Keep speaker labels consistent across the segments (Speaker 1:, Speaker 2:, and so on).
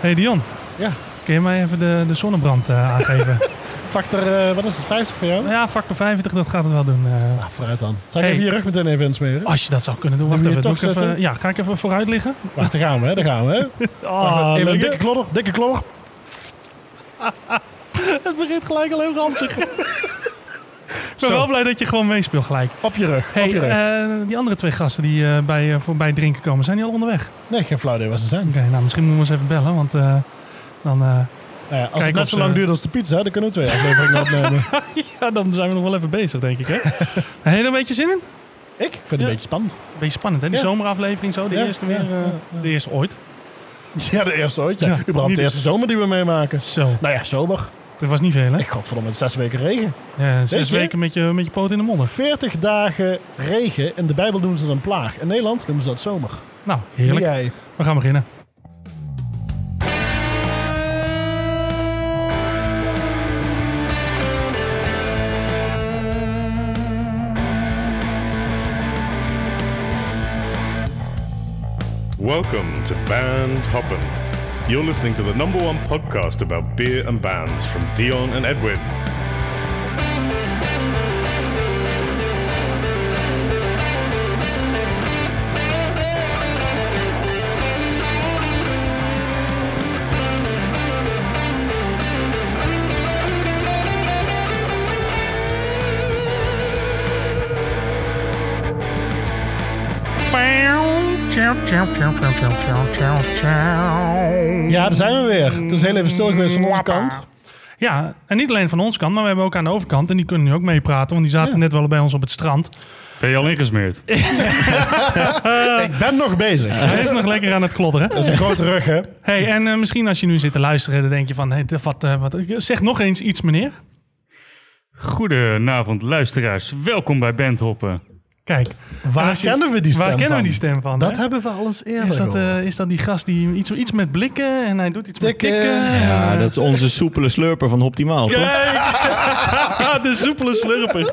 Speaker 1: Hey Dion,
Speaker 2: Ja.
Speaker 1: kun je mij even de, de zonnebrand eh, aangeven?
Speaker 2: Factor, eh, wat is het, 50 voor jou?
Speaker 1: Nou ja, factor 50, dat gaat het wel doen. eh.
Speaker 2: Ah, vooruit dan. Zal ik
Speaker 1: Hey.
Speaker 2: even je rug meteen even insmeren?
Speaker 1: als je dat zou kunnen doen, wacht
Speaker 2: Wil je
Speaker 1: even.
Speaker 2: je
Speaker 1: Doe ik
Speaker 2: toch
Speaker 1: even eh,
Speaker 2: zetten?
Speaker 1: ja, ga ik even vooruit liggen?
Speaker 2: Wacht, daar gaan we, hè. Daar gaan we, hè.
Speaker 1: Oh,
Speaker 2: even een
Speaker 1: leuk, hè?
Speaker 2: eh, dikke klodder, dikke klodder.
Speaker 1: het begint gelijk al heel ranzig. ik
Speaker 2: Zo.
Speaker 1: ben wel blij dat je gewoon meespeelt gelijk.
Speaker 2: Op je rug, op
Speaker 1: Hey,
Speaker 2: je rug.
Speaker 1: eh, die andere twee gasten die eh, bij, eh, voorbij drinken komen, zijn die al onderweg?
Speaker 2: nee, geen flauw idee waar ze zijn.
Speaker 1: Oké, nou misschien moeten we eens even bellen, want eh, dan, eh,
Speaker 2: Nou ja, als
Speaker 1: Kijk
Speaker 2: het
Speaker 1: of
Speaker 2: net zo
Speaker 1: ze-
Speaker 2: lang duurt als de pizza, dan kunnen we twee afleveringen opnemen.
Speaker 1: ja, dan zijn we nog wel even bezig, denk ik. Hè? Heb je er een beetje zin in?
Speaker 2: Ik vind het een
Speaker 1: Ja.
Speaker 2: beetje spannend.
Speaker 1: Beetje spannend, hè? Die
Speaker 2: Ja.
Speaker 1: zomeraflevering zo, de
Speaker 2: Ja,
Speaker 1: eerste
Speaker 2: ja,
Speaker 1: weer. eh, De eerste ooit.
Speaker 2: Ja, de eerste ooit. Ja.
Speaker 1: Ja,
Speaker 2: Überhaupt
Speaker 1: niet-
Speaker 2: de eerste zomer die we meemaken.
Speaker 1: Zo,
Speaker 2: Nou ja, sober.
Speaker 1: dat was niet veel, hè?
Speaker 2: Ik godverdomme, zes weken regen.
Speaker 1: Ja, zes
Speaker 2: Weet je?
Speaker 1: weken met je, met je poot in de modder.
Speaker 2: 40 dagen regen. In de Bijbel noemen ze dat een plaag. In Nederland noemen ze dat zomer.
Speaker 1: Nou, heerlijk.
Speaker 2: Jij.
Speaker 1: We gaan beginnen.
Speaker 3: Welcome to Band Hoppin'. You're listening to the number one podcast about beer and bands from Dion and Edwin.
Speaker 2: Ja, daar zijn we weer. Het is heel even stil geweest van onze kant.
Speaker 1: Ja, en niet alleen van onze kant, maar we hebben ook aan de overkant. En die kunnen nu ook meepraten, want die zaten net wel bij ons op het strand.
Speaker 4: Ben je al ingesmeerd?
Speaker 2: Ik ben nog bezig.
Speaker 1: Hij is nog lekker aan het klodderen.
Speaker 2: Dat is een grote rug, hè?
Speaker 1: Hey, en eh, misschien als je nu zit te luisteren, dan denk je van... Hey, wat, eh, wat, zeg nog eens iets, meneer.
Speaker 4: Goedenavond, luisteraars. Welkom bij Bandhoppen.
Speaker 1: Kijk, en
Speaker 2: Waar
Speaker 1: als je-
Speaker 2: kennen we die stem
Speaker 1: waar kennen we
Speaker 2: van?
Speaker 1: die stem van?
Speaker 2: Dat
Speaker 1: hè?
Speaker 2: hebben we al eens eerder
Speaker 1: is, dat, eh,
Speaker 2: gehoord.
Speaker 1: is dat die gast die iets, iets met blikken en hij doet iets
Speaker 2: Tikken.
Speaker 1: met tikken?
Speaker 5: Ja,
Speaker 1: en,
Speaker 5: dat is onze soepele slurper van Optimaal, toch?
Speaker 1: Kijk! de soepele slurper.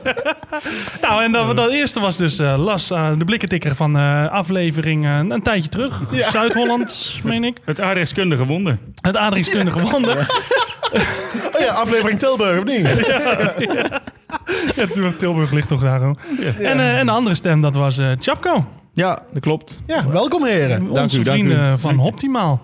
Speaker 1: nou, en dat, dat eerste was dus eh, Las, eh, de blikkentikker van eh, aflevering eh, een tijdje terug. Zuid-Holland, meen ik.
Speaker 4: Het aardrijkskundige wonder.
Speaker 1: Het aardrijkskundige wanden.
Speaker 2: Oh ja, aflevering Tilburg, of niet?
Speaker 1: Ja, Tilburg ligt toch daar. hoor. En, eh, en de andere stem, dat was eh Chapko.
Speaker 5: Ja, dat klopt.
Speaker 2: Ja, welkom heren.
Speaker 5: Dank
Speaker 1: onze
Speaker 5: u, dank u.
Speaker 1: vrienden van Optimaal.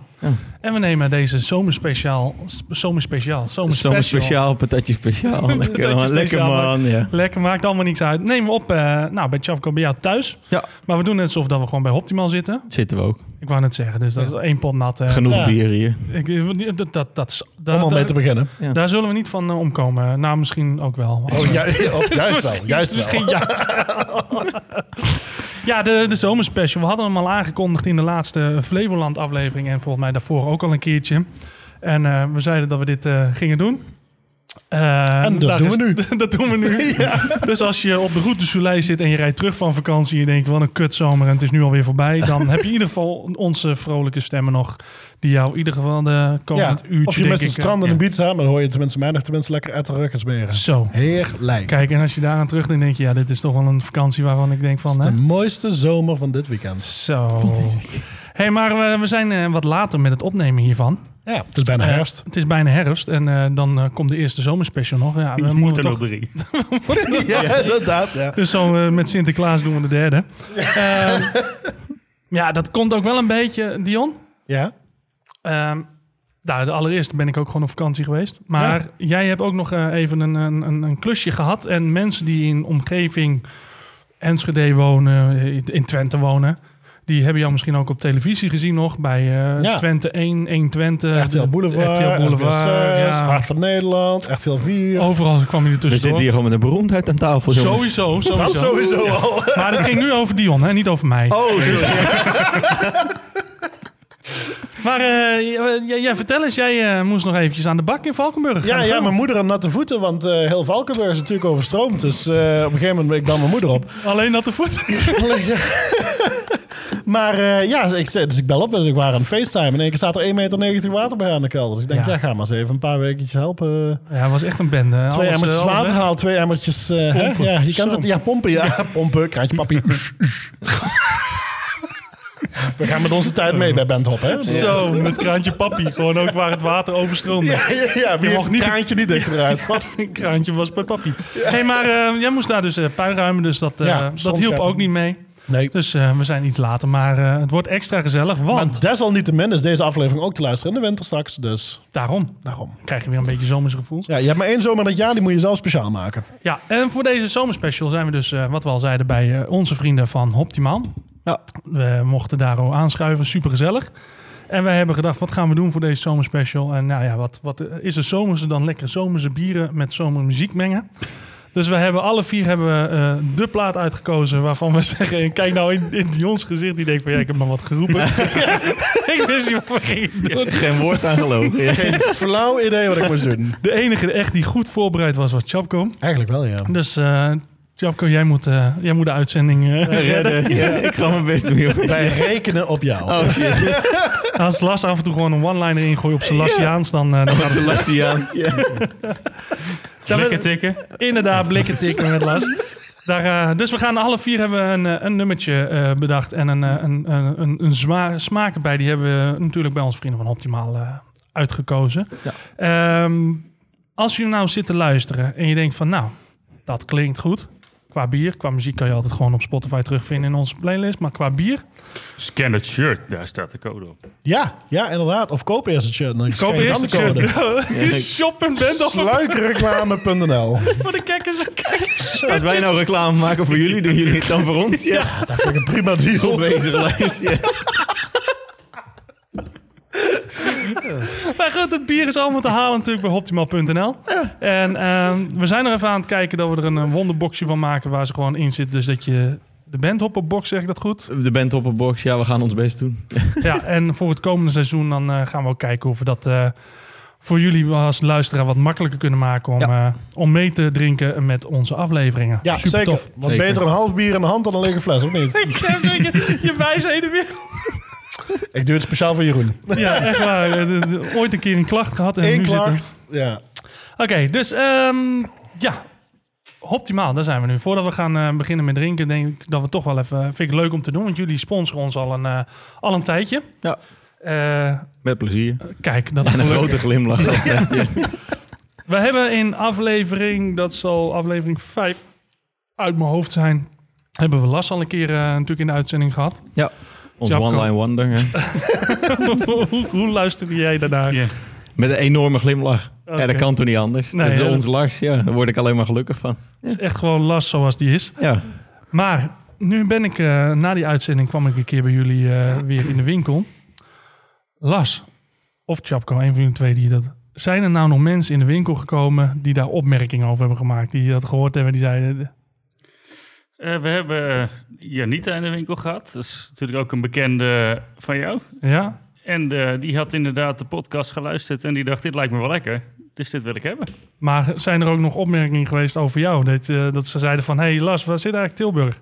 Speaker 1: En we nemen deze zomerspeciaal, sp- zomerspeciaal,
Speaker 5: Zomer
Speaker 1: zomerspeciaal,
Speaker 5: speciaal, patatje speciaal. Lekker
Speaker 1: Patatje
Speaker 5: man, lekker
Speaker 1: speciaal,
Speaker 5: man. Ja.
Speaker 1: Lekker, maakt allemaal niks uit. Nemen we op eh, nou, bij Chavko bij jou thuis.
Speaker 5: ja,
Speaker 1: Maar we doen net alsof dat we gewoon bij Optimaal zitten.
Speaker 5: zitten we ook.
Speaker 1: Ik wou net zeggen, dus dat is één pot nat. eh.
Speaker 5: Genoeg
Speaker 2: Ja.
Speaker 5: bier hier.
Speaker 1: Ik- eh, dat, dat, dat, is- daar-
Speaker 2: Om al mee
Speaker 1: daar-
Speaker 2: te beginnen.
Speaker 1: daar zullen we niet van eh, omkomen. Nou, misschien ook wel.
Speaker 2: Oh, ju- of juist wel, juist wel.
Speaker 1: Misschien ja. ja, de, de zomerspecial. We hadden hem al aangekondigd in de laatste Flevoland aflevering. En volgens mij daarvoor ook al een keertje. En eh, we zeiden dat we dit eh, gingen doen. Eh,
Speaker 2: En dat
Speaker 1: daar
Speaker 2: doen we nu.
Speaker 1: dat doen we nu. Dus als je op de route Soleil zit en je rijdt terug van vakantie... en je denkt, wat een kutzomer en het is nu alweer voorbij... dan heb je in ieder geval onze vrolijke stemmen nog... die jou in ieder geval de
Speaker 2: Ja,
Speaker 1: komend uurtje...
Speaker 2: of je
Speaker 1: denk
Speaker 2: met z'n
Speaker 1: ik, eh,
Speaker 2: strand in
Speaker 1: ja.
Speaker 2: een pizza, maar dan hoor je tenminste mij nog tenminste lekker uit de rug smeren.
Speaker 1: Zo.
Speaker 2: Heerlijk.
Speaker 1: Kijk, en als je daaraan terugdenkt, denk je... ja, dit is toch wel een vakantie waarvan ik denk van...
Speaker 2: Het
Speaker 1: hè?
Speaker 2: is de mooiste zomer van dit weekend.
Speaker 1: Zo. hey, maar we, we zijn eh, wat later met het opnemen hiervan.
Speaker 2: Ja, het is bijna
Speaker 1: Eh,
Speaker 2: herfst.
Speaker 1: het is bijna herfst en eh, dan eh, komt de eerste zomerspecial nog. Ja, we
Speaker 4: Je moet
Speaker 1: moeten
Speaker 4: er nog
Speaker 1: toch...
Speaker 4: drie.
Speaker 2: Ja, inderdaad. Ja.
Speaker 1: Dus zo eh, met Sinterklaas doen we de derde. Ehm, ja, dat komt ook wel een beetje, Dion.
Speaker 2: ja.
Speaker 1: Ehm nou, de allereerste ben ik ook gewoon op vakantie geweest. Maar jij hebt ook nog eh, even een, een, een, een klusje gehad. En mensen die in omgeving Enschede wonen, eh, in Twente wonen... die hebben jou misschien ook op televisie gezien nog... bij eh,
Speaker 2: Ja.
Speaker 1: Twente 1, 1 Twente.
Speaker 2: RTL Boulevard,
Speaker 1: RTL Boulevard, ja.
Speaker 2: Hart van Nederland, RTL 4.
Speaker 1: Overal kwam je er
Speaker 5: We
Speaker 1: tussendoor.
Speaker 5: zitten hier gewoon met een beroemdheid aan tafel, jongens.
Speaker 1: Sowieso, sowieso.
Speaker 2: dat Nou, sowieso al.
Speaker 1: Maar het ging nu over Dion, hè? niet over mij.
Speaker 5: Oh, sorry.
Speaker 1: Maar eh, j- j- jij vertel eens, jij eh, moest nog eventjes aan de bak in Valkenburg. Ga
Speaker 2: Ja,
Speaker 1: je
Speaker 2: ja,
Speaker 1: gang.
Speaker 2: mijn moeder had natte voeten, want eh, heel Valkenburg is natuurlijk overstroomd. Dus eh, op een gegeven moment ben ik dan mijn moeder op.
Speaker 1: Alleen dat de voet.
Speaker 2: maar eh, ja, ik, zei- dus ik bel op en ik waren aan het FaceTime. En in één keer staat er 1,90 meter water bij aan de kelder. Dus ik denk,
Speaker 1: Ja.
Speaker 2: ja, ga maar eens even een paar wekentjes helpen.
Speaker 1: Ja, het was echt een bende.
Speaker 2: Twee
Speaker 1: Alles,
Speaker 2: emmertjes
Speaker 1: eh, alles
Speaker 2: water
Speaker 1: weg.
Speaker 2: halen, twee emmertjes... eh, hè?
Speaker 1: Pompen.
Speaker 2: Ja, je kent
Speaker 1: Zo.
Speaker 2: het. Ja, pompen, ja. pompen, kraantje papi. We gaan met onze tijd mee bij Bentop, hè?
Speaker 1: Zo, met kraantje papi. Gewoon ook waar het water overstroomde.
Speaker 2: Ja, ja, ja. Wie
Speaker 1: Je
Speaker 2: heeft
Speaker 1: mocht
Speaker 2: het
Speaker 1: niet-
Speaker 2: kraantje niet dicht eruit? Wat?
Speaker 1: kraantje was bij papi. hey, maar eh, jij moest daar dus eh, puin ruimen, dus dat, eh,
Speaker 2: Ja,
Speaker 1: dat hielp
Speaker 2: zonscherping.
Speaker 1: ook niet mee.
Speaker 2: Nee.
Speaker 1: Dus eh, we zijn iets later, maar eh, het wordt extra gezellig, want
Speaker 2: Maar desalniettemin is deze aflevering ook te luisteren in de winter straks, dus
Speaker 1: daarom
Speaker 2: daarom.
Speaker 1: krijg je weer een beetje zomersgevoel.
Speaker 2: Ja, je hebt maar één zomer dat jaar, die moet je zelf speciaal maken.
Speaker 1: Ja, en voor deze zomerspecial zijn we dus, eh, wat we al zeiden, bij eh, onze vrienden van Optimaal.
Speaker 5: Ja.
Speaker 1: We mochten daar al aanschuiven, supergezellig. En wij hebben gedacht, wat gaan we doen voor deze zomerspecial? En nou ja, wat, wat eh, is er zomerse dan lekker zomerse bieren met zomermuziek mengen? Dus we hebben alle vier hebben we, eh, de plaat uitgekozen waarvan we zeggen... en Kijk nou in, in Dion's gezicht, die denkt van ja, ik heb maar wat geroepen. ik wist niet wat we gingen doen.
Speaker 5: Geen woord aan gelogen. Ja.
Speaker 2: Flauw idee wat ik moest doen.
Speaker 1: De enige echt die goed voorbereid was, was Chapcom.
Speaker 2: Eigenlijk wel, ja.
Speaker 1: Dus eh Japko, jij moet, eh, jij moet de uitzending eh, redden.
Speaker 5: Redden. Ja, ik ga mijn best doen, jongens.
Speaker 2: Wij rekenen op jou.
Speaker 5: Oh shit,
Speaker 1: Als Las af en toe gewoon een one-liner ingooit op Selassiaans, dan, eh, dan gaat het.
Speaker 5: Sebastian. Ja.
Speaker 1: Daar
Speaker 4: Lekker
Speaker 1: werd-
Speaker 4: tikken.
Speaker 1: Inderdaad, blikken tikken met Las. Daar, eh, dus we gaan alle vier hebben we een, eh, een nummertje eh, bedacht en een, eh, een, een, een, een zwa- smaak erbij. Die hebben we natuurlijk bij onze vrienden van Optimaal eh, uitgekozen. Ehm, als je nou zit te luisteren en je denkt van nou, dat klinkt goed. Qua bier, qua muziek kan je altijd gewoon op Spotify terugvinden in onze playlist. Maar qua bier,
Speaker 4: Scan het shirt, daar staat de code op.
Speaker 2: Ja, ja, inderdaad. Of koop eerst het shirt. Dan
Speaker 1: Koop
Speaker 2: scan je
Speaker 1: eerst
Speaker 2: dan
Speaker 1: het
Speaker 2: de code.
Speaker 1: shirt. Shop en bent op
Speaker 2: Sluikreclame.nl.
Speaker 1: voor de kijkers.
Speaker 5: Als wij nou reclame maken voor jullie, doen jullie het dan voor ons? Ja,
Speaker 2: Dat vind ik een prima deal.
Speaker 5: goed bezig, Lijs. Ja.
Speaker 1: Maar goed, het bier is allemaal te halen natuurlijk bij Optimal.nl. En ehm, we zijn er even aan het kijken dat we er een, eh, wonderboxje van maken waar ze gewoon in zit. Dus dat je de bandhopperbox, zeg ik dat goed?
Speaker 5: De band op een box, ja, we gaan ons best doen.
Speaker 1: Ja, en voor het komende seizoen dan eh, gaan we ook kijken of we dat eh, voor jullie als luisteraar wat makkelijker kunnen maken om, eh, om mee te drinken met onze afleveringen.
Speaker 2: Ja,
Speaker 1: Super
Speaker 2: zeker.
Speaker 1: tof.
Speaker 2: Want
Speaker 5: Zeker.
Speaker 2: beter een half bier in de hand dan een lege fles, of niet?
Speaker 1: je, je wijsheden weer.
Speaker 2: Ik doe het speciaal voor Jeroen.
Speaker 1: Ja, echt waar. Eh, de- de- Ooit een keer een klacht gehad en
Speaker 2: Eén
Speaker 1: nu zit er-
Speaker 2: klacht. Ja.
Speaker 1: Oké, dus ehm, ja. Optimaal, daar zijn we nu. Voordat we gaan eh, beginnen met drinken, denk ik dat we toch wel even. Vind ik het leuk om te doen, want jullie sponsoren ons al een, eh, al een tijdje.
Speaker 5: Ja.
Speaker 1: Eh,
Speaker 5: Met plezier.
Speaker 1: kijk, dat
Speaker 5: En een
Speaker 1: geluk.
Speaker 5: grote glimlach. Ja.
Speaker 1: We hebben in aflevering, dat zal aflevering 5 uit mijn hoofd zijn. Hebben we Las al een keer eh, natuurlijk in de uitzending gehad?
Speaker 5: Ja. Ons
Speaker 1: Japko.
Speaker 5: One Line Wonder. hè.
Speaker 1: hoe, hoe luisterde jij daarnaar?
Speaker 4: Ja.
Speaker 5: Met een enorme glimlach. Ja,
Speaker 1: Oké.
Speaker 5: dat kan toch niet anders?
Speaker 1: Nee,
Speaker 5: dat is
Speaker 1: ja, dat-
Speaker 5: ons Lars, ja. Daar word ik alleen maar gelukkig van.
Speaker 1: Het is echt gewoon Las zoals die is.
Speaker 5: Ja.
Speaker 1: Maar nu ben ik, eh, na die uitzending kwam ik een keer bij jullie eh, weer in de winkel. Las, of Chapko, een van de twee die dat... Zijn er nou nog mensen in de winkel gekomen die daar opmerkingen over hebben gemaakt? Die dat gehoord hebben, die zeiden...
Speaker 4: Eh, we hebben eh, Janita in de winkel gehad. Dat is natuurlijk ook een bekende van jou.
Speaker 1: Ja,
Speaker 4: En eh, die had inderdaad de podcast geluisterd en die dacht, dit lijkt me wel lekker. Dus dit wil ik hebben.
Speaker 1: maar zijn er ook nog opmerkingen geweest over jou? Dat, eh, dat ze zeiden van, hey Las, waar zit eigenlijk Tilburg?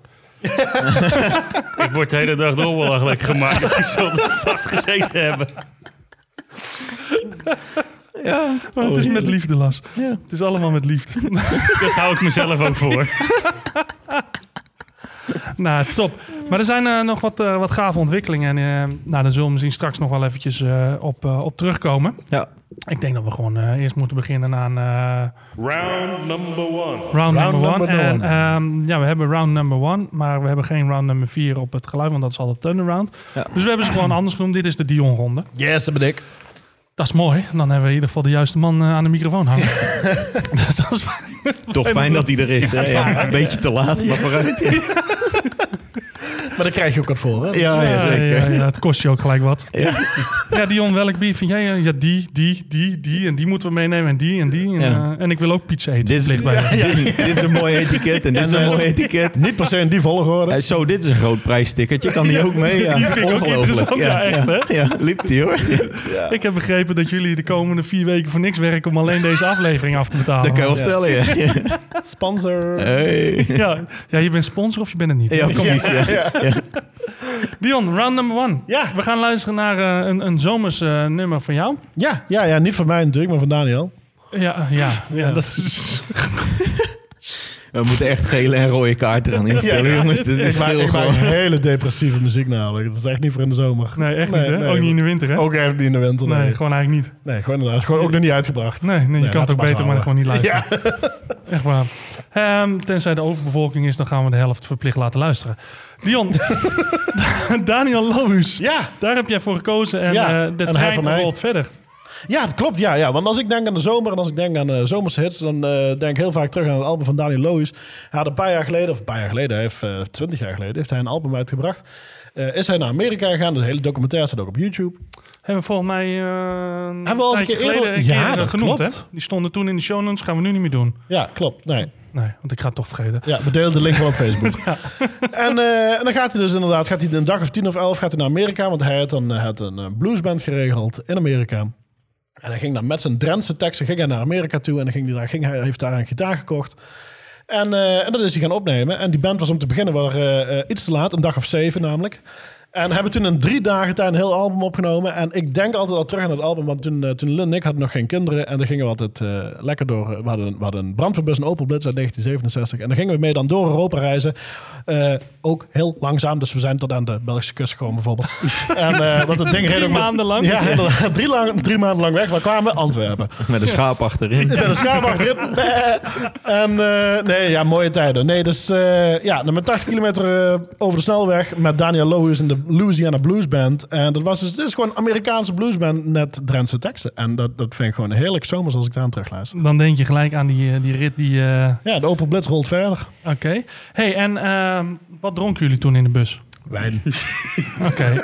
Speaker 4: Ik word de hele dag doorbelachelijk gemaakt. Dus ik zal er vastgezeten hebben.
Speaker 5: Ja. Oh.
Speaker 1: Maar het is met liefde, Las.
Speaker 5: Ja.
Speaker 1: Het is allemaal met liefde.
Speaker 4: Dat hou ik mezelf ook voor.
Speaker 1: Nou, top. Maar er zijn eh, nog wat, eh, wat gave ontwikkelingen. En eh, nou, daar zullen we misschien straks nog wel eventjes eh, op, eh, op terugkomen.
Speaker 5: Ja.
Speaker 1: Ik denk dat we gewoon eh, eerst moeten beginnen aan eh,
Speaker 3: Round number one.
Speaker 1: round, number one.
Speaker 2: number
Speaker 1: en,
Speaker 2: one.
Speaker 1: ehm, ja, we hebben round number one, maar we hebben geen round number vier op het geluid, want dat is al de turnaround.
Speaker 5: Ja.
Speaker 1: Dus we hebben ze gewoon anders genoemd. Dit is de Dion ronde.
Speaker 2: Yes, dat ben ik.
Speaker 1: Dat is mooi. Dan hebben we in ieder geval de juiste man eh, aan de microfoon hangen. dus dat is fijn.
Speaker 5: Toch fijn dat hij er is. hè. Ja, een beetje te laat, maar vooruit. Ja,
Speaker 2: Maar daar krijg je ook wat voor, hè?
Speaker 5: ja,
Speaker 1: Ja,
Speaker 5: zeker.
Speaker 1: ja, het kost je ook gelijk wat.
Speaker 5: Ja.
Speaker 1: Ja, Dion, welk bier vind jij? eh, Ja, die, die, die, die. En die moeten we meenemen. En die en die. En,
Speaker 5: Ja.
Speaker 1: eh, en ik wil ook pizza eten.
Speaker 5: Dit, is,
Speaker 1: Het ligt bij je.
Speaker 5: dit, dit is een mooi etiket en dit is
Speaker 2: En,
Speaker 5: een
Speaker 2: eh,
Speaker 5: mooi etiket.
Speaker 2: Niet per se in die volgorde.
Speaker 5: Eh, Zo, dit is een groot prijstickertje. Kan die ook mee? Ja,
Speaker 1: die vind ik ook
Speaker 5: ongelooflijk.
Speaker 1: interessant. Ja, echt, hè?
Speaker 5: Ja, liep die hoor.
Speaker 1: Ik heb begrepen dat jullie de komende vier weken voor niks werken om alleen deze aflevering af te betalen.
Speaker 5: Dat kan je wel stellen, ja. Ja.
Speaker 2: Sponsor.
Speaker 5: Hey.
Speaker 1: Ja, ja, je bent sponsor of je bent het niet.
Speaker 5: Ja, precies. Ja. Ja.
Speaker 1: Dion, round number one.
Speaker 2: Ja.
Speaker 1: We gaan luisteren naar eh, een, een zomers eh, nummer van jou.
Speaker 2: Ja, ja, ja, niet van mij natuurlijk, maar van Daniel.
Speaker 1: Ja, ja, ja, dat is...
Speaker 5: We moeten echt gele en rode kaarten gaan instellen,
Speaker 2: Ja, ja.
Speaker 5: jongens. Dit is
Speaker 2: Ik maak,
Speaker 5: heel
Speaker 2: ik maak
Speaker 5: gewoon.
Speaker 2: hele depressieve muziek namelijk. Dat is echt niet voor in de zomer.
Speaker 1: Nee, echt niet, hè? ook niet in de winter, hè?
Speaker 2: Ook echt niet in de winter. Nee,
Speaker 1: nee,
Speaker 2: nee, gewoon,
Speaker 1: gewoon eigenlijk niet.
Speaker 2: inderdaad. Gewoon ook nog niet uitgebracht.
Speaker 1: Nee, nee je
Speaker 2: laten
Speaker 1: kan het
Speaker 2: we
Speaker 1: ook
Speaker 2: maar
Speaker 1: beter,
Speaker 2: zo houden.
Speaker 1: maar gewoon niet luisteren. Echt waar. Ehm, tenzij de overbevolking is, dan gaan we de helft verplicht laten luisteren. Dion, Daniel Lohuus,
Speaker 2: Ja,
Speaker 1: daar heb jij voor gekozen en
Speaker 2: Ja,
Speaker 1: eh,
Speaker 2: en
Speaker 1: de
Speaker 2: hij van
Speaker 1: trein
Speaker 2: mij.
Speaker 1: rolt verder.
Speaker 2: ja, dat klopt. Ja, ja. Want als ik denk aan de zomer en als ik denk aan eh zomerse hits, dan eh, denk ik heel vaak terug aan het album van Daniel Loewis. Hij had een paar jaar geleden, of een paar jaar geleden, hij heeft, eh, 20 jaar geleden, heeft hij een album uitgebracht. Eh, is hij naar Amerika gegaan. De hele documentaire staat ook op YouTube.
Speaker 1: Hebben we volgens mij
Speaker 2: we
Speaker 1: eh
Speaker 2: al eens een
Speaker 1: tijdje
Speaker 2: keer eerder-
Speaker 1: geleden een keer,
Speaker 2: Ja,
Speaker 1: eh,
Speaker 2: dat
Speaker 1: genoemd,
Speaker 2: klopt.
Speaker 1: hè? Die stonden toen in de show notes, gaan we nu niet meer doen.
Speaker 2: Ja, klopt. Nee.
Speaker 1: Nee, want ik ga het toch vergeten.
Speaker 2: Ja, we delen de link wel op Facebook. en, eh, en dan gaat hij dus inderdaad, gaat hij een dag of tien of elf gaat hij naar Amerika. Want hij had een, hij had een eh, bluesband geregeld in Amerika. En hij ging dan met zijn Drentse teksten ging hij naar Amerika toe. En dan ging hij daar, ging hij, heeft daar een gitaar gekocht. En, eh, en dat is hij gaan opnemen. En die band was om te beginnen wel eh, eh, iets te laat, een dag of zeven namelijk. En hebben toen in drie dagen tijd een heel album opgenomen. En ik denk altijd al terug aan het album, want toen, eh, toen Lynn en ik hadden nog geen kinderen. En daar gingen we altijd eh, lekker door. We hadden, we hadden een brandweerbus, een Opel Blitz uit 1967. En daar gingen we mee dan door Europa reizen. Eh, ook heel langzaam, dus we zijn tot aan de Belgische kust gekomen bijvoorbeeld. en, eh, want dat ding reed
Speaker 1: Drie
Speaker 2: ook maar-
Speaker 1: maanden lang?
Speaker 2: Ja, inderdaad. drie, lang, drie maanden lang weg. Waar kwamen we? Antwerpen.
Speaker 5: Met een schaap achterin.
Speaker 2: Met een schaap achterin. En eh, nee, ja, mooie tijden. Nee, dus eh, ja, dan met 80 kilometer eh, over de snelweg met Daniel Lohuis in de Louisiana Blues Band. En dat was dus, dit is gewoon een Amerikaanse bluesband met Drentse teksten. En dat, dat vind ik gewoon heerlijk zomers als ik daar aan terugluister.
Speaker 1: Dan denk je gelijk aan die, eh, die rit die... eh,
Speaker 2: Ja, de Opel Blitz rolt verder.
Speaker 1: Oké. Hey, en ehm, wat dronken jullie toen in de bus?
Speaker 2: Wijn.
Speaker 1: Oké.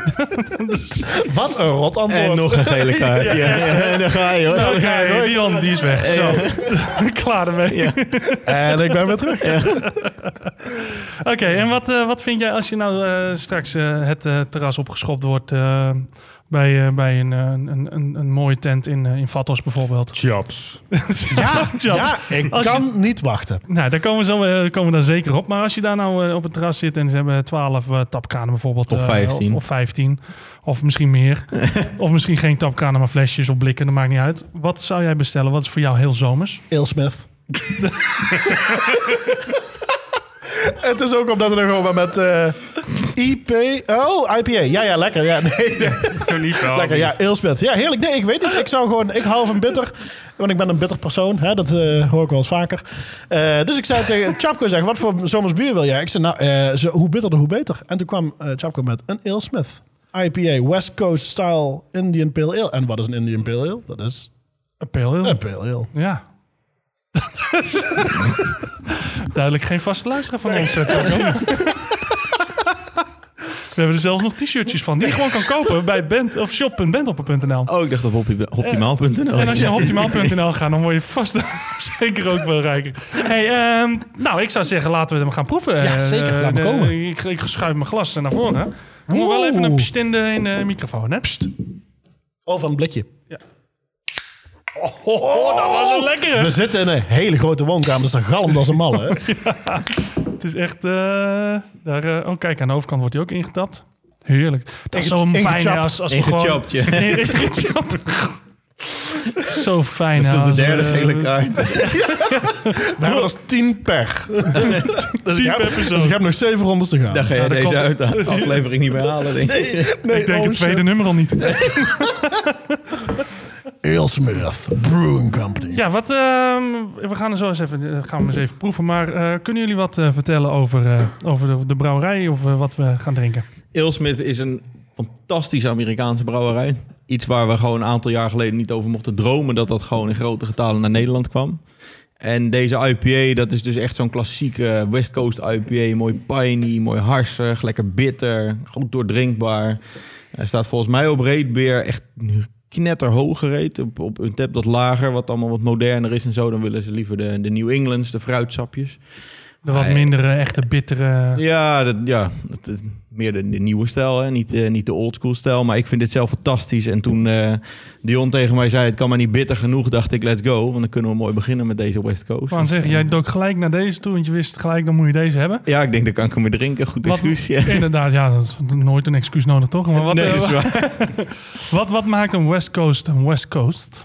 Speaker 2: Wat een rot antwoord.
Speaker 5: En nog een gele kaart. Ja, ja, En dan ga je hoor.
Speaker 1: Oké, Dion, die is weg. Zo, klaar ermee.
Speaker 2: En ik ben weer terug.
Speaker 1: Oké, en wat, eh, wat vind jij als je nou eh, straks eh, het eh, terras opgeschopt wordt eh, bij, eh, bij een, eh, een, een, een mooie tent in, eh, in Vatos bijvoorbeeld?
Speaker 4: Chops.
Speaker 1: Ja,
Speaker 2: Ja, ik
Speaker 1: Als je-
Speaker 2: kan niet wachten.
Speaker 1: Nou, daar komen we, zo, eh, komen we dan zeker op. Maar als je daar nou eh, op het terras zit en ze hebben 12 eh, tapkranen bijvoorbeeld.
Speaker 5: Of
Speaker 1: eh,
Speaker 5: 15.
Speaker 1: of, of 15. Of misschien meer. of misschien geen tapkranen, maar flesjes of blikken. Dat maakt niet uit. Wat zou jij bestellen? Wat is voor jou heel zomers?
Speaker 2: Ilsmith. Het is ook omdat het er gewoon maar met eh IP... Oh, IPA. Ja, ja, lekker. Ja, nee, nee.
Speaker 4: Tony
Speaker 1: Oh,
Speaker 4: Fowler.
Speaker 2: Lekker, ja, Ilsmith. Ja, heerlijk. Nee, ik weet niet. Ik zou gewoon... Ik hou van bitter. Want ik ben een bitter persoon. Hè? Dat eh, hoor ik wel eens vaker. Eh, dus ik zei tegen Chapko zeggen, wat voor zomers bier wil jij? Ik zei, nou, eh, zo, hoe bitterder, hoe beter. En toen kwam eh Chapko met een Ilsmith. IPA, West Coast Style Indian Pale Ale. En wat is een Indian Pale Ale? Dat is
Speaker 1: Een pale ale.
Speaker 2: een Pale Ale.
Speaker 1: Ja. Duidelijk geen vaste luisteraar van ons. eh, Taco. We hebben er zelfs nog t-shirtjes van die je gewoon kan kopen bij band of shop.bandhopper.nl.
Speaker 5: Oh, ik dacht op opti- optimaal.nl.
Speaker 1: En als je naar optimaal.nl gaat, dan word je vast zeker ook wel rijker. Hey, ehm, nou, ik zou zeggen, laten we hem gaan proeven.
Speaker 2: Ja, zeker.
Speaker 1: Eh,
Speaker 2: Laat me
Speaker 1: de-
Speaker 2: komen.
Speaker 1: Ik, ik schuif mijn glas naar voren. Ik moet wel even een
Speaker 2: Oeh.
Speaker 1: pst in de, in de microfoon, hè? Pst.
Speaker 2: Oh, van een blikje.
Speaker 1: Oh, dat was een lekkere.
Speaker 2: We zitten in een hele grote woonkamer, dus dat galmt als een malle. hè?
Speaker 1: Het is echt... eh, daar, eh, oh, kijk, aan de overkant wordt hij ook ingetapt. Heerlijk. Dat is zo fijn hè,
Speaker 2: ingechapt.
Speaker 1: als, als we gewoon...
Speaker 5: Ingechapt, ja.
Speaker 1: Nee, ingechapt. Zo fijn.
Speaker 5: Dat
Speaker 1: hè,
Speaker 5: is
Speaker 1: als
Speaker 5: de derde
Speaker 1: we-
Speaker 5: gele kaart.
Speaker 2: We hebben als tien per. dus, ik
Speaker 1: Tien
Speaker 2: heb,
Speaker 1: per persoon.
Speaker 2: dus ik heb nog zeven rondes te gaan.
Speaker 5: Daar ga je
Speaker 1: Ja, dat
Speaker 5: deze
Speaker 1: komt-
Speaker 5: uit, aflevering niet meer halen, denk ik.
Speaker 2: Nee,
Speaker 1: Ik denk
Speaker 2: oh,
Speaker 1: het tweede nummer al niet.
Speaker 2: shit. Aylesmith Brewing Company.
Speaker 1: Ja, wat, ehm, we gaan er zo eens even, eh, gaan we eens even proeven. Maar eh, kunnen jullie wat eh, vertellen over, eh, over de, de brouwerij of eh, wat we gaan drinken?
Speaker 5: Ilsmith is een fantastische Amerikaanse brouwerij. Iets waar we gewoon een aantal jaar geleden niet over mochten dromen dat dat gewoon in grote getalen naar Nederland kwam. En deze IPA, dat is dus echt zo'n klassieke West Coast IPA. Mooi piney, mooi harsig, lekker bitter, goed doordrinkbaar. Hij staat volgens mij op reetbeer echt knetterhoog gereden. Op, op een tap dat lager, wat allemaal wat moderner is en zo. Dan willen ze liever de, de New Englands, de fruitsapjes.
Speaker 1: De wat
Speaker 5: Nee.
Speaker 1: mindere, echte, bittere...
Speaker 5: Ja, dat, ja dat, is meer de, de nieuwe stijl, hè? Niet, eh, niet de oldschool stijl. Maar ik vind dit zelf fantastisch. En toen eh, Dion tegen mij zei, het kan maar niet bitter genoeg, dacht ik, let's go. Want dan kunnen we mooi beginnen met deze West Coast.
Speaker 1: Gewoon zeggen, jij dook gelijk naar deze toe, want je wist gelijk, dan moet je deze hebben.
Speaker 5: eh, Ja, ik denk, dan kan ik hem weer drinken. Goed
Speaker 1: Wat-
Speaker 5: excuus. Ja.
Speaker 1: Inderdaad, ja, dat is nooit een excuus nodig, toch? Maar wat,
Speaker 5: nee,
Speaker 1: eh,
Speaker 5: is waar.
Speaker 1: wat, wat maakt een West Coast een West Coast?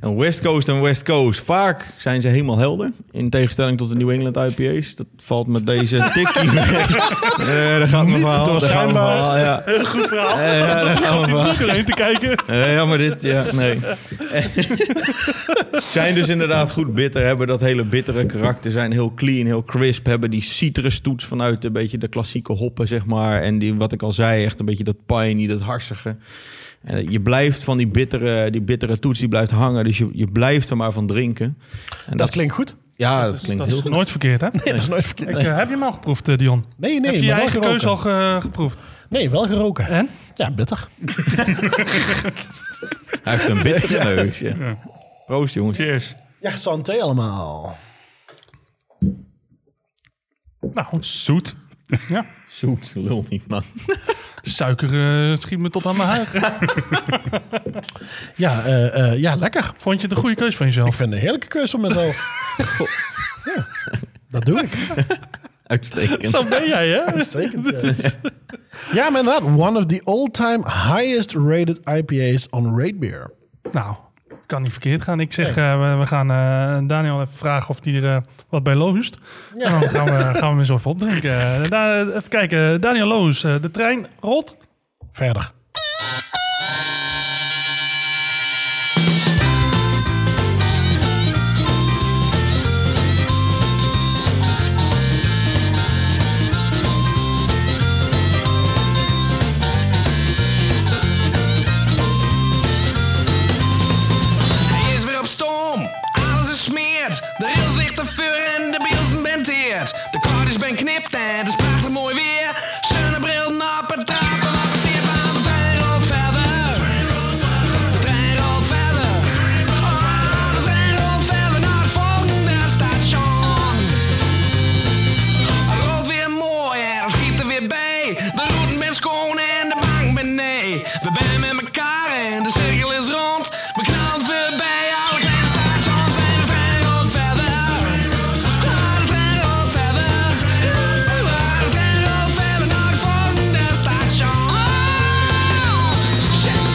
Speaker 5: En West Coast en West Coast, vaak zijn ze helemaal helder. In tegenstelling tot de New England IPA's. Dat valt met deze tikkie weg. Eh, daar gaat mijn verhaal. daar gaat mijn
Speaker 2: doorschijnbaar.
Speaker 5: verhaal, Ja,
Speaker 1: Heel goed verhaal.
Speaker 5: Eh, ja, daar gaat mijn verhaal.
Speaker 1: Alleen te kijken.
Speaker 5: Eh, ja, maar dit, ja, nee. zijn dus inderdaad goed bitter, hebben dat hele bittere karakter, zijn heel clean, heel crisp, hebben die citrustoets vanuit een beetje de klassieke hoppen, zeg maar. En die, wat ik al zei, echt een beetje dat piney, dat harsige. En eh, je blijft van die bittere, die bittere toets, die blijft hangen, dus je, je blijft er maar van drinken. En
Speaker 2: Dat
Speaker 5: dat,
Speaker 2: klinkt goed.
Speaker 5: ja, dat,
Speaker 1: Dat is-
Speaker 5: klinkt
Speaker 1: dat is
Speaker 5: heel goed.
Speaker 1: nooit verkeerd, hè?
Speaker 2: Nee, dat is nooit verkeerd.
Speaker 1: Ik, eh, heb je hem al geproefd, eh, Dion?
Speaker 2: Nee, nee,
Speaker 1: heb je je
Speaker 2: maar wel
Speaker 1: eigen
Speaker 2: geroken.
Speaker 1: keuze al ge- geproefd?
Speaker 2: Nee, wel geroken.
Speaker 1: En?
Speaker 2: Ja, bitter.
Speaker 5: Hij heeft een bittere neus, ja. Proost, jongens.
Speaker 4: Cheers.
Speaker 2: Ja, santé allemaal.
Speaker 1: Nou,
Speaker 4: Zoet.
Speaker 5: Zoet, lul niet, man.
Speaker 1: suiker eh, schiet me tot aan mijn huid.
Speaker 2: Ja, eh, eh, ja, lekker.
Speaker 1: Vond je het een goede keus van
Speaker 2: Ik
Speaker 1: jezelf?
Speaker 2: vind het een heerlijke keuze voor mezelf. Ja, dat doe ik.
Speaker 5: Uitstekend.
Speaker 1: Zo ben jij, hè?
Speaker 2: Uitstekend, ja. ja, maar inderdaad. One of the all-time highest rated IPA's on rate beer.
Speaker 1: Nou, kan niet verkeerd gaan. Ik zeg, eh, we, we gaan eh, Daniel even vragen of hij er eh, wat bij loost. En dan gaan we, gaan we eens even opdrinken. Eh, da- even kijken, Daniel Loos, eh, de trein rolt.
Speaker 2: Verder.
Speaker 6: Hij is weer op stoom, alles is smeerd. De rails ligt te vuur en de beelden ben teerd. De kaartjes ben knipt en het is prachtig mooi weer. Zonnebril op het dak, we laten stier van de trein rolt verder. De trein rolt verder. Oh, de trein rolt verder naar het volgende station. Hij rolt weer mooi en er schiet er weer bij. De route ben schoon en de bank ben nee. We zijn met elkaar en de cirkel is rond. We knallen voorbij alle kleine stations en de trein rolt verder. Ah, de trein rolt verder. Ah, de trein rolt verder naar het volgende station. Oh, Shit.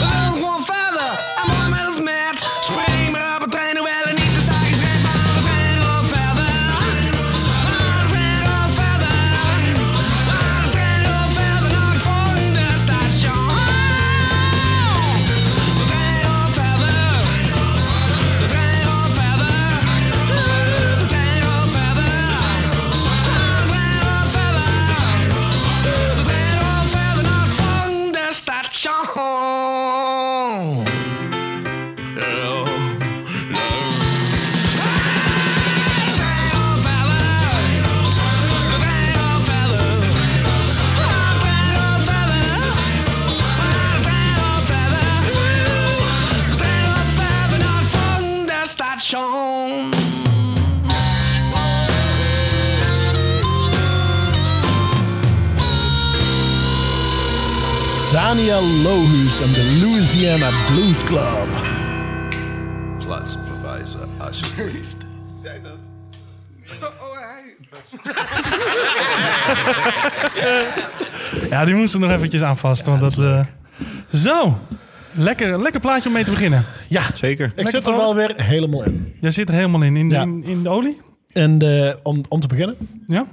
Speaker 6: Wel gewoon verder, en mooi met ons met. Spring maar op het trein, hoewel het niet te zaak is. Rijd maar op het trein, rolt verder. Maar de trein rolt verder. Maar de trein rolt verder naar het volgende station. De trein rolt verder. De trein rolt verder. De trein rolt verder. Maar de trein rolt verder. De trein rolt verder naar het volgende station. Oh, no. De trein rolt verder. De trein rolt verder. Ah, de trein rolt verder. Ah, de trein rolt verder. De trein rolt verder naar het volgende station.
Speaker 2: Daniel Lohus en de Louisiana Blues Club.
Speaker 7: Plaats bewijzen, alsjeblieft.
Speaker 1: Ja, die moesten nog eventjes aanvasten. want dat, eh, zo, lekker, lekker plaatje om mee te beginnen.
Speaker 2: Ja,
Speaker 5: Zeker.
Speaker 2: ik zit er
Speaker 1: verhaal.
Speaker 2: wel weer helemaal in.
Speaker 1: Jij zit er helemaal in, in de,
Speaker 2: Ja.
Speaker 1: in, in de olie.
Speaker 2: En eh, om, om te beginnen,
Speaker 1: Ja?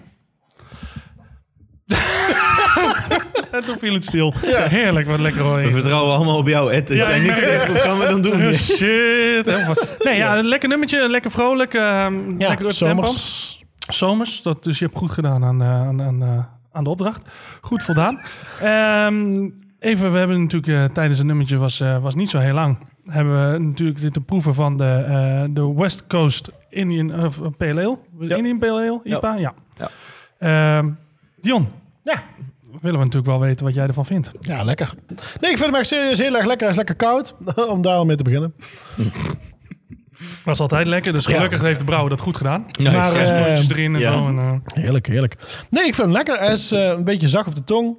Speaker 1: en toen viel het stil. Heerlijk, wat lekker hoor.
Speaker 5: We vertrouwen allemaal op jou, Ed. Als
Speaker 1: Ja,
Speaker 5: jij
Speaker 1: ik
Speaker 5: niks
Speaker 1: merk
Speaker 5: zegt, wat gaan we dan doen?
Speaker 1: Shit. heel vast. Nee, ja, een lekker nummertje, lekker vrolijk, ehm
Speaker 2: ja,
Speaker 1: lekker up tempo.
Speaker 2: zomers.
Speaker 1: Zomers, dat, dus je hebt goed gedaan aan, eh, aan, aan, eh, aan de opdracht. Goed voldaan. Ehm, even, we hebben natuurlijk eh, tijdens het nummertje was, eh, was niet zo heel lang. Hebben we natuurlijk zitten proeven van de, eh, de West Coast Indian of eh, Pale Ale.
Speaker 5: Ja.
Speaker 1: Indian Pale Ale, IPA, ja.
Speaker 5: Ja.
Speaker 1: Ehm, Dion. Ja. willen we natuurlijk wel weten wat jij ervan vindt.
Speaker 2: Ja, lekker. Nee, ik vind hem echt serieus heel erg lekker. Hij is lekker koud, om daar al mee te beginnen.
Speaker 1: Dat is altijd lekker, dus gelukkig heeft de brouwer dat goed gedaan.
Speaker 5: Nice.
Speaker 1: Maar,
Speaker 2: Zes
Speaker 1: eh,
Speaker 2: mondjes
Speaker 1: erin en
Speaker 5: ja.
Speaker 1: zo. En, eh,
Speaker 2: Heerlijk, heerlijk. Nee, ik vind hem lekker. Hij is eh, een beetje zacht op de tong.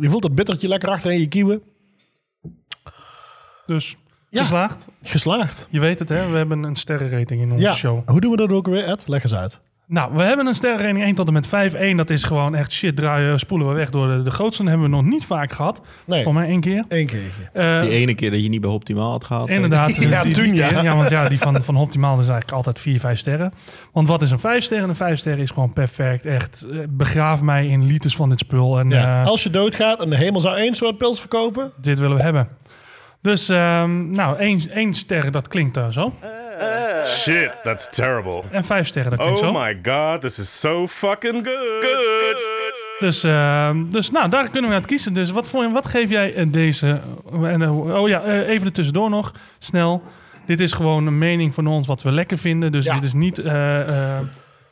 Speaker 2: Je voelt dat bittertje lekker achter in je kieuwen.
Speaker 1: dus
Speaker 2: Ja.
Speaker 1: geslaagd.
Speaker 2: Geslaagd.
Speaker 1: Je weet het, hè? we hebben een sterrenrating in onze
Speaker 2: Ja.
Speaker 1: show.
Speaker 2: Hoe doen we dat ook weer, Ed? Leg eens uit.
Speaker 1: Nou, we hebben een sterrenrating 1 tot en met 5. 1, dat is gewoon echt shit, draaien, spoelen we weg door de, de grootste. Dat hebben we nog niet vaak gehad.
Speaker 2: Nee.
Speaker 1: Voor mij één keer.
Speaker 2: Eén keertje.
Speaker 1: Eh,
Speaker 5: Die ene keer dat je niet bij Optimaal had gehaald.
Speaker 1: Inderdaad. dus
Speaker 2: Ja,
Speaker 1: die-
Speaker 2: toen
Speaker 1: die-
Speaker 2: ja.
Speaker 1: Ja, want ja, die van, van Optimaal is eigenlijk altijd 4, 5 sterren. Want wat is een 5 sterren? Een 5 sterren is gewoon perfect. Echt, eh, begraaf mij in liters van dit spul. En
Speaker 2: Ja.
Speaker 1: eh,
Speaker 2: Als je doodgaat en de hemel zou één soort pils verkopen.
Speaker 1: dit willen we hebben. Dus, ehm, nou, één, één ster, dat klinkt daar zo.
Speaker 3: Shit, that's terrible.
Speaker 1: En vijf sterren, dat klinkt
Speaker 3: Oh
Speaker 1: zo.
Speaker 3: my god, this is so fucking good. Good.
Speaker 1: Dus, ehm, dus nou, daar kunnen we uit kiezen. Dus wat, voor, wat geef jij eh, deze? En, eh, oh ja, eh, even er tussendoor nog, snel. Dit is gewoon een mening van ons wat we lekker vinden. Dus
Speaker 2: Ja.
Speaker 1: dit is niet eh, eh,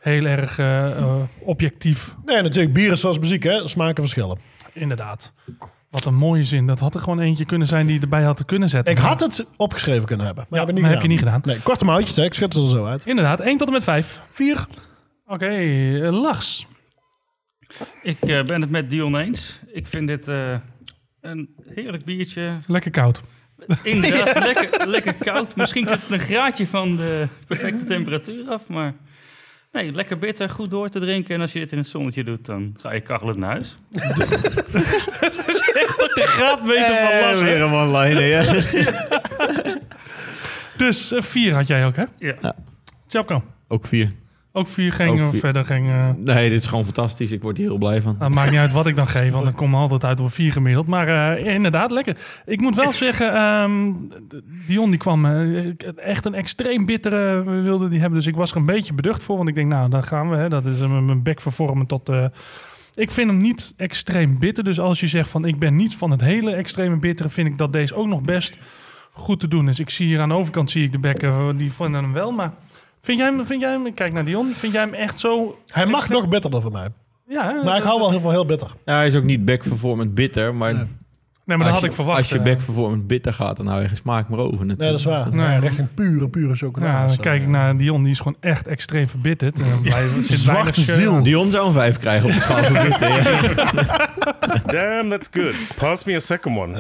Speaker 1: heel erg eh, eh, objectief,
Speaker 2: Nee, natuurlijk, bier is zoals muziek, hè? Smaken verschillen.
Speaker 1: inderdaad. Wat een mooie zin. Dat had er gewoon eentje kunnen zijn die je erbij had te kunnen zetten.
Speaker 2: Ik had het opgeschreven kunnen hebben. Maar
Speaker 1: Ja,
Speaker 2: heb ik niet
Speaker 1: maar heb
Speaker 2: gedaan.
Speaker 1: je niet gedaan.
Speaker 2: Nee, korte mouwtjes, hè? Ik schud ze er zo uit.
Speaker 1: Inderdaad, 1 tot en met 5.
Speaker 2: Vier.
Speaker 1: Oké, eh, Lars.
Speaker 4: Ik eh, ben het met Dion eens. Ik vind dit eh, een heerlijk biertje.
Speaker 1: Lekker koud.
Speaker 4: Inderdaad, lekker, lekker koud. Misschien zit het een graadje van de perfecte temperatuur af, maar... Nee, lekker bitter, goed door te drinken. En als je dit in het zonnetje doet, dan ga je kachelend naar huis.
Speaker 1: De graadmeter
Speaker 5: Eh,
Speaker 1: van Lars. hè?
Speaker 5: een one-liner, ja.
Speaker 1: Dus 4 had jij ook, hè?
Speaker 4: Ja.
Speaker 1: Tjapko.
Speaker 5: Ook vier.
Speaker 1: Ook 4 ging
Speaker 5: Ook
Speaker 1: eh,
Speaker 5: vier.
Speaker 1: verder. Ging, eh,
Speaker 5: Nee, dit is gewoon fantastisch. Ik word hier heel blij van.
Speaker 1: Nou, het maakt niet uit wat ik dan geef, want het komt altijd uit op 4 gemiddeld. Maar eh, inderdaad, lekker. Ik moet wel zeggen, ehm, Dion die kwam eh, echt een extreem bittere wilde die hebben. Dus ik was er een beetje beducht voor, want ik denk, nou, dan gaan we. Hè. Dat is hem mijn bek vervormen tot... eh, ik vind hem niet extreem bitter. Dus als je zegt van, ik ben niet van het hele extreme bittere, vind ik dat deze ook nog best goed te doen is. Ik zie hier aan de overkant zie ik de bekken, eh, die vinden hem wel, maar... Vind jij, hem, vind jij hem, kijk naar Dion, vind jij hem echt zo...
Speaker 2: Hij mag nog bitterder voor mij.
Speaker 1: Ja, hè?
Speaker 2: Maar ik hou wel heel veel heel bitter.
Speaker 5: Ja, hij is ook niet backvervormend bitter, maar...
Speaker 1: Nee, maar dat
Speaker 5: als
Speaker 1: had
Speaker 5: je-
Speaker 1: ik verwacht.
Speaker 5: Als je
Speaker 1: eh.
Speaker 5: backvervormend bitter gaat, dan hou je geen smaak meer over.
Speaker 2: Nee, dat is waar.
Speaker 1: Nee.
Speaker 2: Nee, richting pure, pure chocolade.
Speaker 1: Ja,
Speaker 2: Dus,
Speaker 1: dan
Speaker 2: eh,
Speaker 1: kijk ik naar Dion, die is gewoon echt extreem verbitterd. En dan blijven- er zit weinig eh,
Speaker 2: Zwarte
Speaker 1: scheur
Speaker 2: ziel.
Speaker 1: aan.
Speaker 5: Dion zou een vijf krijgen op de schaal van bitter. ja.
Speaker 3: Damn, that's good. Pass me a second one.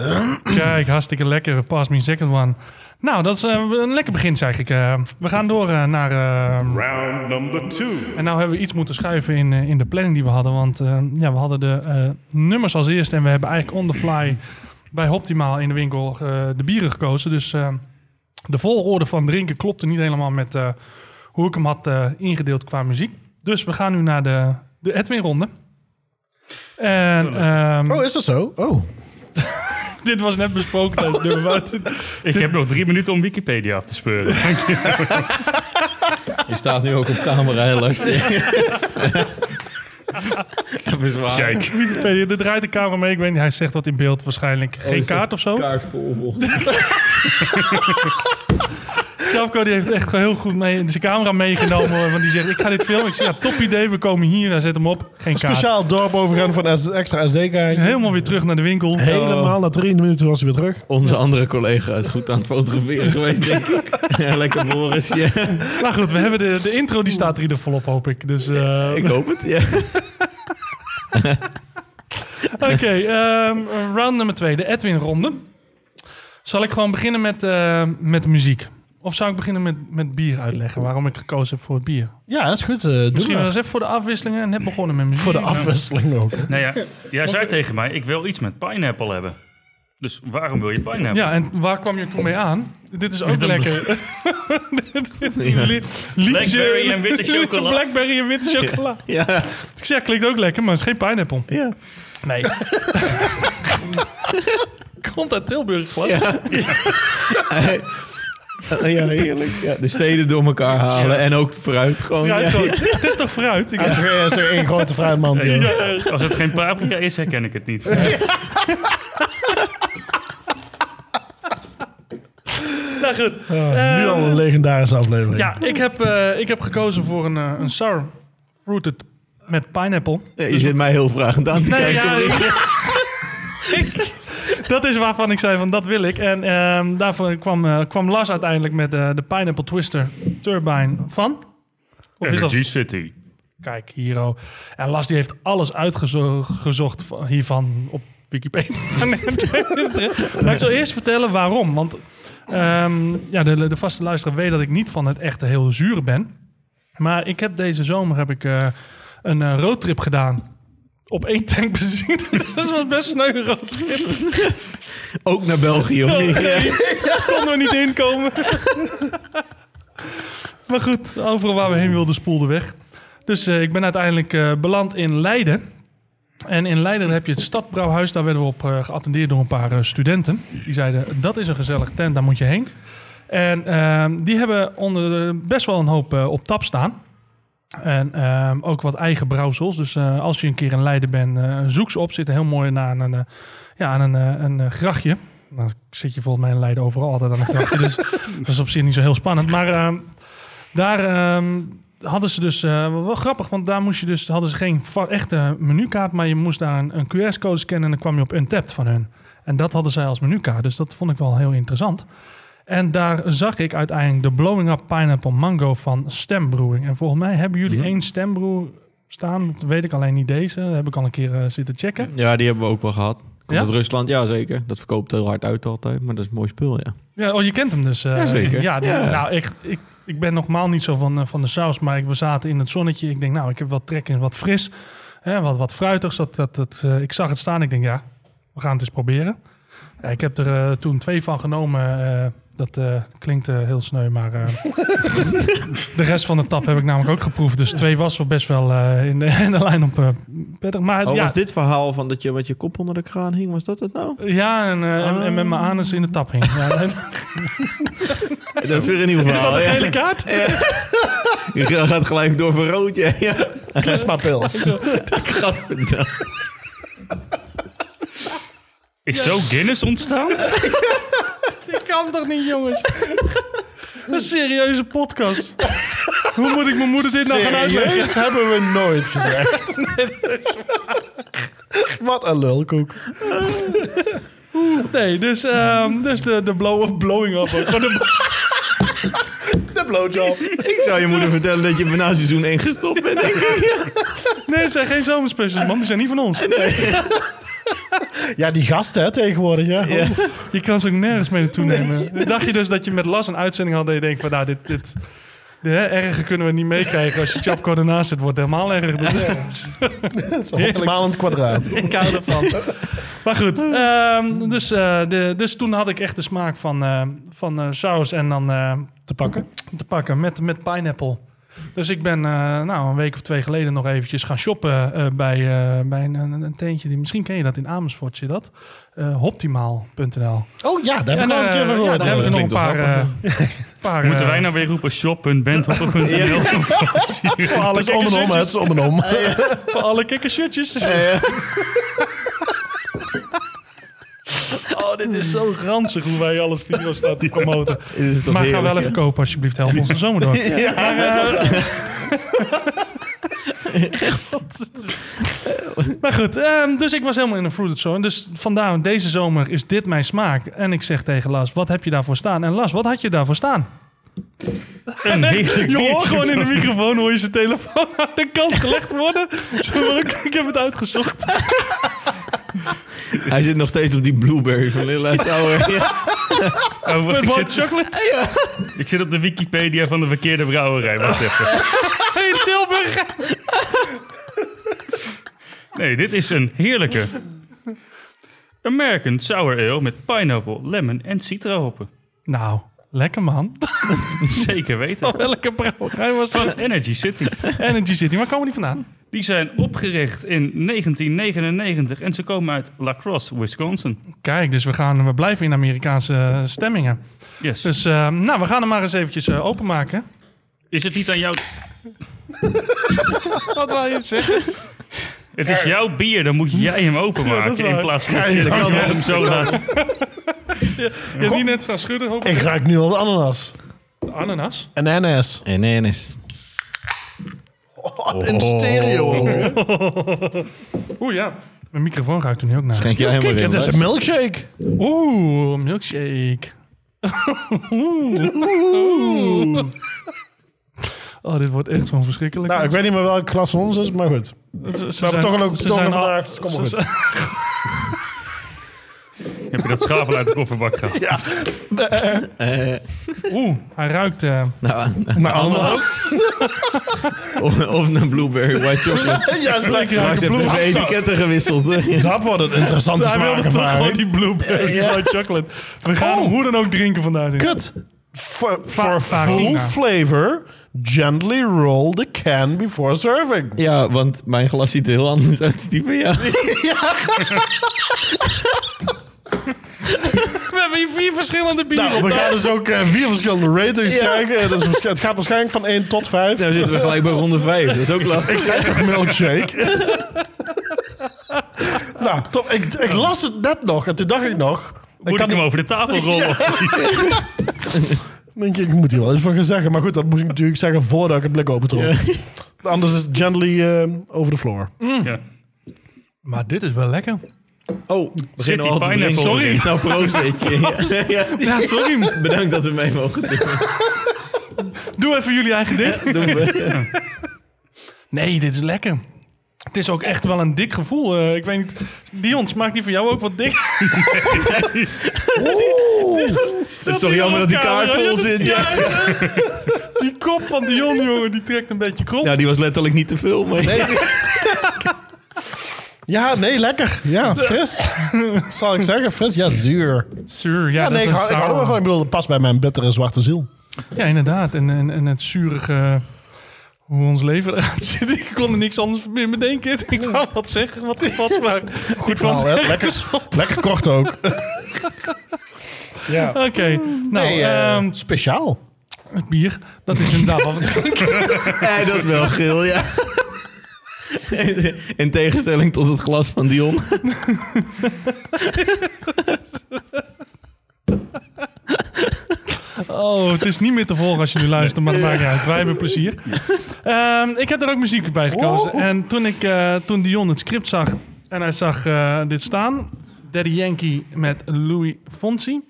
Speaker 1: Kijk, hartstikke lekker. Pass me second one. Nou, dat is eh, een lekker begin, zeg ik. Eh, we gaan door eh, naar... eh,
Speaker 3: Round number two.
Speaker 1: en nou hebben we iets moeten schuiven in, eh, in de planning die we hadden. Want eh, ja, we hadden de eh, nummers als eerste. En we hebben eigenlijk on the fly bij Optimaal in de winkel eh, de bieren gekozen. Dus eh, de volgorde van drinken klopte niet helemaal met eh, hoe ik hem had eh, ingedeeld qua muziek. Dus we gaan nu naar de, de Edwin-ronde. En ehm,
Speaker 2: Oh, is dat zo? Oh.
Speaker 1: dit was net besproken tijdens nummer buiten.
Speaker 4: Ik heb nog drie minuten om Wikipedia af te speuren.
Speaker 5: Je staat nu ook op camera, heel lastig. Dat is waar.
Speaker 3: Kijk,
Speaker 1: Wikipedia, er draait de camera mee. Ik weet niet, hij zegt wat in beeld
Speaker 2: Oh,
Speaker 1: waarschijnlijk. Geen
Speaker 5: Oh, is dat
Speaker 1: kaart of zo.
Speaker 5: Kaart voor opvolging.
Speaker 1: Sjafko die heeft echt gewoon heel goed mee, zijn camera meegenomen. hoor, Want die zegt, ik ga dit filmen. Ik zeg, ja, top idee, we komen hier. Hij zet hem op. Geen kaart.
Speaker 2: Speciaal dorp overgaan van een extra SD-kaartje.
Speaker 1: Helemaal weer terug naar de winkel.
Speaker 2: Helemaal na 3 minuten was hij weer terug.
Speaker 5: Onze andere collega is goed aan het fotograferen geweest, denk ik. Ja, lekker Boris. Ja,
Speaker 1: Maar goed, we hebben de, de intro, die staat er in ieder geval op, hoop ik. Dus, eh,
Speaker 5: ik hoop het. Ja.
Speaker 1: Oké, ehm, round nummer twee, de Edwin-ronde. Zal ik gewoon beginnen met, eh, met de muziek? Of zou ik beginnen met, met bier uitleggen? Waarom ik gekozen heb voor het bier?
Speaker 2: Ja, dat is goed. eh, doe
Speaker 1: Misschien wel
Speaker 2: maar.
Speaker 1: eens even voor de afwisselingen en net begonnen met muziek.
Speaker 2: Voor de afwisseling ook.
Speaker 4: Nou ja, jij zei tegen mij, ik wil iets met pineapple hebben. Dus waarom wil je pineapple?
Speaker 1: Ja, en waar kwam je toen mee aan? Dit is ook
Speaker 4: Met een
Speaker 1: lekker. Li- liedje-
Speaker 4: Blackberry en witte chocola.
Speaker 1: Blackberry en witte chocola.
Speaker 5: Ja.
Speaker 1: Ik zeg, klinkt ook lekker, maar het is geen pineapple.
Speaker 5: Ja.
Speaker 1: Nee. Komt uit Tilburg, glas.
Speaker 5: ja, heerlijk. Ja, de steden door elkaar halen en ook vooruit gewoon.
Speaker 1: Fruit
Speaker 5: Ja.
Speaker 1: gewoon. Het is toch fruit? Ik-
Speaker 2: Dat is weer- dat is weer één grote fruitmand. joh.
Speaker 4: Als het geen paprika is, herken ik het niet.
Speaker 1: Nou goed.
Speaker 2: Nu al een legendarische aflevering.
Speaker 1: Ja, ik heb, eh, ik heb gekozen voor een, eh, een sour fruited met pineapple.
Speaker 5: Nee, je zit mij heel vragend aan te
Speaker 1: Nee,
Speaker 5: kijken.
Speaker 1: ja, ik- dat is waarvan ik zei van dat wil ik. En ehm, daarvoor kwam, eh, kwam Lars uiteindelijk met eh, de Pineapple Twister Turbine van. Of is dat-
Speaker 3: Energy City.
Speaker 1: Kijk, Hero. En Lars die heeft alles uitgezocht van- hiervan op Wikipedia. Maar ik zal eerst vertellen waarom. Want ehm, ja, de, de vaste luisteraar weet dat ik niet van het echte heel zuur ben. Maar ik heb deze zomer heb ik, eh, een eh, roadtrip gedaan. Op één tank benzine. dat was best sneu een roadtrip.
Speaker 5: Ook naar België, of niet? Ja.
Speaker 1: Konden we niet inkomen. maar goed, overal waar we heen wilden spoelde weg. Dus eh, ik ben uiteindelijk eh, beland in Leiden. En in Leiden heb je het Stadbrouwhuis. Daar werden we op eh, geattendeerd door een paar eh, studenten. Die zeiden, dat is een gezellig tent, daar moet je heen. En ehm, die hebben onder de- best wel een hoop eh, op tap staan. En ehm, ook wat eigen brouwsels. Dus eh, als je een keer in Leiden bent, eh, zoek ze op. Zitten heel mooi naar een, eh, ja, aan een, eh, een eh, grachtje. Nou, zit je volgens mij in Leiden overal altijd aan een grachtje. dus dat is op zich niet zo heel spannend. Maar ehm, daar ehm, hadden ze dus... eh, wel grappig, want daar moest je dus, hadden ze geen va- echte menukaart... maar je moest daar een, een QR-code scannen... en dan kwam je op Untapped van hun. En dat hadden zij als menukaart. Dus dat vond ik wel heel interessant. En daar zag ik uiteindelijk de Blowing Up Pineapple Mango van Stembrewing. En volgens mij hebben jullie één stembroer staan. Dat weet ik alleen niet deze. Dat heb ik al een keer eh, zitten checken.
Speaker 5: Ja, die hebben we ook wel gehad. Komt
Speaker 1: Ja?
Speaker 5: uit Rusland, ja zeker. Dat verkoopt heel hard uit altijd, maar dat is een mooi spul, ja.
Speaker 1: Ja, oh, je kent hem dus. eh,
Speaker 5: Jazeker.
Speaker 1: Ja, die-
Speaker 5: Ja.
Speaker 1: Nou, ik, ik, ik ben nogmaals niet zo van, eh, van de saus, maar ik, we zaten in het zonnetje. Ik denk, nou, ik heb wat trek in wat fris, hè, wat, wat fruitigs. Dat, dat, dat, eh, ik zag het staan, ik denk, ja, we gaan het eens proberen. Ja, ik heb er eh, toen twee van genomen. eh, dat eh, klinkt eh, heel sneu, maar eh, de rest van de tap heb ik namelijk ook geproefd. Dus twee was wel best wel eh, in, de, in de lijn op eh prettig. Maar
Speaker 5: Oh,
Speaker 1: ja,
Speaker 5: was dit verhaal van dat je met je kop onder de kraan hing, was dat het nou?
Speaker 1: ja en, eh,
Speaker 5: Ah.
Speaker 1: en, en met mijn anus in de tap hing. Ja,
Speaker 5: Eh, Dat is weer een nieuw
Speaker 1: is dat
Speaker 5: verhaal,
Speaker 1: een
Speaker 5: ja.
Speaker 1: gele kaart?
Speaker 5: Je gaat gelijk door voor rood, ja. ja.
Speaker 2: Klesma pils.
Speaker 4: Is zo Guinness ontstaan?
Speaker 1: Dit kan toch niet, jongens? Een serieuze podcast. Hoe moet ik mijn moeder dit nou gaan uitleggen?
Speaker 2: Serieus hebben we nooit gezegd. Wat een lulkoek.
Speaker 1: Nee, dus, ehm, dus de, de blow blowing up. Gewoon de-
Speaker 2: De blowjob.
Speaker 5: Ik zou je moeder vertellen dat je na seizoen 1 gestopt bent, denk ik.
Speaker 1: Nee, het zijn geen zomerspecials, man. Die zijn niet van ons.
Speaker 2: Ja, die gasten hè, tegenwoordig. Ja.
Speaker 5: Ja.
Speaker 1: Je kan ze ook nergens mee naartoe nemen. Dacht je dus dat je met Las een uitzending had... dat je denkt van, nou, dit... dit de, hè, erger kunnen we niet meekrijgen. Als je Chapko ernaast zit, wordt het helemaal erger. Dus,
Speaker 2: Het is helemaal een kwadraat.
Speaker 1: ik hou ervan. Maar goed, ehm, dus, eh, de, dus toen had ik echt de smaak van, eh, van eh, saus en dan eh,
Speaker 2: Te pakken.
Speaker 1: te pakken met, met pineapple. Dus ik ben eh, nou, een week of twee geleden nog eventjes gaan shoppen eh, bij, eh, bij een, een, een tentje. Die, misschien ken je dat in Amersfoort, zie je dat? Eh, Hoptimaal.nl.
Speaker 2: Oh ja, daar heb ik al eens een
Speaker 1: eh,
Speaker 2: keer van
Speaker 1: ja,
Speaker 2: gehoord.
Speaker 1: daar heb ik nog een
Speaker 5: Klinkt wel
Speaker 1: paar... eh, paar
Speaker 4: Moeten
Speaker 1: eh,
Speaker 4: wij nou weer roepen shop.bandhopper.nl?
Speaker 1: voor alle
Speaker 2: Het is om en om, hè, het is om
Speaker 1: kikkershirtjes?
Speaker 2: en om.
Speaker 1: Voor alle kikkershirtjes. Oh, dit is zo ranzig hoe wij alles studio staat te promoten.
Speaker 5: Dit is toch
Speaker 1: Maar ga
Speaker 5: heerlijk,
Speaker 1: wel even
Speaker 5: ja.
Speaker 1: kopen alsjeblieft. Help ons de zomer door. Maar, eh, maar goed, ehm, dus ik was helemaal in een fruited zone. Dus vandaar, deze zomer is dit mijn smaak. En ik zeg tegen Lars, wat heb je daarvoor staan? En Lars, wat had je daarvoor staan?
Speaker 4: Een heerlijk
Speaker 1: Je hoort
Speaker 4: biertje
Speaker 1: gewoon in de
Speaker 4: van-
Speaker 1: microfoon, hoor je zijn telefoon aan de kant gelegd worden. Zo van, ik, ik heb het uitgezocht.
Speaker 5: Hij zit nog steeds op die blueberry van Lilla Sauer. Ja.
Speaker 4: Oh, wacht,
Speaker 1: Met
Speaker 4: ik, zit,
Speaker 1: wat chocolate
Speaker 4: ik zit op de Wikipedia van de verkeerde brouwerij. Wacht even.
Speaker 1: in Tilburg.
Speaker 4: Nee, dit is een heerlijke American Sour Ale met pineapple, lemon en citrahoppen.
Speaker 1: Nou, lekker man.
Speaker 4: Zeker weten.
Speaker 1: Oh, Welke brouwerij was dat?
Speaker 4: Van Energy City.
Speaker 1: Energy City, waar komen die vandaan?
Speaker 4: Die zijn opgericht in 1999 en ze komen uit La Crosse, Wisconsin.
Speaker 1: Kijk, dus we, gaan, we blijven in Amerikaanse eh, stemmingen.
Speaker 4: Yes.
Speaker 1: Dus eh, nou, we gaan hem maar eens eventjes eh, openmaken.
Speaker 4: is het niet aan jou?
Speaker 1: Wat wil je zeggen?
Speaker 4: Het is jouw bier, dan moet jij hem
Speaker 1: Ja, dat is
Speaker 4: openmaken.
Speaker 1: waar.
Speaker 4: in plaats van dat je hem zo laat.
Speaker 1: Je hebt niet net gaan schudden over
Speaker 2: Ik ruik nu al de ananas.
Speaker 1: de ananas.
Speaker 2: En NS.
Speaker 5: En Enes.
Speaker 2: in Ah, stereo. ook.
Speaker 1: Oh. Oeh ja, mijn microfoon ruikt er nu ook naar.
Speaker 5: Denk jij helemaal
Speaker 2: Kijk,
Speaker 5: in.
Speaker 2: het is
Speaker 5: hè?
Speaker 2: een milkshake.
Speaker 1: Oeh, milkshake. Oeh. Oh, dit wordt echt zo'n verschrikkelijk.
Speaker 2: Nou, ik weet niet meer welke klas van ons is, maar goed.
Speaker 1: ze, ze
Speaker 2: We hebben toch een leuke tongen
Speaker 1: al-
Speaker 2: vandaag. dus Kom maar
Speaker 1: ze-
Speaker 2: goed.
Speaker 4: Heb je dat schapen uit de kofferbak gehad?
Speaker 1: Oeh, hij ruikt... eh,
Speaker 5: Eh, Nou,
Speaker 2: Maar anders.
Speaker 5: of, of een blueberry white chocolate.
Speaker 2: Ja, is lekker.
Speaker 5: Maar ze
Speaker 2: Raakte
Speaker 5: hebben
Speaker 2: bloed
Speaker 5: even
Speaker 2: af.
Speaker 5: etiketten gewisseld. hè?
Speaker 2: Dat wordt een interessante
Speaker 1: hij wilde toch
Speaker 2: smaakervaring.
Speaker 1: gewoon die blueberry white chocolate. We gaan hem hoe dan ook drinken vandaag. denk ik.
Speaker 2: Oh. Kut. For, for full
Speaker 1: vagina.
Speaker 2: flavor, gently roll the can before serving.
Speaker 5: Ja, want mijn glas ziet er heel anders uit als die van jou.
Speaker 1: We hebben hier vier verschillende bieren
Speaker 2: Nou,
Speaker 1: op
Speaker 2: we gaan
Speaker 1: tafel.
Speaker 2: dus ook eh, vier verschillende ratings krijgen. Eh, dat is waarsch- het gaat waarschijnlijk van 1 tot 5.
Speaker 5: Daar zitten we gelijk bij ronde 5. Dat is ook lastig.
Speaker 2: Ik zei toch milkshake? nou, top. Ik, ik las het net nog en toen dacht ik nog...
Speaker 4: Moet ik
Speaker 2: kan
Speaker 4: hem over de tafel rollen? of niet?
Speaker 2: denk ik, ik moet hier wel iets van gaan zeggen. Maar goed, dat moest ik natuurlijk zeggen voordat ik het blik opentrok. Anders is het gently eh, over the floor.
Speaker 4: Ja.
Speaker 1: Maar dit is wel lekker.
Speaker 5: Oh, we beginnen
Speaker 4: die
Speaker 5: al te
Speaker 4: pineapple
Speaker 5: drinken.
Speaker 4: erin?
Speaker 5: Nou, proost. Etje. Ja, ja.
Speaker 1: Ja, sorry.
Speaker 5: Bedankt dat we mee mogen drinken.
Speaker 1: Doe even jullie eigen ding.
Speaker 5: Doen we.
Speaker 1: Nee, dit is lekker. Het is ook echt wel een dik gevoel. eh, ik weet niet. Dion, smaakt die voor jou ook wat dik?
Speaker 5: Het is toch jammer dat die kaart vol zit. Ja.
Speaker 1: Die kop van Dion, jongen, die trekt een beetje krom.
Speaker 5: Ja, Nou, die was letterlijk niet te veel. Maar
Speaker 2: Ja, nee, lekker. Ja, fris. Zal ik zeggen, fris? Ja, zuur.
Speaker 1: Zuur, ja,
Speaker 2: Ja,
Speaker 1: dat
Speaker 2: nee, ik
Speaker 1: is
Speaker 2: hou, ik
Speaker 1: een
Speaker 2: hou er wel van.
Speaker 1: sour.
Speaker 2: Ik bedoel, het past bij mijn bittere zwarte ziel.
Speaker 1: Ja, inderdaad. En, en, en het zurige... Hoe ons leven eruit ziet. Ik kon er niks anders meer bedenken. Ik wou wat zeggen, wat er was, maar... Goed
Speaker 2: verhaal, hè? Lekker. Lekker kort ook. ja.
Speaker 1: Oké, nou,
Speaker 2: Nee, eh,
Speaker 1: ehm,
Speaker 2: speciaal.
Speaker 1: het bier, dat is inderdaad wel wat
Speaker 5: Ja, dat is wel geel, ja. In tegenstelling tot het glas van Dion.
Speaker 1: Oh, het is niet meer te volgen als je nu luistert, maar dat maakt niet uit. Wij hebben plezier. Ehm, ik heb er ook muziek bij gekozen. En toen, ik, eh, toen Dion het script zag en hij zag eh, dit staan, Daddy Yankee met Louis Fonsi.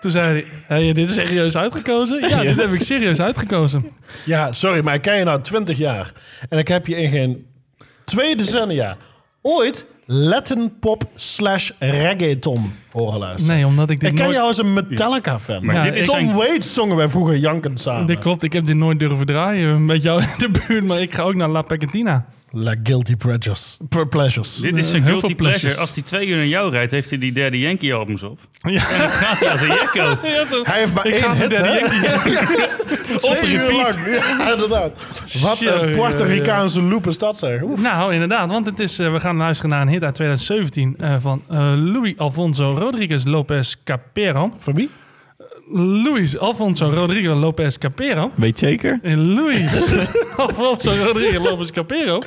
Speaker 1: Toen zei hij, hey, dit is serieus uitgekozen? Ja, dit heb ik serieus uitgekozen.
Speaker 2: Ja, sorry, maar ik ken je nou 20 jaar. En ik heb je in geen twee decennia ooit Latin pop slash reggaeton horen luisteren.
Speaker 1: Nee, omdat ik dit
Speaker 2: ik ken
Speaker 1: nooit...
Speaker 2: jou als een Metallica-fan.
Speaker 4: Maar
Speaker 1: Ja,
Speaker 4: dit is
Speaker 2: Tom
Speaker 4: zijn...
Speaker 2: Waits zongen wij vroeger jankend samen.
Speaker 1: Dit klopt, ik heb dit nooit durven draaien met jou in de buurt, maar ik ga ook naar La Pecatina.
Speaker 2: La Guilty Pleasures. Per pleasures.
Speaker 4: Dit is zijn
Speaker 1: heel
Speaker 4: guilty
Speaker 1: veel
Speaker 4: pleasure.
Speaker 1: plusjes.
Speaker 4: Als hij twee uur naar jou rijdt, heeft hij die derde Yankee albums op.
Speaker 1: Ja,
Speaker 4: Gaat hij als een jekko.
Speaker 1: ja, zo.
Speaker 2: Hij heeft maar
Speaker 1: Ik
Speaker 2: één
Speaker 1: ga naar
Speaker 2: hit,
Speaker 1: Daddy
Speaker 2: hè?
Speaker 1: Yankee.
Speaker 2: Twee uur lang. Ja, inderdaad. Wat een
Speaker 1: Tjonge,
Speaker 2: Puerto Ricaanse loop is dat, zeg. Oef.
Speaker 1: Nou, inderdaad, want het is, eh, we gaan luisteren naar een hit uit 2017 eh, van eh, Louis Alfonso Rodriguez Lopez Capero.
Speaker 2: Van wie?
Speaker 1: Louis Alfonso Rodriguez Lopez Capero.
Speaker 5: Weet zeker?
Speaker 1: En Louis Alfonso Rodriguez Lopez Capero.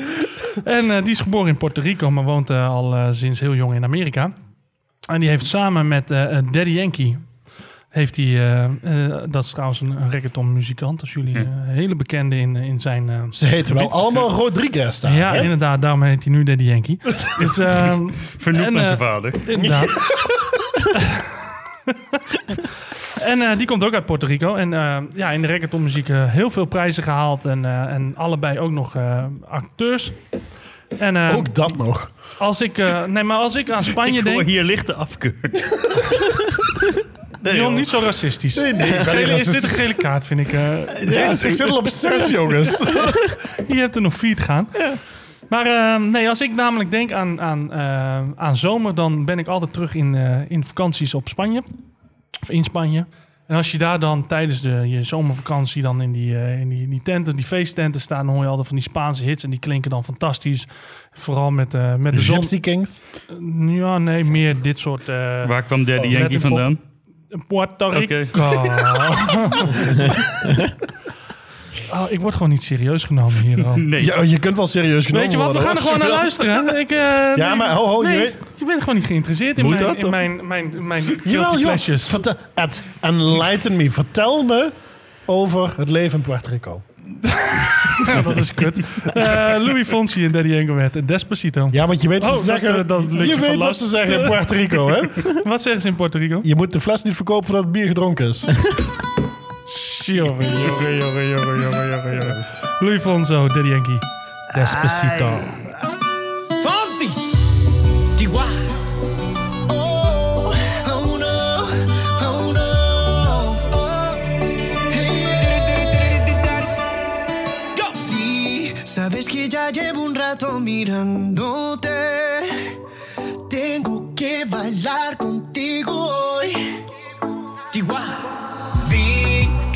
Speaker 1: En eh, die is geboren in Puerto Rico, maar woont eh, al eh, sinds heel jong in Amerika. En die heeft samen met eh, eh, Daddy Yankee... Heeft hij, eh, eh, dat is trouwens een, een reggaeton muzikant, als jullie eh, hele bekende in, in zijn eh,
Speaker 2: Hm. Ze heten wel allemaal Rodriguez daar,
Speaker 1: ja,
Speaker 2: hè?
Speaker 1: inderdaad. Daarom heet hij nu Daddy Yankee. Dus, ehm,
Speaker 4: Vernoemd
Speaker 1: En,
Speaker 4: naar
Speaker 1: eh,
Speaker 4: zijn vader.
Speaker 1: inderdaad. en eh, die komt ook uit Puerto Rico. En eh, ja, in de reggaetonmuziek eh, heel veel prijzen gehaald. En, eh, en allebei ook nog eh, acteurs. En eh,
Speaker 2: Ook dat nog.
Speaker 1: als, ik, eh, nee, maar als ik aan Spanje
Speaker 4: Ik hoor
Speaker 1: denk...
Speaker 4: hier lichte afkeur.
Speaker 1: Dion, niet zo racistisch. Gele- is dit een gele kaart, vind ik. eh.
Speaker 2: ik zit al op zes, jongens.
Speaker 1: je hebt er nog vier te gaan. Maar eh, nee, als ik namelijk denk aan, aan, eh, aan zomer, dan ben ik altijd terug in, eh, in vakanties op Spanje. Of in Spanje. En als je daar dan tijdens de, je zomervakantie dan in die, eh, in die, in die tenten, die feesttenten staan, dan hoor je altijd van die Spaanse hits en die klinken dan fantastisch. Vooral met, eh, met de zon.
Speaker 2: Gypsy Kings.
Speaker 1: Ja, nee, meer dit soort... eh,
Speaker 4: Waar kwam Daddy
Speaker 1: Oh,
Speaker 4: Yankee
Speaker 1: met een pop-
Speaker 4: vandaan?
Speaker 1: Puerto
Speaker 4: Oké.
Speaker 1: Rico. Oh, ik word gewoon niet serieus genomen hier. al.
Speaker 4: Nee.
Speaker 2: Ja, oh, je kunt wel serieus genomen
Speaker 1: Weet je wat, we gaan er gewoon naar luisteren. Ik, eh, nee,
Speaker 2: maar ho, ho, je
Speaker 1: nee,
Speaker 2: weet-
Speaker 1: je bent gewoon niet geïnteresseerd in
Speaker 5: Moet
Speaker 1: mijn,
Speaker 5: dat,
Speaker 1: in
Speaker 5: of-
Speaker 1: mijn, mijn, mijn guilty
Speaker 2: Jawel, joh.
Speaker 1: pleasures.
Speaker 2: Vertel, Ed, enlighten me. Vertel me over het leven in Puerto Rico.
Speaker 1: Ja, dat is kut. Eh, Louis Fonsi en Daddy Engelbert en Despacito.
Speaker 2: Ja, want je weet
Speaker 1: Oh,
Speaker 2: wat ze
Speaker 1: dat is
Speaker 2: zeggen.
Speaker 1: de- dat liedje
Speaker 2: je
Speaker 1: van
Speaker 2: weet wat
Speaker 1: Last.
Speaker 2: ze zeggen in Puerto Rico, hè?
Speaker 1: Wat zeggen ze in Puerto Rico?
Speaker 2: Je moet de fles niet verkopen voordat het bier gedronken is.
Speaker 1: Jongen, jongen, jongen, jongen, jongen, jongen, jongen. Louis Fonso, Daddy Yankee. Despacito.
Speaker 2: Ah,
Speaker 8: Fonzie. Diwa. Oh, oh no, oh no. Oh, hey, yeah. Go. Sí, sabes que ya llevo un rato mirándote. Tengo que bailar contigo hoy. Diwa. Vi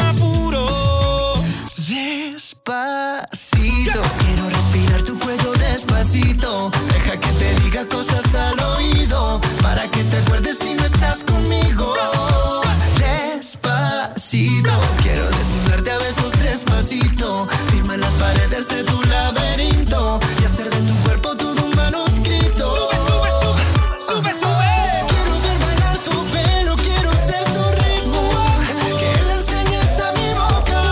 Speaker 8: apuro. Despacito, quiero respirar tu cuello despacito. Deja que te diga cosas al oído. Para que te acuerdes si no estás conmigo. Despacito, quiero desnudarte a besos despacito. Firma en las paredes de tu laberinto y hacer de tu cuerpo todo un manuscrito. Sube, sube, sube, sube, sube. Quiero ver bailar tu pelo, quiero ser tu ritmo. Que le enseñes a mi boca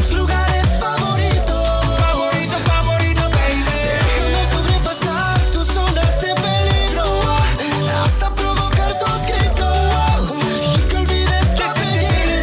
Speaker 8: tus lugares favoritos. Favorito, favorito, baby. Déjame sobrepasar tus zonas de peligro hasta provocar tus gritos y que olvides tu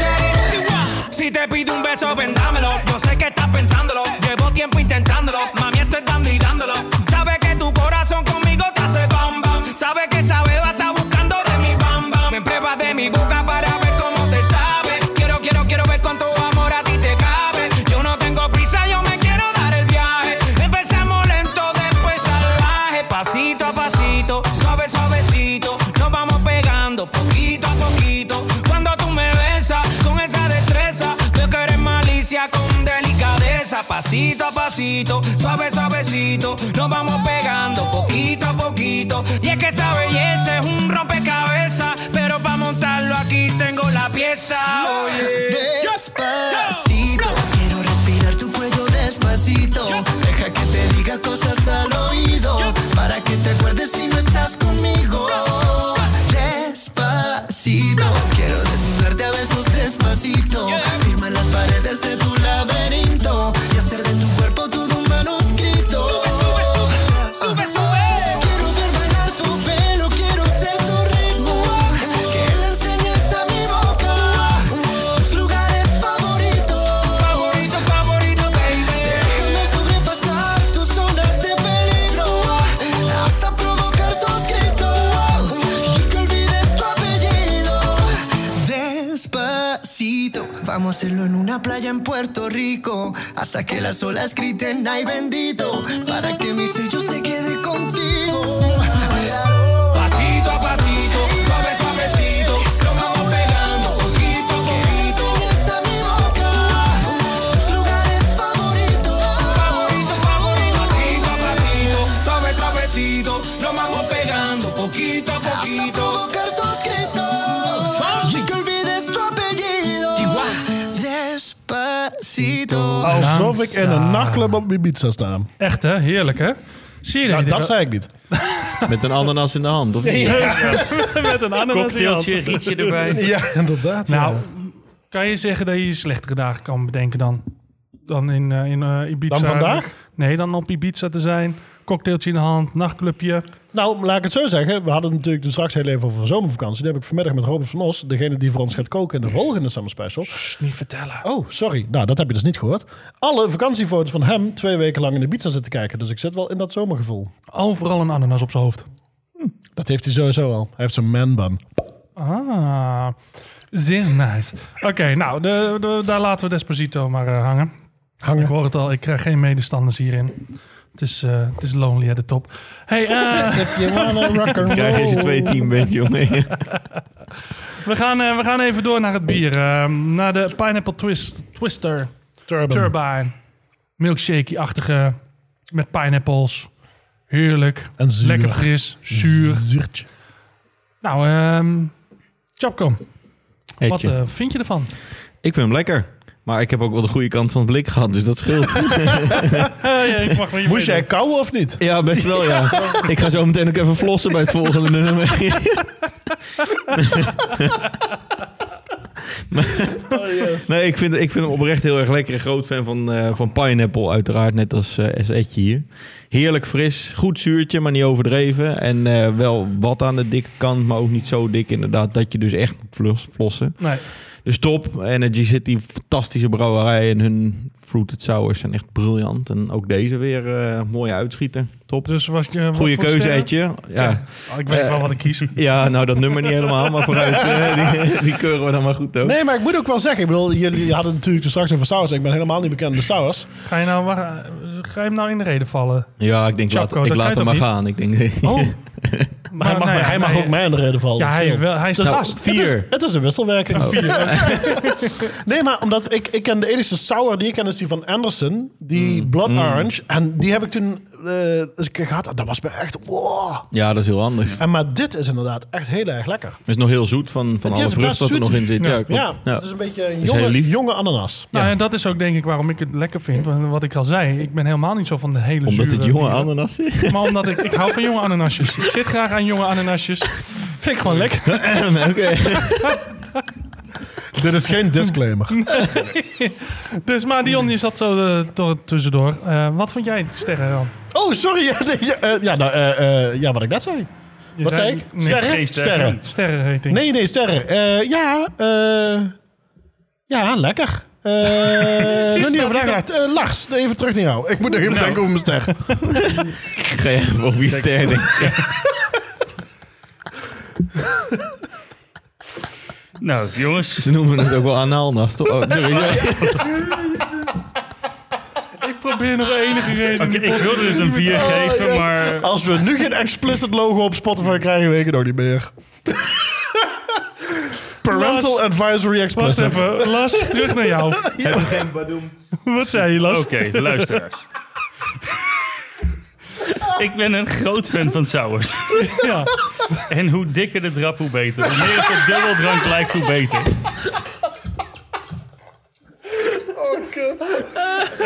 Speaker 8: apellido.
Speaker 9: Si te pido un beso, vendámelo. Yo sé que estás pensándolo. Llevo tiempo intentándolo. Mami, estoy dando y dándolo. Sabes que tu corazón conmigo te hace bam bam. Sabes que esa beba está buscando de mi bam bam. Me pruebas de mi boca para ver cómo te sabe. Quiero, quiero, quiero ver cuánto amor a ti te cabe. Yo no tengo prisa, yo me quiero dar el viaje. Empezamos lento, después salvaje. Pasito a pasito, suave, suavecito. Nos vamos pegando poquito a poquito. Cuando tú me besas con esa destreza, veo que eres malicia con delicadeza. Pasito a pasito, suave, suavecito. Nos vamos pegando poquito a poquito. Y es que esa belleza es un rompecabezas. Pero para montarlo aquí tengo la pieza. Oye.
Speaker 8: Despacito, quiero respirar tu cuello despacito. Deja que te diga cosas al oído para que te acuerdes si no estás conmigo. Despacito, quiero desnudarte a besos despacito. Firma en las paredes de tu laberinto y hacer de tu cuerpo todo un manuscrito. Sube, sube, sube, sube, sube. Quiero ver bailar tu pelo, quiero ser tu ritmo. Que le enseñes a mi boca tus lugares favoritos.
Speaker 9: Favorito, favorito, baby.
Speaker 8: Déjame sobrepasar tus zonas de peligro hasta provocar tus gritos y que olvides tu apellido. Despacito, vamos a hacerlo en una playa en Puerto Rico hasta que las olas griten ay bendito para que mi sello se quede contigo.
Speaker 9: Pasito a pasito, suave, suavecito. Nos vamos pegando poquito a
Speaker 8: Que le
Speaker 9: poquito.
Speaker 8: enseñes a mi boca tus lugares favoritos.
Speaker 9: Favorito, favorito, pasito a pasito, suave, suavecito. Nos vamos pegando poquito a poquito.
Speaker 8: provocar tus gritos y que olvides tu apellido. Despacito.
Speaker 2: Alsof ik in een nachtclub op Ibiza sta.
Speaker 1: Echt hè, heerlijk hè? Zie je
Speaker 2: Ja,
Speaker 1: dat? je
Speaker 2: Nou, dat
Speaker 1: daar-
Speaker 2: zei ik niet.
Speaker 5: Met een ananas in de hand, of niet?
Speaker 1: Met een ananas in je hand.
Speaker 10: Cocktailtje, rietje erbij.
Speaker 2: Ja, inderdaad.
Speaker 1: Nou,
Speaker 2: ja.
Speaker 1: kan je zeggen dat je slechtere dagen kan bedenken dan? Dan in, eh, in eh, Ibiza.
Speaker 2: Dan vandaag?
Speaker 1: Nee, dan op Ibiza te zijn. Cocktailtje in de hand, nachtclubje.
Speaker 2: Nou, laat ik het zo zeggen. We hadden het natuurlijk straks heel even over zomervakantie. Die heb ik vanmiddag met Robert van Os, degene die voor ons gaat koken in de volgende Summer Special.
Speaker 1: niet vertellen.
Speaker 2: Oh, sorry. Nou, dat heb je dus niet gehoord. Alle vakantiefoto's van hem twee weken lang in de pizza zitten kijken. Dus ik zit wel in dat zomergevoel.
Speaker 1: Overal een ananas op zijn hoofd.
Speaker 2: Dat heeft hij sowieso al. Hij heeft zijn man-bun.
Speaker 1: Ah, zeer nice. Oké, nou, de, de- daar laten we Despacito maar eh, hangen. Ik hoor het al, ik krijg geen medestanders hierin. Het is, eh, het is lonely at the top. Hey, eh,
Speaker 2: If you wanna rock and
Speaker 5: Krijg je
Speaker 2: roll.
Speaker 5: ze twee team, weet je, jongen.
Speaker 1: we, gaan, eh, we gaan even door naar het bier. eh, naar de Pineapple Twist, Twister.
Speaker 2: Turban.
Speaker 1: Turbine. Milkshake-achtige met pineapples. Heerlijk.
Speaker 2: En zuur.
Speaker 1: Lekker fris, zuur.
Speaker 2: Zuurtje.
Speaker 1: Nou, ehm Chapcom, wat
Speaker 5: Etje.
Speaker 1: eh, vind je ervan?
Speaker 5: Ik vind hem lekker. Maar ik heb ook wel de goede kant van het blik gehad, dus dat scheelt.
Speaker 1: ik mag wel
Speaker 2: Moest jij kauwen of niet?
Speaker 5: ja, best wel, ja. Ik ga zo meteen ook even flossen bij het volgende nummer. Nee, ik vind, ik vind hem oprecht heel erg lekker. Een groot fan van, eh, van pineapple, uiteraard. Net als, eh als Etje hier. Heerlijk fris. Goed zuurtje, maar niet overdreven. En eh, wel wat aan de dikke kant, maar ook niet zo dik inderdaad. Dat je dus echt moet flos- flossen.
Speaker 1: Nee.
Speaker 5: Dus top. Energy City, fantastische brouwerij. En hun fruited sours zijn echt briljant. En ook deze weer eh mooie uitschieter. Top.
Speaker 1: Dus was je... wat
Speaker 5: Goeie
Speaker 1: voor
Speaker 5: keuze,
Speaker 1: sterren?
Speaker 5: Etje. Ja.
Speaker 1: Oh, ik weet wel wat ik kies.
Speaker 5: ja, nou dat nummer niet helemaal, maar vooruit. eh, die, die keuren we dan maar goed ook.
Speaker 2: Nee, maar ik moet ook wel zeggen. Ik bedoel, jullie hadden natuurlijk straks over saus. Ik ben helemaal niet bekend met saus.
Speaker 1: Ga je, nou, wacht, ga je hem nou in de reden vallen?
Speaker 5: Ja, ik denk,
Speaker 1: Chaco,
Speaker 5: laat, ik
Speaker 1: dat
Speaker 5: laat hem
Speaker 1: kan
Speaker 5: maar
Speaker 1: je toch
Speaker 5: gaan. Ik denk,
Speaker 2: Oh.
Speaker 1: Maar
Speaker 2: hij mag,
Speaker 1: nou ja,
Speaker 2: hij mag
Speaker 1: nee,
Speaker 2: ook mij in de reden vallen.
Speaker 1: Ja,
Speaker 2: dat
Speaker 1: hij,
Speaker 2: scheelt.
Speaker 1: wel, hij is de
Speaker 5: Nou,
Speaker 1: gast.
Speaker 5: vier.
Speaker 2: Het is een wisselwerking.
Speaker 5: Oh.
Speaker 1: Vier.
Speaker 2: Oh.
Speaker 1: eh,
Speaker 2: Nee, maar omdat ik, ik ken de enige sour die ik ken is die van Anderson, die Blood Orange. En die heb ik toen eh eens een keer gehad. Dat was bij echt wow.
Speaker 5: Ja, dat is heel anders.
Speaker 2: En maar dit is inderdaad echt heel erg lekker.
Speaker 5: Het is nog heel zoet van, van
Speaker 2: Het
Speaker 5: alle
Speaker 2: is best
Speaker 5: vrucht wat er
Speaker 2: zoet.
Speaker 5: nog in zit. Ja, klopt.
Speaker 2: Ja,
Speaker 5: Ja.
Speaker 2: het is een beetje een
Speaker 5: is heel
Speaker 2: jonge,
Speaker 5: lief.
Speaker 2: jonge ananas.
Speaker 1: Nou, en dat is ook denk ik waarom ik het lekker vind. Want wat ik al zei, ik ben helemaal niet zo van de hele
Speaker 5: Omdat
Speaker 1: zure
Speaker 5: het jonge
Speaker 1: bieren.
Speaker 5: ananas is.
Speaker 1: Maar omdat ik, ik hou van jonge ananasjes. Ik zit graag aan jonge ananasjes. Vind ik gewoon lekker.
Speaker 5: Oké.
Speaker 2: Dit is geen disclaimer.
Speaker 1: Dus, maar Dion, je zat zo eh, to- tussendoor. Eh, wat vond jij, Sterren, dan?
Speaker 2: Oh, sorry. Ja, nee, ja, eh, ja, nou, eh, eh, ja, wat ik net zei.
Speaker 1: Je
Speaker 2: Wat zei ik?
Speaker 1: Nee,
Speaker 2: Sterren?
Speaker 4: geen sterren.
Speaker 1: sterrenrating.
Speaker 2: Nee, nee, sterren. Eh, ja, eh, ja, lekker. Eh nog niet over nagedacht. Eh, Lars, even terug naar jou. Ik moet nog even denken over mijn ster.
Speaker 5: Ga je even op wie ster denken.
Speaker 4: Nou, jongens,
Speaker 5: Ze noemen het ook wel analnas. toch? Oh, sorry.
Speaker 1: Ik probeer nog enige reden.
Speaker 4: ik wilde dus
Speaker 1: Oh,
Speaker 4: een 4 geven, maar
Speaker 2: Als we nu geen explicit logo op Spotify krijgen, weet ik het ook niet meer. Parental
Speaker 1: Lars,
Speaker 2: Advisory
Speaker 1: Wacht
Speaker 2: Explicit.
Speaker 1: even, Las, terug naar jou. Wat zei je, Las?
Speaker 4: Oké, luisteraars. ik ben een groot fan van sours.
Speaker 1: Ja.
Speaker 4: En hoe dikker de drap, hoe beter. Hoe meer het op dubbeldrank lijkt, hoe beter. Oh, kut.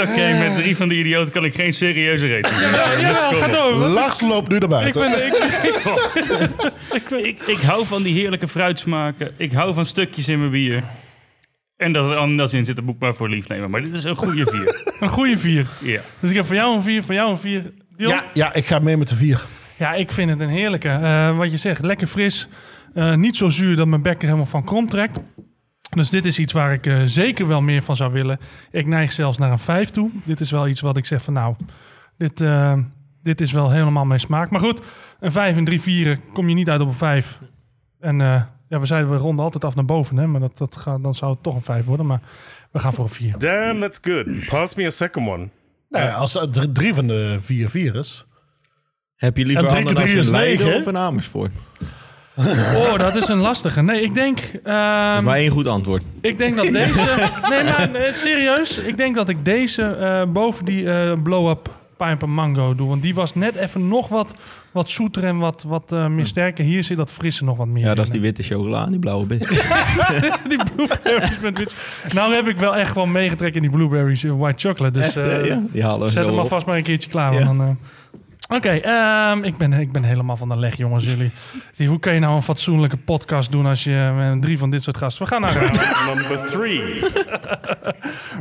Speaker 4: Oké, met drie van die idioten kan ik geen serieuze reden.
Speaker 1: Ja, ga door.
Speaker 2: Lars loopt nu naar
Speaker 1: Ik
Speaker 2: buiten.
Speaker 1: ben, ik,
Speaker 4: Oh. Ik, ik hou van die heerlijke fruitsmaken. Ik hou van stukjes in mijn bier. En dat er anders in zit, dat moet ik maar voor lief nemen. Maar dit is een goede vier.
Speaker 1: een goede vier.
Speaker 4: Ja.
Speaker 1: Dus ik heb voor jou een vier, voor jou een vier. Dion?
Speaker 2: Ja, ja, ik ga mee met de vier.
Speaker 1: Ja, ik vind het een heerlijke. Eh, wat je zegt, lekker fris. Eh, niet zo zuur dat mijn bek er helemaal van krom trekt. Dus dit is iets waar ik eh, zeker wel meer van zou willen. Ik neig zelfs naar een 5 toe. Dit is wel iets wat ik zeg van nou, dit, eh, dit is wel helemaal mijn smaak. Maar goed, een 5 en 3 vieren kom je niet uit op een 5. En eh, ja, we zeiden we ronden altijd af naar boven, hè? maar dat, dat gaat, dan zou het toch een 5 worden. Maar we gaan voor een 4.
Speaker 3: Damn, that's good. Pass me a second one.
Speaker 2: Nou, ja, als er drie- drie van de vier vier is.
Speaker 5: Heb je liever
Speaker 2: En drie keer
Speaker 5: ananas
Speaker 2: drie is
Speaker 5: in Leiden
Speaker 2: negen, hè?
Speaker 5: of in Amersfoort? Dat
Speaker 1: Oh, dat is een lastige. Nee, ik denk. ehm,
Speaker 5: is maar één goed antwoord.
Speaker 1: Ik denk dat deze. nee, maar eh, serieus. Ik denk dat ik deze eh, boven die eh, blow-up pineapple mango doe. Want die was net even nog wat, wat zoeter en wat, wat eh, meer sterker. Hier zit dat frisse nog wat meer.
Speaker 5: Hm. Ja, dat is
Speaker 1: in,
Speaker 5: die witte chocola en die blauwe bis.
Speaker 1: hè. die blueberries met wit. Nou heb ik wel echt gewoon meegetrokken in die blueberries eh, white chocolate. Dus eh,
Speaker 5: ja, die halen we
Speaker 1: zet
Speaker 5: zo
Speaker 1: hem
Speaker 5: op.
Speaker 1: alvast maar een keertje klaar. want
Speaker 5: Ja.
Speaker 1: dan, eh. Oké, ehm, ik, ben, ik ben helemaal van de leg, jongens. Jullie. Die, hoe kan je nou een fatsoenlijke podcast doen als je eh, drie van dit soort gasten... We gaan naar...
Speaker 3: Number three.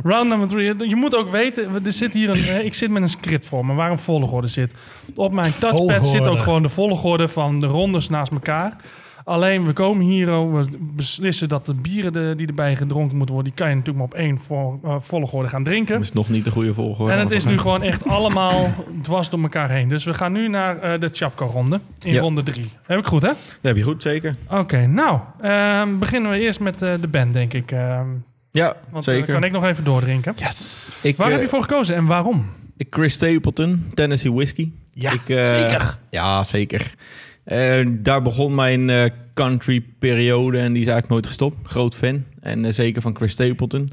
Speaker 1: Round number three. Je moet ook weten, we- er zit hier een, eh, ik zit met een script voor me waar een volgorde zit. Op mijn touchpad
Speaker 2: Volgorde.
Speaker 1: zit ook gewoon de volgorde van de rondes naast elkaar. Alleen, we komen hier, oh, we beslissen dat de bieren de- die erbij gedronken moeten worden... die kan je natuurlijk maar op één vol- eh, volgorde gaan drinken.
Speaker 5: Dat is nog niet de goede volgorde.
Speaker 1: En het is nu
Speaker 5: Volgens
Speaker 1: gewoon echt allemaal dwars door elkaar heen. Dus we gaan nu naar eh, de Chapco-ronde in
Speaker 5: Ja.
Speaker 1: ronde drie. Heb ik goed, hè?
Speaker 5: mij. Dat heb je goed, zeker.
Speaker 1: Oké, nou, ehm, beginnen we eerst met eh, de band, denk ik. ehm,
Speaker 5: Ja,
Speaker 1: want dan
Speaker 5: zeker.
Speaker 1: kan ik nog even doordrinken.
Speaker 5: Ik,
Speaker 1: Waar
Speaker 5: eh,
Speaker 1: heb je voor gekozen en waarom?
Speaker 5: Ik- Chris Stapleton, Tennessee Whiskey. Ja, zeker. eh, Ja, zeker. Eh, daar begon mijn eh, country periode en die is eigenlijk nooit gestopt. Groot fan. En eh, zeker van Chris Stapleton.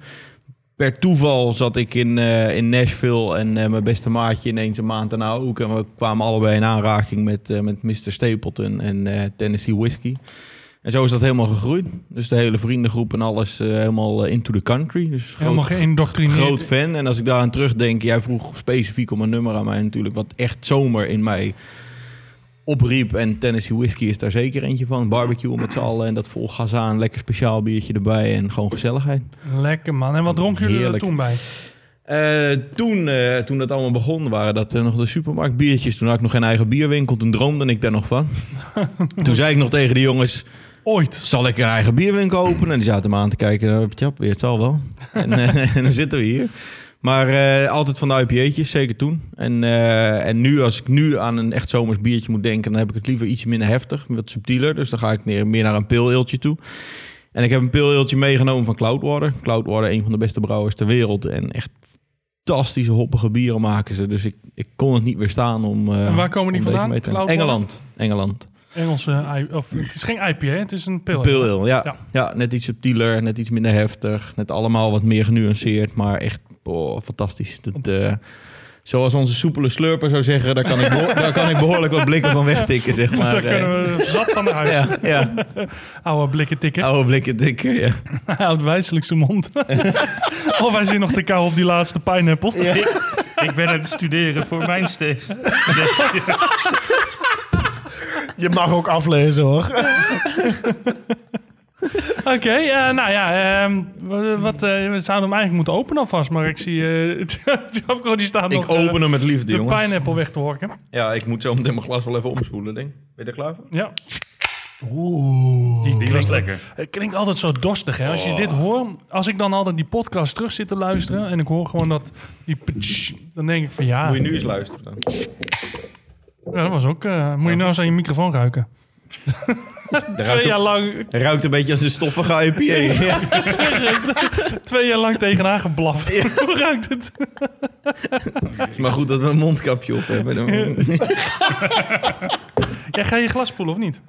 Speaker 5: per toeval zat ik in, eh, in Nashville en eh, mijn beste maatje ineens een maand daarna ook. En we kwamen allebei in aanraking met, eh, met Mr. Stapleton en eh, Tennessee Whiskey. En zo is dat helemaal gegroeid. Dus de hele vriendengroep en alles eh, helemaal eh, into the country. Dus groot-
Speaker 1: Helemaal geïndoctrineerd.
Speaker 5: groot fan. En als ik daaraan terugdenk, jij vroeg specifiek om een nummer aan mij natuurlijk, wat echt zomer in mij opriep. En Tennessee Whiskey is daar zeker eentje van. Barbecue met z'n allen en dat vol gas aan, lekker speciaal biertje erbij en gewoon gezelligheid.
Speaker 1: Lekker man. En wat dronken jullie er
Speaker 5: Heerlijk.
Speaker 1: toen bij?
Speaker 5: Eh, toen, eh, toen dat allemaal begon, waren dat eh, nog de supermarktbiertjes. Toen had ik nog geen eigen bierwinkel, toen droomde ik daar nog van. toen zei ik nog tegen de jongens,
Speaker 1: Ooit.
Speaker 5: zal ik een eigen bierwinkel openen? En die zaten me aan te kijken. Nou, tjap, weer, het zal wel. En, eh, en dan zitten we hier. Maar eh, altijd van de IPA'tjes, zeker toen. En, eh, en nu, als ik nu aan een echt zomers biertje moet denken... dan heb ik het liever iets minder heftig, wat subtieler. Dus dan ga ik meer, meer naar een pilleeltje toe. En ik heb een pilleeltje meegenomen van Cloudwater. Cloudwater, een van de beste brouwers ter wereld. En echt fantastische hoppige bieren maken ze. Dus ik, ik kon het niet weerstaan om... eh,
Speaker 1: En waar komen die
Speaker 5: om deze
Speaker 1: vandaan,
Speaker 5: mee te nemen.
Speaker 1: Cloudwater?
Speaker 5: Engeland, Engeland.
Speaker 1: Engelse. I- Of, het is geen IPA, het is een pil.
Speaker 5: Pale ale, ja.
Speaker 1: Ja.
Speaker 5: ja. net iets subtieler, net iets minder heftig. Net allemaal wat meer genuanceerd, maar echt oh, fantastisch. Dat, eh, zoals onze soepele slurper zou zeggen, daar kan ik, beho- daar kan ik behoorlijk wat blikken van wegtikken, zeg maar.
Speaker 1: Daar
Speaker 5: eh.
Speaker 1: kunnen we zat van huis.
Speaker 5: ja, ja,
Speaker 1: Oude blikken tikken.
Speaker 5: oude blikken dikker, ja.
Speaker 1: Hij houdt wijselijk zijn mond. of hij zit nog te kou op die laatste pineapple.
Speaker 4: Ik ben aan het studeren voor mijn steeds.
Speaker 2: Je mag ook aflezen hoor.
Speaker 1: Oké, eh, nou ja. ehm, w- wat, eh, we zouden hem eigenlijk moeten openen alvast. Maar ik zie... eh Javko die staat nog
Speaker 5: Ik
Speaker 1: eh,
Speaker 5: open hem met liefde,
Speaker 1: de
Speaker 5: jongens.
Speaker 1: pineapple weg te horken.
Speaker 5: Ja, ik moet zo meteen mijn glas wel even omspoelen, denk ik. Ben je er klaar voor?
Speaker 1: Ja. Oeh. Die Oh.
Speaker 4: Die was lekker.
Speaker 1: Het klinkt altijd zo dorstig, hè? Als je dit hoort, als ik dan altijd die podcast terug zit te luisteren en ik hoor gewoon dat die pitsch, dan denk ik van ja,
Speaker 5: Moet je nu eens luisteren dan.
Speaker 1: ja, dat was ook. eh, moet je nou eens aan je microfoon ruiken?
Speaker 5: Dat
Speaker 1: Twee
Speaker 5: ruikt,
Speaker 1: jaar
Speaker 5: ook-
Speaker 1: lang,
Speaker 5: dat ruikt een beetje als een stoffige IPA. Ja.
Speaker 1: twee jaar lang tegenaan geblaft. Hoe ruikt het?
Speaker 5: Het is maar goed dat we een mondkapje op hebben. Dan-
Speaker 1: Jij ga je glas spoelen of niet?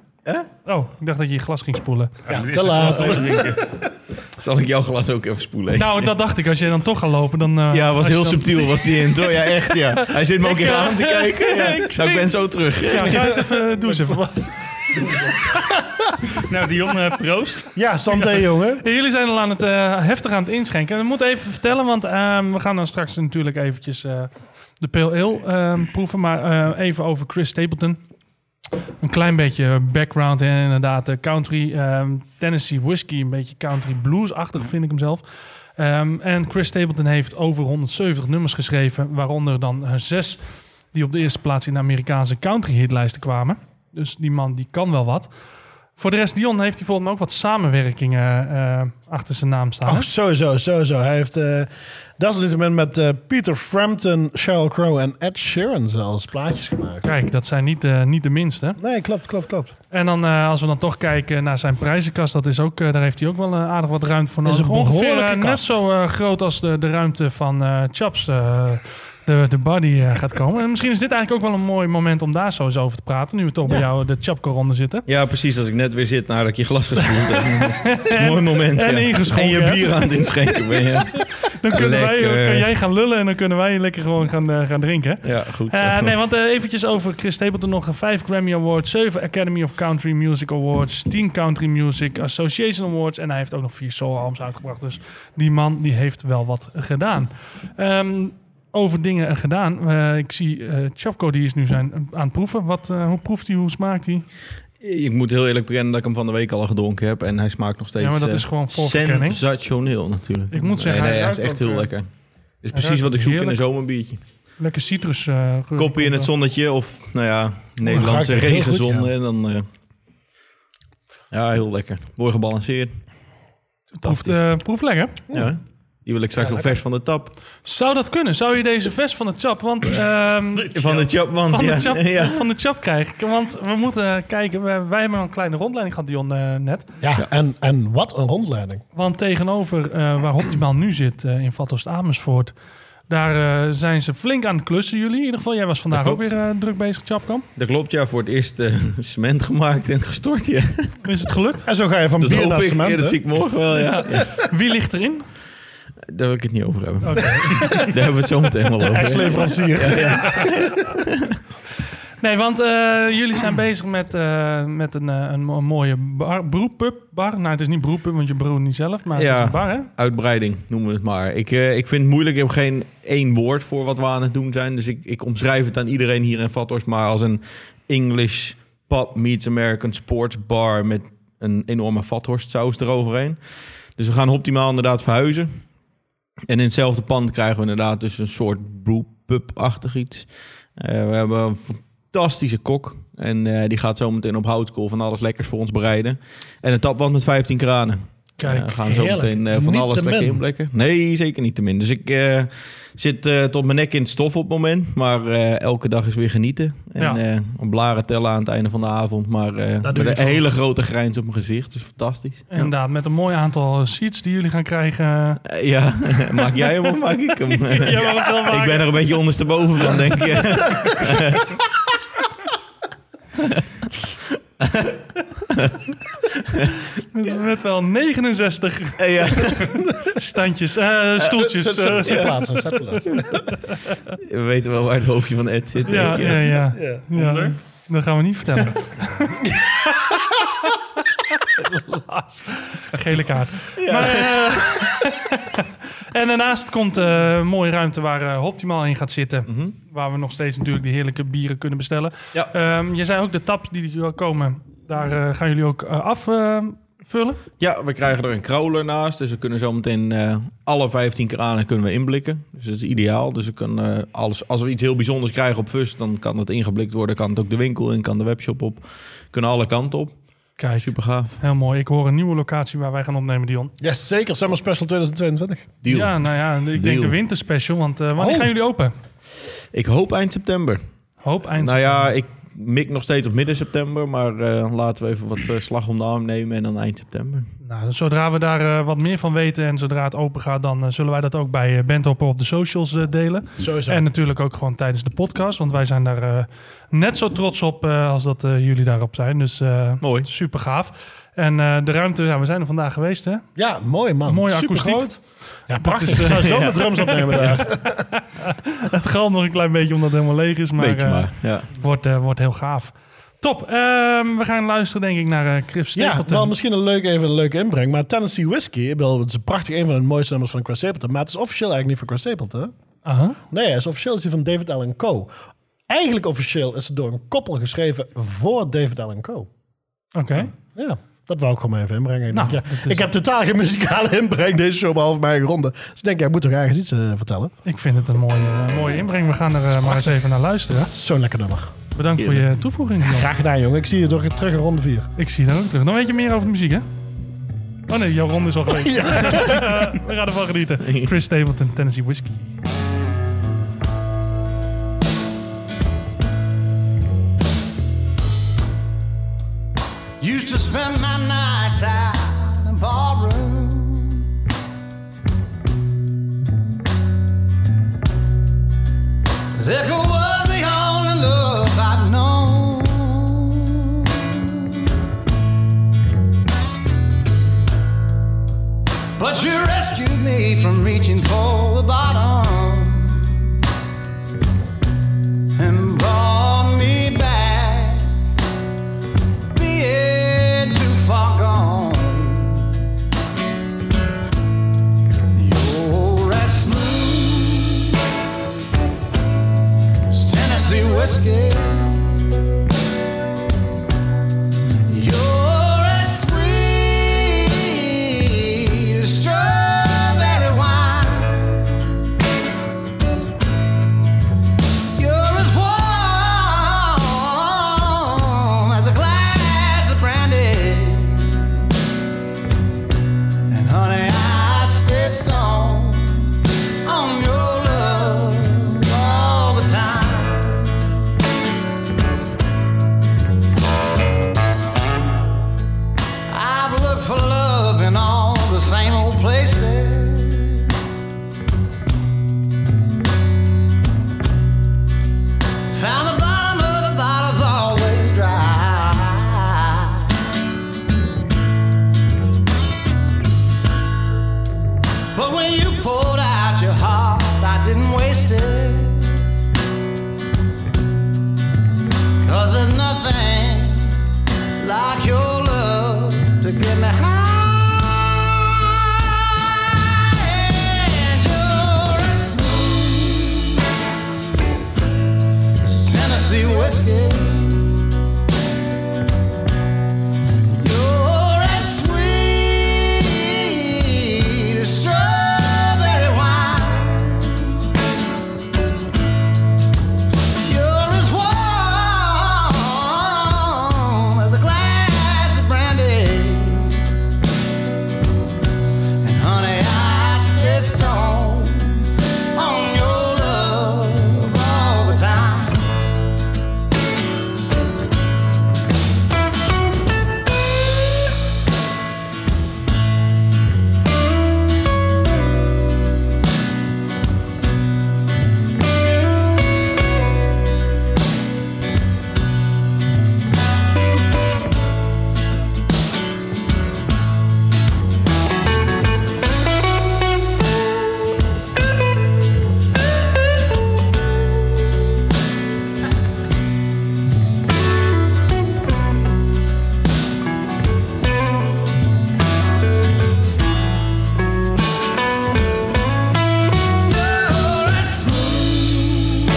Speaker 1: Oh, ik dacht dat je je glas ging spoelen.
Speaker 2: Te laat.
Speaker 5: Zal ik jouw glas ook even spoelen?
Speaker 1: Nou, dat dacht ik. Als jij dan toch gaat lopen, dan. eh,
Speaker 5: Ja, was
Speaker 1: als je
Speaker 5: heel
Speaker 1: dan-
Speaker 5: subtiel, was die intro. Ja, echt, ja. Hij zit me ook
Speaker 1: Ik,
Speaker 5: in
Speaker 1: eh,
Speaker 5: aan te kijken. Ja.
Speaker 1: ik
Speaker 5: Zo, ik ben zo terug.
Speaker 1: Ja, ga eens even, eh, doe eens even.
Speaker 4: Nou, Dion, eh, proost.
Speaker 2: Ja, santé jongen.
Speaker 1: Ja, jullie zijn al aan het, eh, heftig aan het inschenken. En ik moet even vertellen, want ehm, we gaan dan straks natuurlijk eventjes eh, de Pale Ale ehm, proeven. Maar eh, even over Chris Stapleton. Een klein beetje background en inderdaad eh, country ehm, Tennessee whiskey. Een beetje country blues-achtig vind ik hem zelf. Ehm, en Chris Stapleton heeft over 170 nummers geschreven. Waaronder dan eh, zes die op de eerste plaats in de Amerikaanse country hitlijsten kwamen. Dus die man die kan wel wat. Voor de rest, Dion heeft hij volgens mij ook wat samenwerkingen eh, achter zijn naam staan.
Speaker 2: Oh,
Speaker 1: hè?
Speaker 2: sowieso, sowieso. Hij heeft eh desalniettemin met eh, Peter Frampton, Sheryl Crow en Ed Sheeran zelfs plaatjes gemaakt.
Speaker 1: Kijk, dat zijn niet, eh, niet de minste.
Speaker 2: Nee, klopt, klopt, klopt.
Speaker 1: En dan, eh, als we dan toch kijken naar zijn prijzenkast, dat is ook, eh, daar heeft hij ook wel eh, aardig wat ruimte voor
Speaker 2: Is
Speaker 1: nodig.
Speaker 2: een
Speaker 1: Ongeveer
Speaker 2: behoorlijke
Speaker 1: eh, net
Speaker 2: kast.
Speaker 1: zo eh, groot als de, de ruimte van eh, Chaps, eh, de, de body eh, gaat komen. En misschien is dit eigenlijk ook wel een mooi moment om daar zo eens over te praten, nu we toch bij jou eh, de Chapco-ronde zitten.
Speaker 5: Ja, precies. Als ik net weer zit nadat ik je glas gespoeld heb. Dat is een Mooi moment.
Speaker 1: en
Speaker 5: ja.
Speaker 1: ingeschonken,
Speaker 5: En
Speaker 1: hè?
Speaker 5: je bier aan het inschenken ben. Ja,
Speaker 1: Dan kunnen wij, eh,
Speaker 5: Lekker.
Speaker 1: kan jij gaan lullen en dan kunnen wij lekker gewoon gaan, eh, gaan drinken.
Speaker 5: ja goed.
Speaker 1: Eh, nee, want even eventjes over Chris Stapleton nog. eh, Vijf Grammy Awards, zeven Academy of Country Music Awards, tien Country Music Association Awards. En hij heeft ook nog vier soul albums uitgebracht. Dus die man die heeft wel wat gedaan. Ehm, over dingen eh, gedaan. Eh, ik zie eh Chapko, die is nu zijn, aan het proeven. Wat, eh, hoe proeft hij? Hoe smaakt hij?
Speaker 5: Ik moet heel eerlijk bekennen dat ik hem van de week al gedronken heb. En hij smaakt nog steeds
Speaker 1: Ja, maar dat
Speaker 5: eh,
Speaker 1: is gewoon voorverkenning.
Speaker 5: sensationeel natuurlijk.
Speaker 1: Ik moet zeggen,
Speaker 5: Nee, nee,
Speaker 1: hij
Speaker 5: hij is
Speaker 1: ruikt
Speaker 5: echt
Speaker 1: ook,
Speaker 5: heel
Speaker 1: eh,
Speaker 5: lekker. Is
Speaker 1: hij
Speaker 5: precies
Speaker 1: ruikt
Speaker 5: wat ik zoek
Speaker 1: heerlijk.
Speaker 5: in een zomerbiertje.
Speaker 1: Lekker citrus. eh, geur.
Speaker 5: Koppie in het zonnetje of, nou
Speaker 1: Oh,
Speaker 5: ja,
Speaker 2: ruikt
Speaker 5: Nederlandse
Speaker 2: het heel goed,
Speaker 5: regenzon.
Speaker 2: ja.
Speaker 5: En dan, eh, ja, heel lekker. Mooi gebalanceerd.
Speaker 1: Proeft, eh, proeft lekker.
Speaker 5: Ja. Die wil ik straks nog vers van de tap.
Speaker 1: Zou dat kunnen? Zou je deze vest van de Chap? Want ehm,
Speaker 5: Van de chapman.
Speaker 1: van,
Speaker 5: ja.
Speaker 1: de chap,
Speaker 5: Ja.
Speaker 1: van de chap krijgen. Want we moeten kijken. we- wij hebben een kleine rondleiding gehad, Dion, eh, net.
Speaker 2: Ja, En, en wat een rondleiding.
Speaker 1: Want tegenover eh, waar Optimaal nu zit eh, in Vathorst Amersfoort... daar eh, zijn ze flink aan het klussen, jullie. In ieder geval, jij was vandaag
Speaker 5: Dat
Speaker 1: ook weer
Speaker 5: klopt.
Speaker 1: eh, druk bezig, Chapkamp.
Speaker 5: Dat klopt, ja. Voor het eerst eh, cement gemaakt en gestort, ja.
Speaker 1: eh, Is het gelukt?
Speaker 2: En zo ga je van
Speaker 5: Dat
Speaker 2: bier
Speaker 5: hoop
Speaker 2: naar
Speaker 5: ik. Ja,
Speaker 2: cement.
Speaker 5: dat
Speaker 2: hè?
Speaker 5: zie ik morgen wel, ja.
Speaker 1: Wie ligt erin?
Speaker 5: Daar wil ik het niet over hebben. Daar hebben we het zo meteen wel over.
Speaker 2: Ex-leverancier.
Speaker 1: Nee, want eh, jullie zijn bezig met, eh, met een, eh, een, mo- een mooie bar, broepub bar. Nou, het is niet broepub, want je broert niet zelf, maar het
Speaker 5: Ja.
Speaker 1: is een bar, hè?
Speaker 5: Uitbreiding noemen we het maar. Ik, eh, ik vind het moeilijk. Ik heb geen één woord voor wat we aan het doen zijn. Dus ik, ik omschrijf het aan iedereen hier in Vathorst maar als een English pub meets American sports bar met een enorme Vathorst saus eroverheen. Dus we gaan optimaal inderdaad verhuizen. En in hetzelfde pand krijgen we inderdaad dus een soort brewpub-achtig iets. Eh, we hebben een fantastische kok. En eh, die gaat zo meteen op houtskool van alles lekkers voor ons bereiden. En een tapwand met 15 kranen.
Speaker 1: Kijk,
Speaker 5: Eh, gaan zo
Speaker 2: heerlijk.
Speaker 5: meteen eh, van
Speaker 2: Niet
Speaker 5: alles
Speaker 2: te
Speaker 5: lekker
Speaker 2: min.
Speaker 5: inblikken. Nee, zeker niet te min. Dus ik eh, zit eh, tot mijn nek in het stof op het moment. Maar eh, elke dag is weer genieten. En
Speaker 1: Ja.
Speaker 5: eh, een blaren tellen aan het einde van de avond. Maar eh,
Speaker 2: doe je
Speaker 5: met
Speaker 2: het
Speaker 5: een
Speaker 2: voor.
Speaker 5: hele grote grijns op mijn gezicht. Dus fantastisch. Ja.
Speaker 1: Inderdaad, met een mooi aantal seats die jullie gaan krijgen.
Speaker 5: Eh, ja, maak jij hem of maak ik hem?
Speaker 1: Jij wil het wel
Speaker 5: ik
Speaker 1: maken.
Speaker 5: ben er een beetje ondersteboven van, denk ik.
Speaker 1: Met, met wel 69
Speaker 5: Eh, ja.
Speaker 1: standjes, eh, stoeltjes.
Speaker 2: Zet- zet-
Speaker 1: eh,
Speaker 2: zet plaatsen, zet plaatsen.
Speaker 5: We weten wel waar het hoofdje van Ed zit, denk
Speaker 1: ja,
Speaker 5: ik.
Speaker 1: ja, ja, ja.
Speaker 4: Onder.
Speaker 1: Dat gaan we niet vertellen. Helaas. Een gele kaart. Maar, eh, en daarnaast komt eh, een mooie ruimte waar eh, Optimaal in gaat zitten. Waar we nog steeds natuurlijk die heerlijke bieren kunnen bestellen.
Speaker 5: Mhm. Ja.
Speaker 1: Ehm, je zei ook de taps die er komen, daar eh, gaan jullie ook afvullen.
Speaker 5: Ja, we krijgen er een crawler naast. Dus we kunnen zometeen eh, alle 15 kranen kunnen we inblikken. Dus dat is ideaal. Dus we kunnen, eh, alles, als we iets heel bijzonders krijgen op Fust, dan kan het ingeblikt worden. Kan het ook de winkel in, kan de webshop op. Kunnen alle kanten op.
Speaker 1: Kijk,
Speaker 5: Super gaaf.
Speaker 1: heel mooi. Ik hoor een nieuwe locatie waar wij gaan opnemen, Dion.
Speaker 2: Yes, zeker. Summer Special 2022.
Speaker 5: Deal.
Speaker 1: Ja, nou ja, ik denk
Speaker 5: Deal.
Speaker 1: de winterspecial, want eh, wanneer
Speaker 2: Oh.
Speaker 1: gaan jullie open?
Speaker 5: Ik hoop eind september.
Speaker 1: Hoop eind.
Speaker 5: Nou ja, ik mik nog steeds op midden september. Maar eh, laten we even wat eh, slag om de arm nemen en dan eind september.
Speaker 1: Nou, zodra we daar eh, wat meer van weten en zodra het open gaat, dan eh, zullen wij dat ook bij eh Bandhopper op de socials eh, delen.
Speaker 2: Sowieso.
Speaker 1: En natuurlijk ook gewoon tijdens de podcast, want wij zijn daar eh, net zo trots op eh, als dat eh, jullie daarop zijn. Dus eh,
Speaker 5: Mooi.
Speaker 1: super gaaf. En eh, de ruimte, ja, we zijn er vandaag geweest, hè?
Speaker 2: ja, mooi man.
Speaker 1: Mooie
Speaker 2: Super
Speaker 1: akoestiek.
Speaker 2: groot. Ja, prachtig. Ik zou zo de drums opnemen daar.
Speaker 1: Het galmt nog een klein beetje omdat het helemaal leeg is, maar,
Speaker 5: Beetje
Speaker 1: eh,
Speaker 5: maar. Ja.
Speaker 1: Wordt, eh, wordt heel gaaf. Top, ehm, we gaan luisteren denk ik naar eh, Chris
Speaker 2: Ja,
Speaker 1: Stapleton.
Speaker 2: wel misschien een leuke, even een leuke inbreng. Maar Tennessee Whiskey, ik bedoel, het is een prachtig, een van de mooiste nummers van Chris Stapleton. Maar het is officieel eigenlijk niet van Chris Stapleton. hè?
Speaker 1: Aha.
Speaker 2: Nee, hij is officieel is die van David Allen Co. Eigenlijk officieel is het door een koppel geschreven voor David Allen Co.
Speaker 1: Oké.
Speaker 2: Ja, dat wou ik gewoon maar even inbrengen. Ik,
Speaker 1: Nou,
Speaker 2: denk, ja,
Speaker 1: dat is-
Speaker 2: ik heb totaal geen muzikale inbreng deze show, behalve mijn eigen ronde. Dus ik denk, jij moet toch ergens iets eh, vertellen?
Speaker 1: Ik vind het een mooie, eh, mooie inbreng. We gaan er eh, maar eens even naar luisteren.
Speaker 2: Het is zo'n lekker nummer.
Speaker 1: Bedankt voor je toevoeging. Jan.
Speaker 2: Graag gedaan, jongen. Ik zie je toch terug in ronde 4.
Speaker 1: Ik zie dat ook terug. Dan weet je meer over de muziek, hè? Oh nee, jouw ronde is al geweest. We gaan ervan genieten. Chris Stapleton, Tennessee Whiskey.
Speaker 11: Used to spend my nights out in ballroom. Liquor was the only love I've known. But you rescued me from reaching for the bottom and brought me back being too far gone. You're as smooth as Tennessee whiskey. You're as sweet as strawberry wine. You're as warm as a glass of brandy, and honey, I stay strong on your love all the time. I've looked for love in all the same old places. Found the bottom of the bottle's always dry. But when you poured out your heart, I didn't waste it. Cause there's nothing like your love to get me high. And you're as smooth as Tennessee whiskey. You're as sweet as strawberry wine. You're as warm as a glass of brandy, and honey, I stay strong on your love all the time. You're as smooth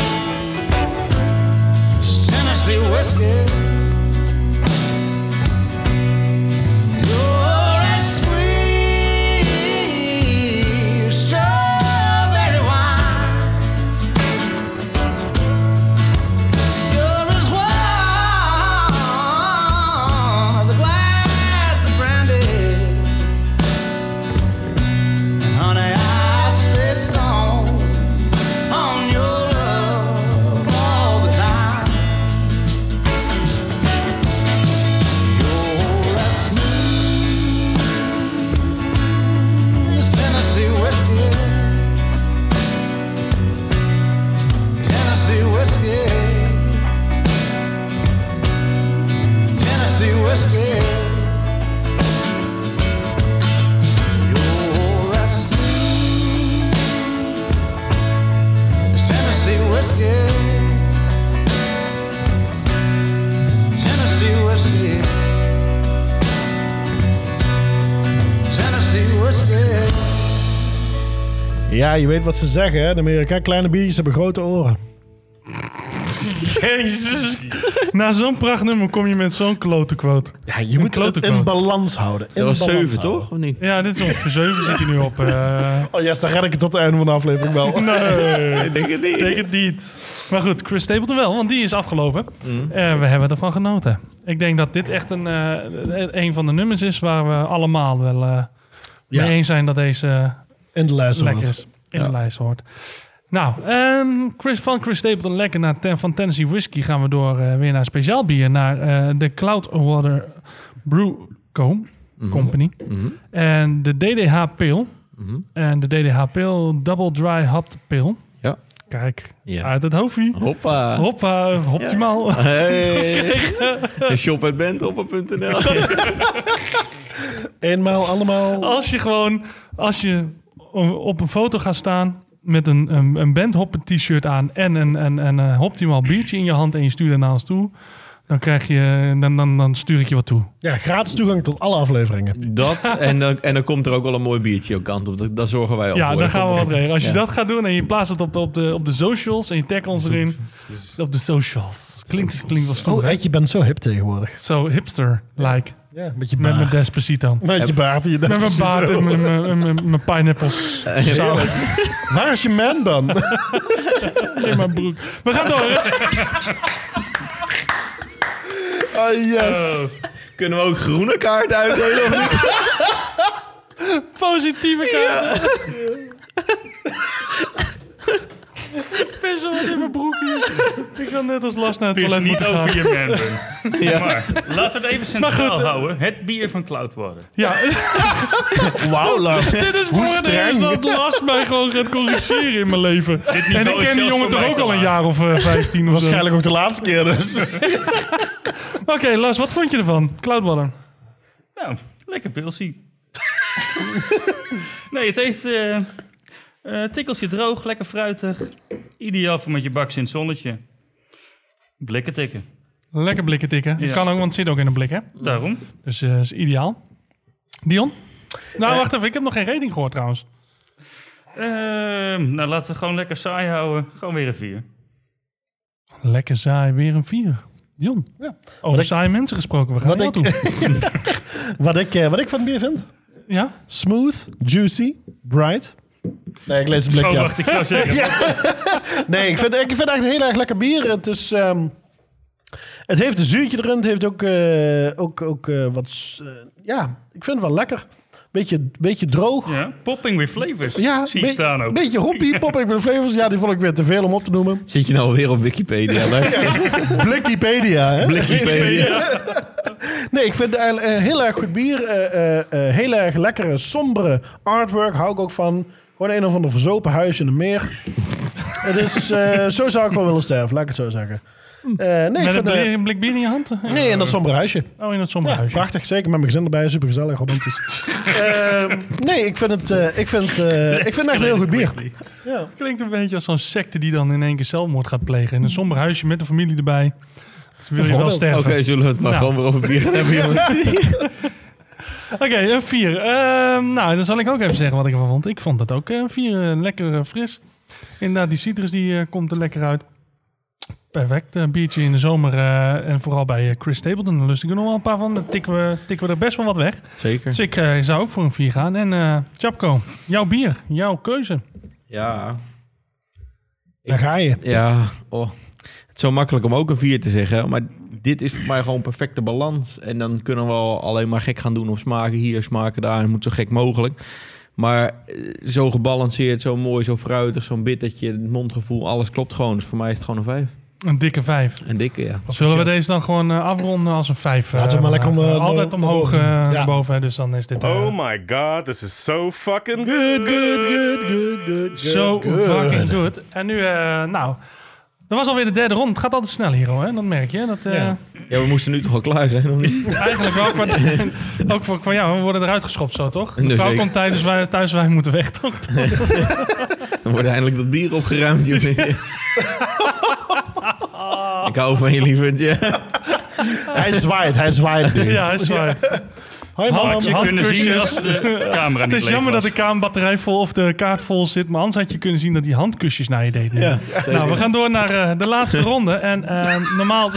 Speaker 11: as Tennessee whiskey. You're as sweet as strawberry wine. You're as warm as a glass of brandy. Honey, I stay strong on your love all the time. You're as smooth as Tennessee whiskey. Tennessee whiskey. Tennessee whiskey. You're as smooth as Tennessee whiskey. Tennessee whiskey. Tennessee whiskey.
Speaker 2: Ja, je weet wat ze zeggen, hè? De Amerika, kleine biertjes hebben grote oren.
Speaker 1: Jezus. Na zo'n prachtnummer kom je met zo'n klote quote.
Speaker 2: Ja, je moet
Speaker 1: klote
Speaker 2: het in
Speaker 1: quote.
Speaker 2: balans houden. In
Speaker 5: Dat was
Speaker 2: balans
Speaker 5: 7,
Speaker 2: houden.
Speaker 5: toch? Of niet?
Speaker 1: Ja, dit is ongeveer 7 zit hij nu op. eh.
Speaker 2: Oh yes, dan red ik het tot het einde van de aflevering wel.
Speaker 1: nee,
Speaker 5: denk het niet.
Speaker 1: denk het niet. Maar goed, Chris Stapleton wel, want die is afgelopen.
Speaker 5: Mm.
Speaker 1: Eh, we hebben ervan genoten. Ik denk dat dit echt een, eh, een van de nummers is waar we allemaal wel eh,
Speaker 2: Ja.
Speaker 1: mee eens zijn dat deze
Speaker 2: In de lijst.
Speaker 1: lekker is. In de lijst hoort. Nou, ehm, Chris, van Chris Stapleton lekker naar ten- van Tennessee Whiskey gaan we door eh, weer naar speciaal bier. Naar eh, de Cloudwater Brew Co.
Speaker 5: Mhm.
Speaker 1: Company. En de DDH Pil.
Speaker 5: Mhm.
Speaker 1: En de DDH Pil Double Dry Hopped Pil.
Speaker 5: Ja.
Speaker 1: Kijk,
Speaker 5: Ja.
Speaker 1: uit het hoofdje.
Speaker 5: Hoppa.
Speaker 1: Hoppa, optimaal.
Speaker 5: Hey.
Speaker 1: eh.
Speaker 5: Shop at bandhoppa.nl.
Speaker 2: Eenmaal, allemaal.
Speaker 1: Als je gewoon, als je o- op een foto gaat staan met een, een, een bandhoppen t-shirt aan en een, een, een, eh, optimaal biertje in je hand en je stuurt het naar ons toe, dan krijg je, dan, dan, dan stuur ik je wat toe.
Speaker 2: Ja, gratis toegang tot alle afleveringen.
Speaker 5: Dat, en dan, en dan komt er ook wel een mooi biertje ook kant op. Dat- Daar zorgen wij al
Speaker 1: ja,
Speaker 5: voor.
Speaker 1: dan gaan we wat regelen. Als je
Speaker 5: Ja.
Speaker 1: dat gaat doen en je plaatst het op, op, de, op de socials en je tag ons erin. Op de socials. Klinkt, klinkt wel stoer,
Speaker 2: Oh,
Speaker 1: hè?
Speaker 2: Ed, je bent zo hip tegenwoordig.
Speaker 1: Zo hipster-like.
Speaker 2: Ja, met je
Speaker 1: Met mijn
Speaker 2: baard.
Speaker 1: Despacito.
Speaker 2: Met je baard. die je
Speaker 1: Met mijn
Speaker 2: net
Speaker 1: baard
Speaker 2: ziet.
Speaker 1: en mijn- mijn- mijn- mijn pineapples.
Speaker 2: Zalig. Waar is je man dan?
Speaker 1: in mijn broek. We gaan door.
Speaker 2: Oh yes.
Speaker 5: Kunnen we ook groene kaart uitdelen? of niet?
Speaker 1: Positieve kaart. Ik pis al wat in mijn broek hier. Ik wil net als last naar het
Speaker 4: Pis
Speaker 1: toilet
Speaker 4: Dus niet
Speaker 1: moeten gaan.
Speaker 4: over je member. Maar laten we het even centraal
Speaker 1: eh,
Speaker 4: houden. Het bier van Cloudwater.
Speaker 1: Ja,
Speaker 2: Wauw, Lars.
Speaker 1: dit is voor het
Speaker 2: streng.
Speaker 1: eerst dat Lars mij gewoon gaat corrigeren in mijn leven. En ik
Speaker 4: is
Speaker 1: ken die
Speaker 4: zelfs
Speaker 1: jongen
Speaker 4: voor
Speaker 1: toch
Speaker 4: mij
Speaker 1: ook
Speaker 4: te
Speaker 1: al
Speaker 4: laag.
Speaker 1: een jaar of eh, 15 of zo.
Speaker 2: Waarschijnlijk ook de laatste keer dus.
Speaker 1: Oké, Lars, wat vond je ervan? Cloudwater.
Speaker 4: Nou, lekker pilsie. Nee, het heeft eh eh, tikkeltje droog, lekker fruitig. Ideaal voor met je baks in het zonnetje. Blikken tikken.
Speaker 1: Lekker blikken tikken.
Speaker 4: Ja.
Speaker 1: Kan ook, want het zit ook in een blik, hè?
Speaker 4: Daarom.
Speaker 1: Dus eh is ideaal. Dion?
Speaker 2: Eh.
Speaker 1: Nou, wacht even. Ik heb nog geen rating gehoord, trouwens.
Speaker 4: Ehm, nou, laten we gewoon lekker saai houden. Gewoon weer een vier.
Speaker 1: Lekker saai. Weer een vier. Dion?
Speaker 2: Ja.
Speaker 1: Over saaie mensen gesproken. We gaan
Speaker 2: Wat
Speaker 1: naar jou toe.
Speaker 2: Wat ik, eh, wat ik van het bier vind?
Speaker 1: Ja?
Speaker 2: Smooth, juicy, bright. Nee, ik lees het
Speaker 4: Zo
Speaker 1: Oh,
Speaker 2: blikje af.
Speaker 4: dacht ik nou jou zeggen.
Speaker 2: Nee, ik vind, ik vind het echt heel erg lekker bier. Het is... ehm, het heeft een zuurtje erin. Het heeft ook, eh, ook, ook eh, wat... s- eh, ja, ik vind het wel lekker. Beetje, beetje droog.
Speaker 4: Ja, popping with flavors.
Speaker 2: Ja,
Speaker 4: zie je
Speaker 2: be-
Speaker 4: staan ook.
Speaker 2: beetje hoppie, pop, ik ben flavors. Ja, die vond ik weer te veel om op te noemen.
Speaker 5: Zit je nou weer op Wikipedia? luister?
Speaker 2: Blikkipedia, hè?
Speaker 5: Wikipedia.
Speaker 2: Nee, ik vind het eigenlijk een heel erg goed bier. Eh, eh, eh, heel erg lekkere, sombere artwork. Hou ik ook van. Gewoon een of ander verzopen huis in de meer. het is, eh, zo zou ik wel willen sterven, laat ik het zo zeggen. Eh, nee, ik
Speaker 1: Met een
Speaker 2: vind, eh,
Speaker 1: blik, blik bier in je hand?
Speaker 2: nee, in dat sombere huisje.
Speaker 1: Oh, in het
Speaker 2: Ja,
Speaker 1: zomerhuisje.
Speaker 2: prachtig. Zeker met mijn gezin erbij. Super gezellig, romantisch. Ehm, nee, ik vind het, eh, ik vind, eh, ik vind het echt een heel goed bier.
Speaker 1: Klinkt een beetje als zo'n secte die dan in één keer zelfmoord gaat plegen. In een somber huisje met de familie erbij. Dus wil je wel
Speaker 2: Bijvoorbeeld.
Speaker 1: sterven.
Speaker 5: Oké,
Speaker 1: Oké,
Speaker 5: zullen we het maar
Speaker 1: Nou.
Speaker 5: gewoon weer over bier gaan hebben, jongens?
Speaker 1: een eh, vier. Ehm, nou, dan zal ik ook even zeggen wat ik ervan vond. Ik vond het ook eh, een vier. eh, lekker eh, fris. Inderdaad, die citrus die eh, komt er lekker uit. Perfect. Een biertje in de zomer. eh, en vooral bij eh, Chris Stapleton. Daar lust ik er nog wel een paar van. Dan tikken we, tikken we er best wel wat weg.
Speaker 5: Zeker.
Speaker 1: Dus ik eh, zou ook voor een vier gaan. En eh Chapko, jouw bier. Jouw keuze.
Speaker 5: Ja.
Speaker 2: Daar ga je.
Speaker 5: Ja, oh. het is zo makkelijk om ook een 4 te zeggen. Maar dit is voor mij gewoon perfecte balans. En dan kunnen we al alleen maar gek gaan doen op smaken hier, smaken daar. Het moet zo gek mogelijk. Maar eh, zo gebalanceerd, zo mooi, zo fruitig, zo'n bittertje, het mondgevoel, alles klopt gewoon. Dus voor mij is het gewoon een 5.
Speaker 1: Een dikke vijf.
Speaker 5: Een dikke, ja.
Speaker 1: Zullen we deze dan gewoon eh, afronden als een 5?
Speaker 2: Laten we maar lekker om, eh,
Speaker 1: altijd
Speaker 2: bo-
Speaker 1: omhoog
Speaker 2: boven.
Speaker 1: eh,
Speaker 2: Ja.
Speaker 1: boven, hè, dus dan is dit eh,
Speaker 3: Oh my god, this is so fucking good.
Speaker 1: zo fucking goed. En nu, eh, nou, dat was alweer de derde ronde. Het gaat altijd snel hier, hoor. hè, Dat merk je. Dat, eh,
Speaker 5: Ja, we moesten nu toch al klaar zijn, of niet?
Speaker 1: Eigenlijk ook, want ook voor, van jou, we worden eruit geschopt zo, toch? De
Speaker 5: Nee,
Speaker 1: vrouw
Speaker 5: zeker.
Speaker 1: komt tijdens wij, thuis, wij moeten weg, toch?
Speaker 5: Dan wordt eindelijk dat bier opgeruimd, jongen. Ik hou van je, lieverd. Ja.
Speaker 2: Hij zwaait, hij zwaait nu.
Speaker 1: Ja, is waar.
Speaker 2: Hoi, mam.
Speaker 1: Handje.
Speaker 4: Je kunnen zien
Speaker 1: Handkusjes.
Speaker 4: als de camera niet
Speaker 1: Het is
Speaker 4: leeg
Speaker 1: jammer
Speaker 4: was.
Speaker 1: dat de kamerbatterij vol of de kaart vol zit, maar anders had je kunnen zien dat die handkusjes naar je deed. nu. Nou, we gaan door naar eh, de laatste ronde. En ehm, normaal,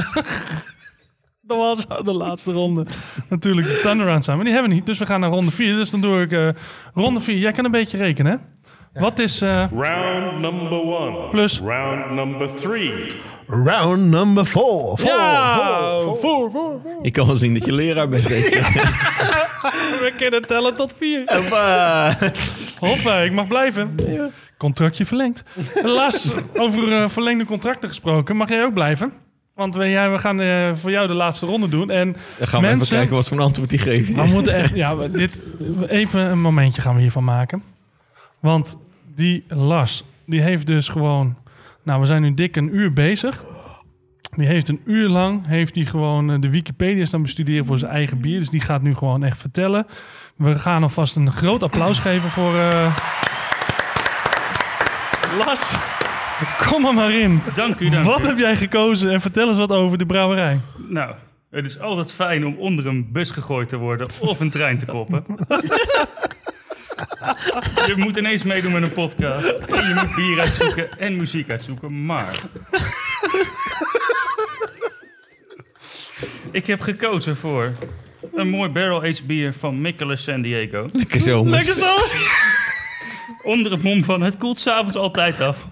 Speaker 1: normaal zou de laatste ronde natuurlijk de turnaround zijn. Maar die hebben we niet, dus we gaan naar ronde 4. Dus dan doe ik eh, ronde 4. Jij kan een beetje rekenen, hè? Wat is eh,
Speaker 3: Round number one.
Speaker 1: Plus.
Speaker 3: Round number three.
Speaker 2: Round number four. Four,
Speaker 1: Ja,
Speaker 2: four,
Speaker 1: voor, voor, voor.
Speaker 5: Ik kan wel zien dat je leraar bent. Deze.
Speaker 1: We kunnen tellen tot 4.
Speaker 5: Hoppa.
Speaker 1: Hoppa, ik mag blijven. Contractje verlengd. Helaas, over eh, verlengde contracten gesproken, mag jij ook blijven? Want we, jij, we gaan eh, voor jou de laatste ronde doen. En
Speaker 5: Dan gaan we even
Speaker 1: mensen,
Speaker 5: kijken wat voor een antwoord die geeft.
Speaker 1: we moeten echt. Ja, we- dit, even een momentje gaan we hiervan maken. Want die Lars, die heeft dus gewoon. Nou, we zijn nu dik een uur bezig. Die heeft een uur lang heeft die gewoon eh, de Wikipedia staan bestuderen voor zijn eigen bier. Dus die gaat nu gewoon echt vertellen. We gaan alvast een groot applaus geven voor. eh, Lars, kom er maar in.
Speaker 4: Dank u, dank
Speaker 1: Wat
Speaker 4: u.
Speaker 1: heb jij gekozen en vertel eens wat over de brouwerij.
Speaker 4: Nou, het is altijd fijn om onder een bus gegooid te worden of een trein te koppen. je moet ineens meedoen met een podcast. En je moet bier uitzoeken en muziek uitzoeken, maar... Ik heb gekozen voor een mooi barrel-aged bier van Mikkelen San Diego.
Speaker 5: Lekker zo. man.
Speaker 1: Lekker zo.
Speaker 4: Onder het mom van het koelt s'avonds altijd af.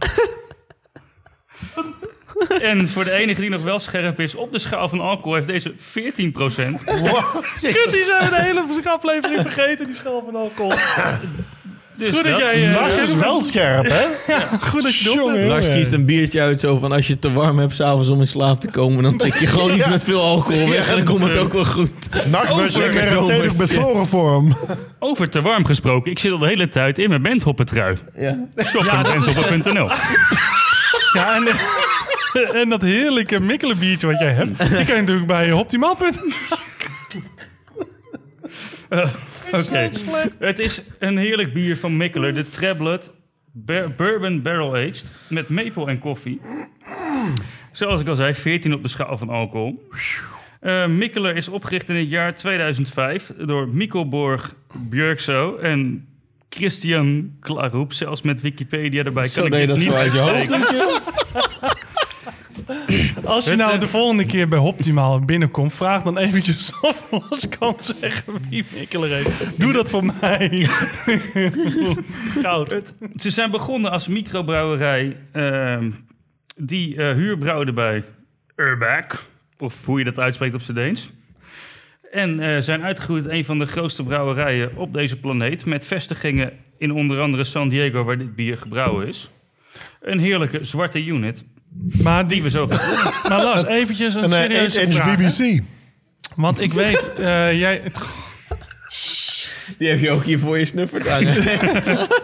Speaker 4: en voor de enige die nog wel scherp is, op de schaal van alcohol heeft deze 14%.
Speaker 1: Kut, die zijn we de hele aflevering vergeten, die schaal van alcohol.
Speaker 4: Dus
Speaker 1: Goed dat
Speaker 4: dat-
Speaker 1: jij... eh,
Speaker 2: Lars is wel scherp, hè?
Speaker 1: Goed dat je het oplet.
Speaker 5: Lars kiest een biertje uit zo van als je het te warm hebt s'avonds om in slaap te komen. Dan tik je gewoon iets met veel alcohol weg en dan komt het ook wel goed.
Speaker 2: Nachtbus, ik ben
Speaker 5: Zomers,
Speaker 2: meteen met
Speaker 5: ja.
Speaker 2: chloroform.
Speaker 4: Over te warm gesproken, ik zit al de hele tijd in mijn bandhoppentrui.
Speaker 5: Ja.
Speaker 4: Shop ja,
Speaker 1: Ja, en, en dat heerlijke mikkelenbiertje wat jij hebt, die kan je natuurlijk bij Optimaal punt.
Speaker 4: Eh, Oké. Het is een heerlijk bier van Mikkeler, de Treblet Bur- Bourbon Barrel Aged met maple en koffie. Zoals ik al zei, 14 op de schaal van alcohol. Eh Mikkeler is opgericht in het jaar 2005 door Mikkelborg Björkso en Christian Klaroep. Zelfs met Wikipedia erbij kan
Speaker 5: Zo
Speaker 4: ik
Speaker 5: deed je
Speaker 4: dit
Speaker 5: dat
Speaker 4: niet
Speaker 5: zo uit je hoofd.
Speaker 4: uitspreken.
Speaker 1: Als je
Speaker 4: Het,
Speaker 1: nou
Speaker 4: eh,
Speaker 1: de volgende keer bij Optimaal binnenkomt, vraag dan eventjes of ons kan zeggen wie Mikkeler heeft. Doe dat voor mij. Goud.
Speaker 4: Ze zijn begonnen als microbrouwerij ehm, die eh huurbrouwde bij Urbac, of hoe je dat uitspreekt op z'n Deens. En eh, zijn uitgegroeid tot een van de grootste brouwerijen op deze planeet, met vestigingen in onder andere San Diego, waar dit bier gebrouwen is. Een heerlijke zwarte unit,
Speaker 1: Maar,
Speaker 4: die
Speaker 1: die,
Speaker 4: we zo
Speaker 1: maar Lars, eventjes een
Speaker 2: Een eh,
Speaker 1: serieuze
Speaker 2: 8-inch
Speaker 1: vraag.
Speaker 2: BBC.
Speaker 1: Want ik weet, eh, jij,
Speaker 5: Die heb je ook hier voor je snuffert hangen.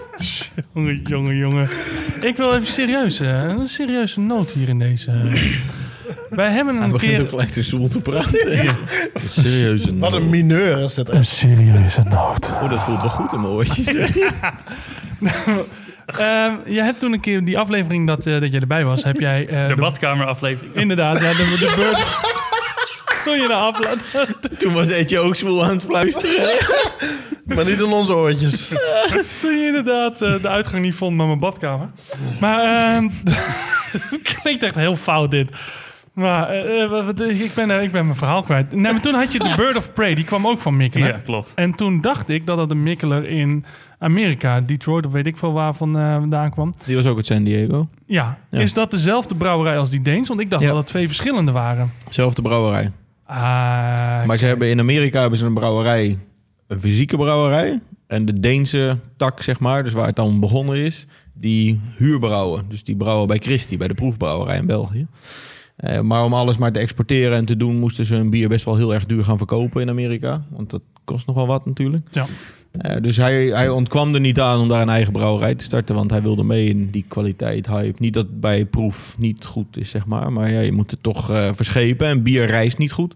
Speaker 1: Jongen, jongen, jongen. Ik wil even serieus, eh, een serieuze noot hier in deze. Wij hebben
Speaker 5: Hij
Speaker 1: een
Speaker 5: begint ook
Speaker 1: keer...
Speaker 5: gelijk te zoel te praten. Serieus.
Speaker 2: Wat een mineur is dit.
Speaker 1: Een serieuze noot.
Speaker 5: Oh, dat voelt wel goed in mijn oortjes. hè?
Speaker 1: jij Ehm, hebt toen een keer die aflevering dat, eh, dat jij erbij was, heb jij... eh,
Speaker 4: de
Speaker 1: de-
Speaker 4: badkameraflevering.
Speaker 1: Inderdaad, ja, de, de beurt... Toen je de afla-
Speaker 5: Toen was Etje ook zwoel aan het fluisteren.
Speaker 2: Maar niet in onze oortjes.
Speaker 1: Toen je inderdaad eh, de uitgang niet vond naar mijn badkamer. Maar ehm, het klinkt echt heel fout dit. Maar eh, eh, wat- ik, ben, eh, ik ben mijn verhaal kwijt. Nee, maar toen had je de Bird of Prey, die kwam ook van Mikkeler.
Speaker 4: Ja, klopt.
Speaker 1: En toen dacht ik dat dat een Mikkeler in Amerika, Detroit of weet ik veel waar vandaan kwam.
Speaker 5: Die was ook uit San Diego.
Speaker 1: Ja.
Speaker 5: Ja.
Speaker 1: is dat dezelfde brouwerij als die Deens? Want ik dacht
Speaker 5: Ja.
Speaker 1: dat het twee verschillende waren.
Speaker 5: Zelfde brouwerij.
Speaker 1: Ah,
Speaker 5: Maar ze hebben in Amerika hebben ze een brouwerij, een fysieke brouwerij. En de Deense tak, zeg maar, dus waar het dan begonnen is, die huurbrouwen. Dus die brouwen bij Christie, bij de proefbrouwerij in België. Eh, maar om alles maar te exporteren en te doen, moesten ze hun bier best wel heel erg duur gaan verkopen in Amerika. Want dat kost nogal wat natuurlijk.
Speaker 1: Ja.
Speaker 5: Eh, dus hij, hij ontkwam er niet aan om daar een eigen brouwerij te starten. Want hij wilde mee in die kwaliteit, hype. Niet dat bij proef niet goed is, zeg maar. Maar ja, je moet het toch eh, verschepen. En bier rijst niet goed.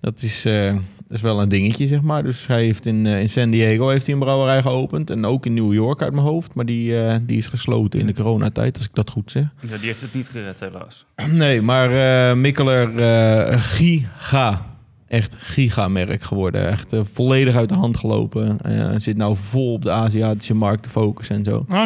Speaker 5: Dat is, eh, dat is wel een dingetje, zeg maar. Dus hij heeft in, eh, in San Diego heeft hij een brouwerij geopend. En ook in New York uit mijn hoofd. Maar die, eh, die is gesloten in de coronatijd, als ik dat goed zeg.
Speaker 4: Ja, die heeft het niet gered, helaas.
Speaker 5: Nee, maar eh, Mikkeler eh, giga. Echt gigamerk geworden. Echt eh, volledig uit de hand gelopen. Eh, zit nou vol op de Aziatische markt te focussen en zo.
Speaker 1: Oké. Ja,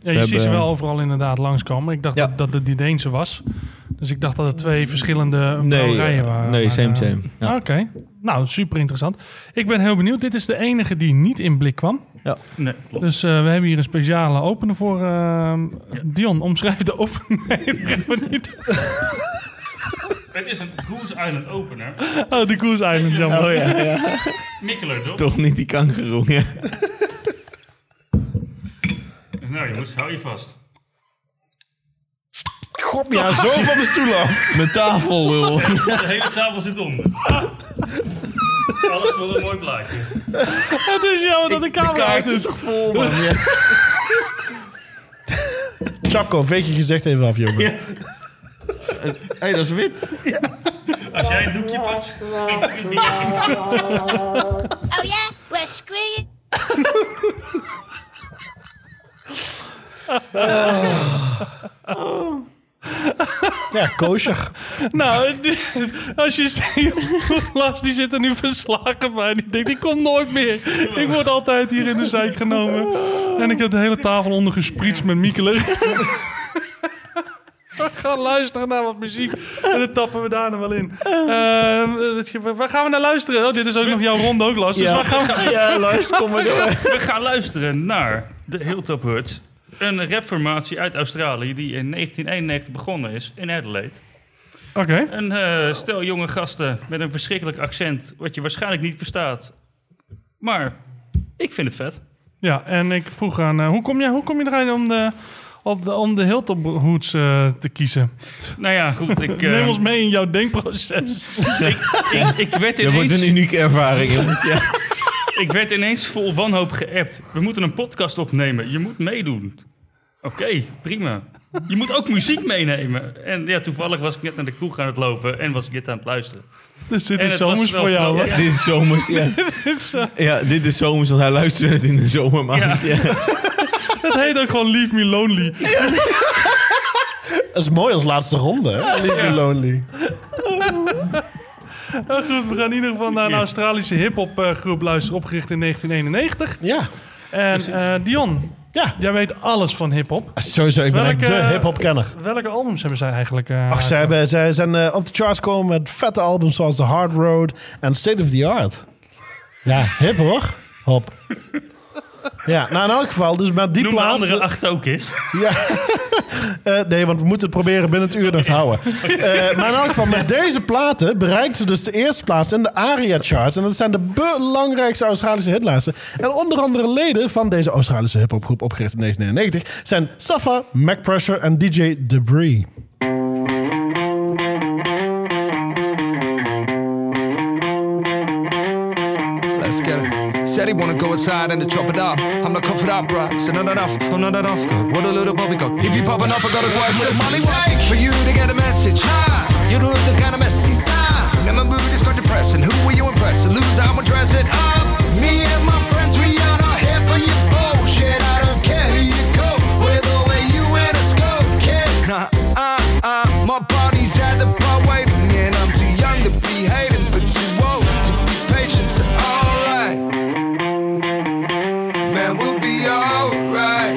Speaker 1: je ziet ze
Speaker 5: hebben-
Speaker 1: wel overal inderdaad langskomen. Ik dacht
Speaker 5: Ja.
Speaker 1: dat, dat het die Deense was. Dus ik dacht dat het twee verschillende
Speaker 5: Nee,
Speaker 1: brouwerijen
Speaker 5: eh,
Speaker 1: waren.
Speaker 5: nee
Speaker 1: Maar,
Speaker 5: same,
Speaker 1: eh,
Speaker 5: same. Ja.
Speaker 1: Oké. Nou, super interessant. Ik ben heel benieuwd. Dit is de enige die niet in blik kwam.
Speaker 4: Nee, klopt.
Speaker 1: Dus eh, we hebben hier een speciale opener voor. ehm, Dion, omschrijf de opener. Nee, dat gaan we niet.
Speaker 4: Het is een Goose Island opener.
Speaker 1: Oh, de Koers Island, jammer.
Speaker 5: Oh ja,
Speaker 4: Mikkeler, toch?
Speaker 5: toch niet die kangeroe. Ja.
Speaker 4: Nou, jongens, hou je vast.
Speaker 2: God, ja, zo van mijn stoel af.
Speaker 5: Mijn tafel, lul.
Speaker 4: De hele tafel zit om. Ah. Alles voor een mooi plaatje.
Speaker 1: Het is jammer dat de camera uit is.
Speaker 5: toch vol, man.
Speaker 2: Chapko, veeg je gezicht even af, jongen.
Speaker 5: hey, dat is wit.
Speaker 4: Als jij een doekje pakt,
Speaker 12: Oh yeah, we're screwed.
Speaker 2: Ja, kosher.
Speaker 1: Nou, het- als je ziet, Lars die zit er nu verslagen bij. Die denkt, ik kom nooit meer. Ik word altijd hier in de zijk genomen. En ik heb de hele tafel ondergesprietst met Miekelen. We gaan luisteren naar wat muziek. En dan tappen we daar nog wel in. Ehm, waar gaan we naar luisteren? Oh, dit is ook nog jouw ronde ook, Lars. Dus waar gaan we...
Speaker 5: Ja, Lars, kom maar door.
Speaker 4: we gaan luisteren naar de Hilltop Hurts. Een rapformatie uit Australië die in 1991 begonnen is in Adelaide.
Speaker 1: Oké.
Speaker 4: Een eh, stel jonge gasten met een verschrikkelijk accent, wat je waarschijnlijk niet verstaat. Maar ik vind het vet.
Speaker 1: Ja, en ik vroeg aan... eh, hoe, kom je, hoe kom je eruit om de, op de, om de Hilltop Hoods eh, te kiezen?
Speaker 4: Nou ja, goed, ik, eh,
Speaker 1: Neem ons mee in jouw denkproces.
Speaker 4: ik, ik werd
Speaker 5: Dat wordt
Speaker 4: ineens...
Speaker 5: een unieke ervaring, jongens. Ja.
Speaker 4: Ik werd ineens vol wanhoop geappt. We moeten een podcast opnemen. Je moet meedoen. Oké, prima. Je moet ook muziek meenemen. En ja, toevallig was ik net naar de kroeg aan het lopen en was ik dit aan het luisteren.
Speaker 1: Dus dit
Speaker 4: En
Speaker 1: is
Speaker 4: het was
Speaker 1: zomers
Speaker 4: wel
Speaker 1: voor jou.
Speaker 4: Ja.
Speaker 1: hè?
Speaker 5: Dit is zomers, ja.
Speaker 1: Dit is, eh,
Speaker 5: ja. Dit is zomers, want hij luistert het in de zomermaand.
Speaker 4: Ja.
Speaker 5: Ja.
Speaker 1: Het heet ook gewoon Leave Me Lonely.
Speaker 2: Dat is mooi als laatste ronde, hè? Leave me lonely.
Speaker 1: Nou goed, we gaan in ieder geval naar een Australische hip-hop eh, groep luisteren, opgericht in 1991.
Speaker 2: Ja.
Speaker 1: En eh, Dion,
Speaker 2: Ja. Ah,
Speaker 1: jij weet alles van hip-hop.
Speaker 2: Sowieso, ik ben
Speaker 1: Welke-
Speaker 2: echt de hip-hop kenner.
Speaker 1: Welke albums hebben zij eigenlijk? eh,
Speaker 2: Ach, ze, hebben, ze zijn eh, op de charts gekomen met vette albums zoals The Hard Road en State of the Art. Ja, hip hoor. Hop. Ja, nou in elk geval, dus met die
Speaker 4: Noem de
Speaker 2: plaats...
Speaker 4: andere acht ook eens.
Speaker 2: Ja. Eh, nee, want we moeten het proberen binnen het uur nog te houden. Eh, maar in elk geval, met deze platen bereikt ze dus de eerste plaats in de ARIA charts. En dat zijn de belangrijkste Australische hitlijsten. En onder andere leden van deze Australische hiphopgroep, opgericht in 1999, zijn Safa, Mac Pressure en DJ Debris.
Speaker 7: Let's get it. Said he wanna go outside and to chop it up. I'm not covered up, bruh. So not enough, I'm not enough. Good. What a little Bobby got. If you popping off, I got his wife with a molly take for you to get a message. Ah, you do the kind of messy. Ah, now my mood is quite depressing. Who were you impressing? Lose, I'ma dress it up. Me and my friends, we are not here for your bullshit. I don't care who you go with or where you in a scope, kid. Nah, uh, uh, my body's at the bar waiting, and I'm too young to be hating, but too old to be patient. So alright, man, we'll be alright.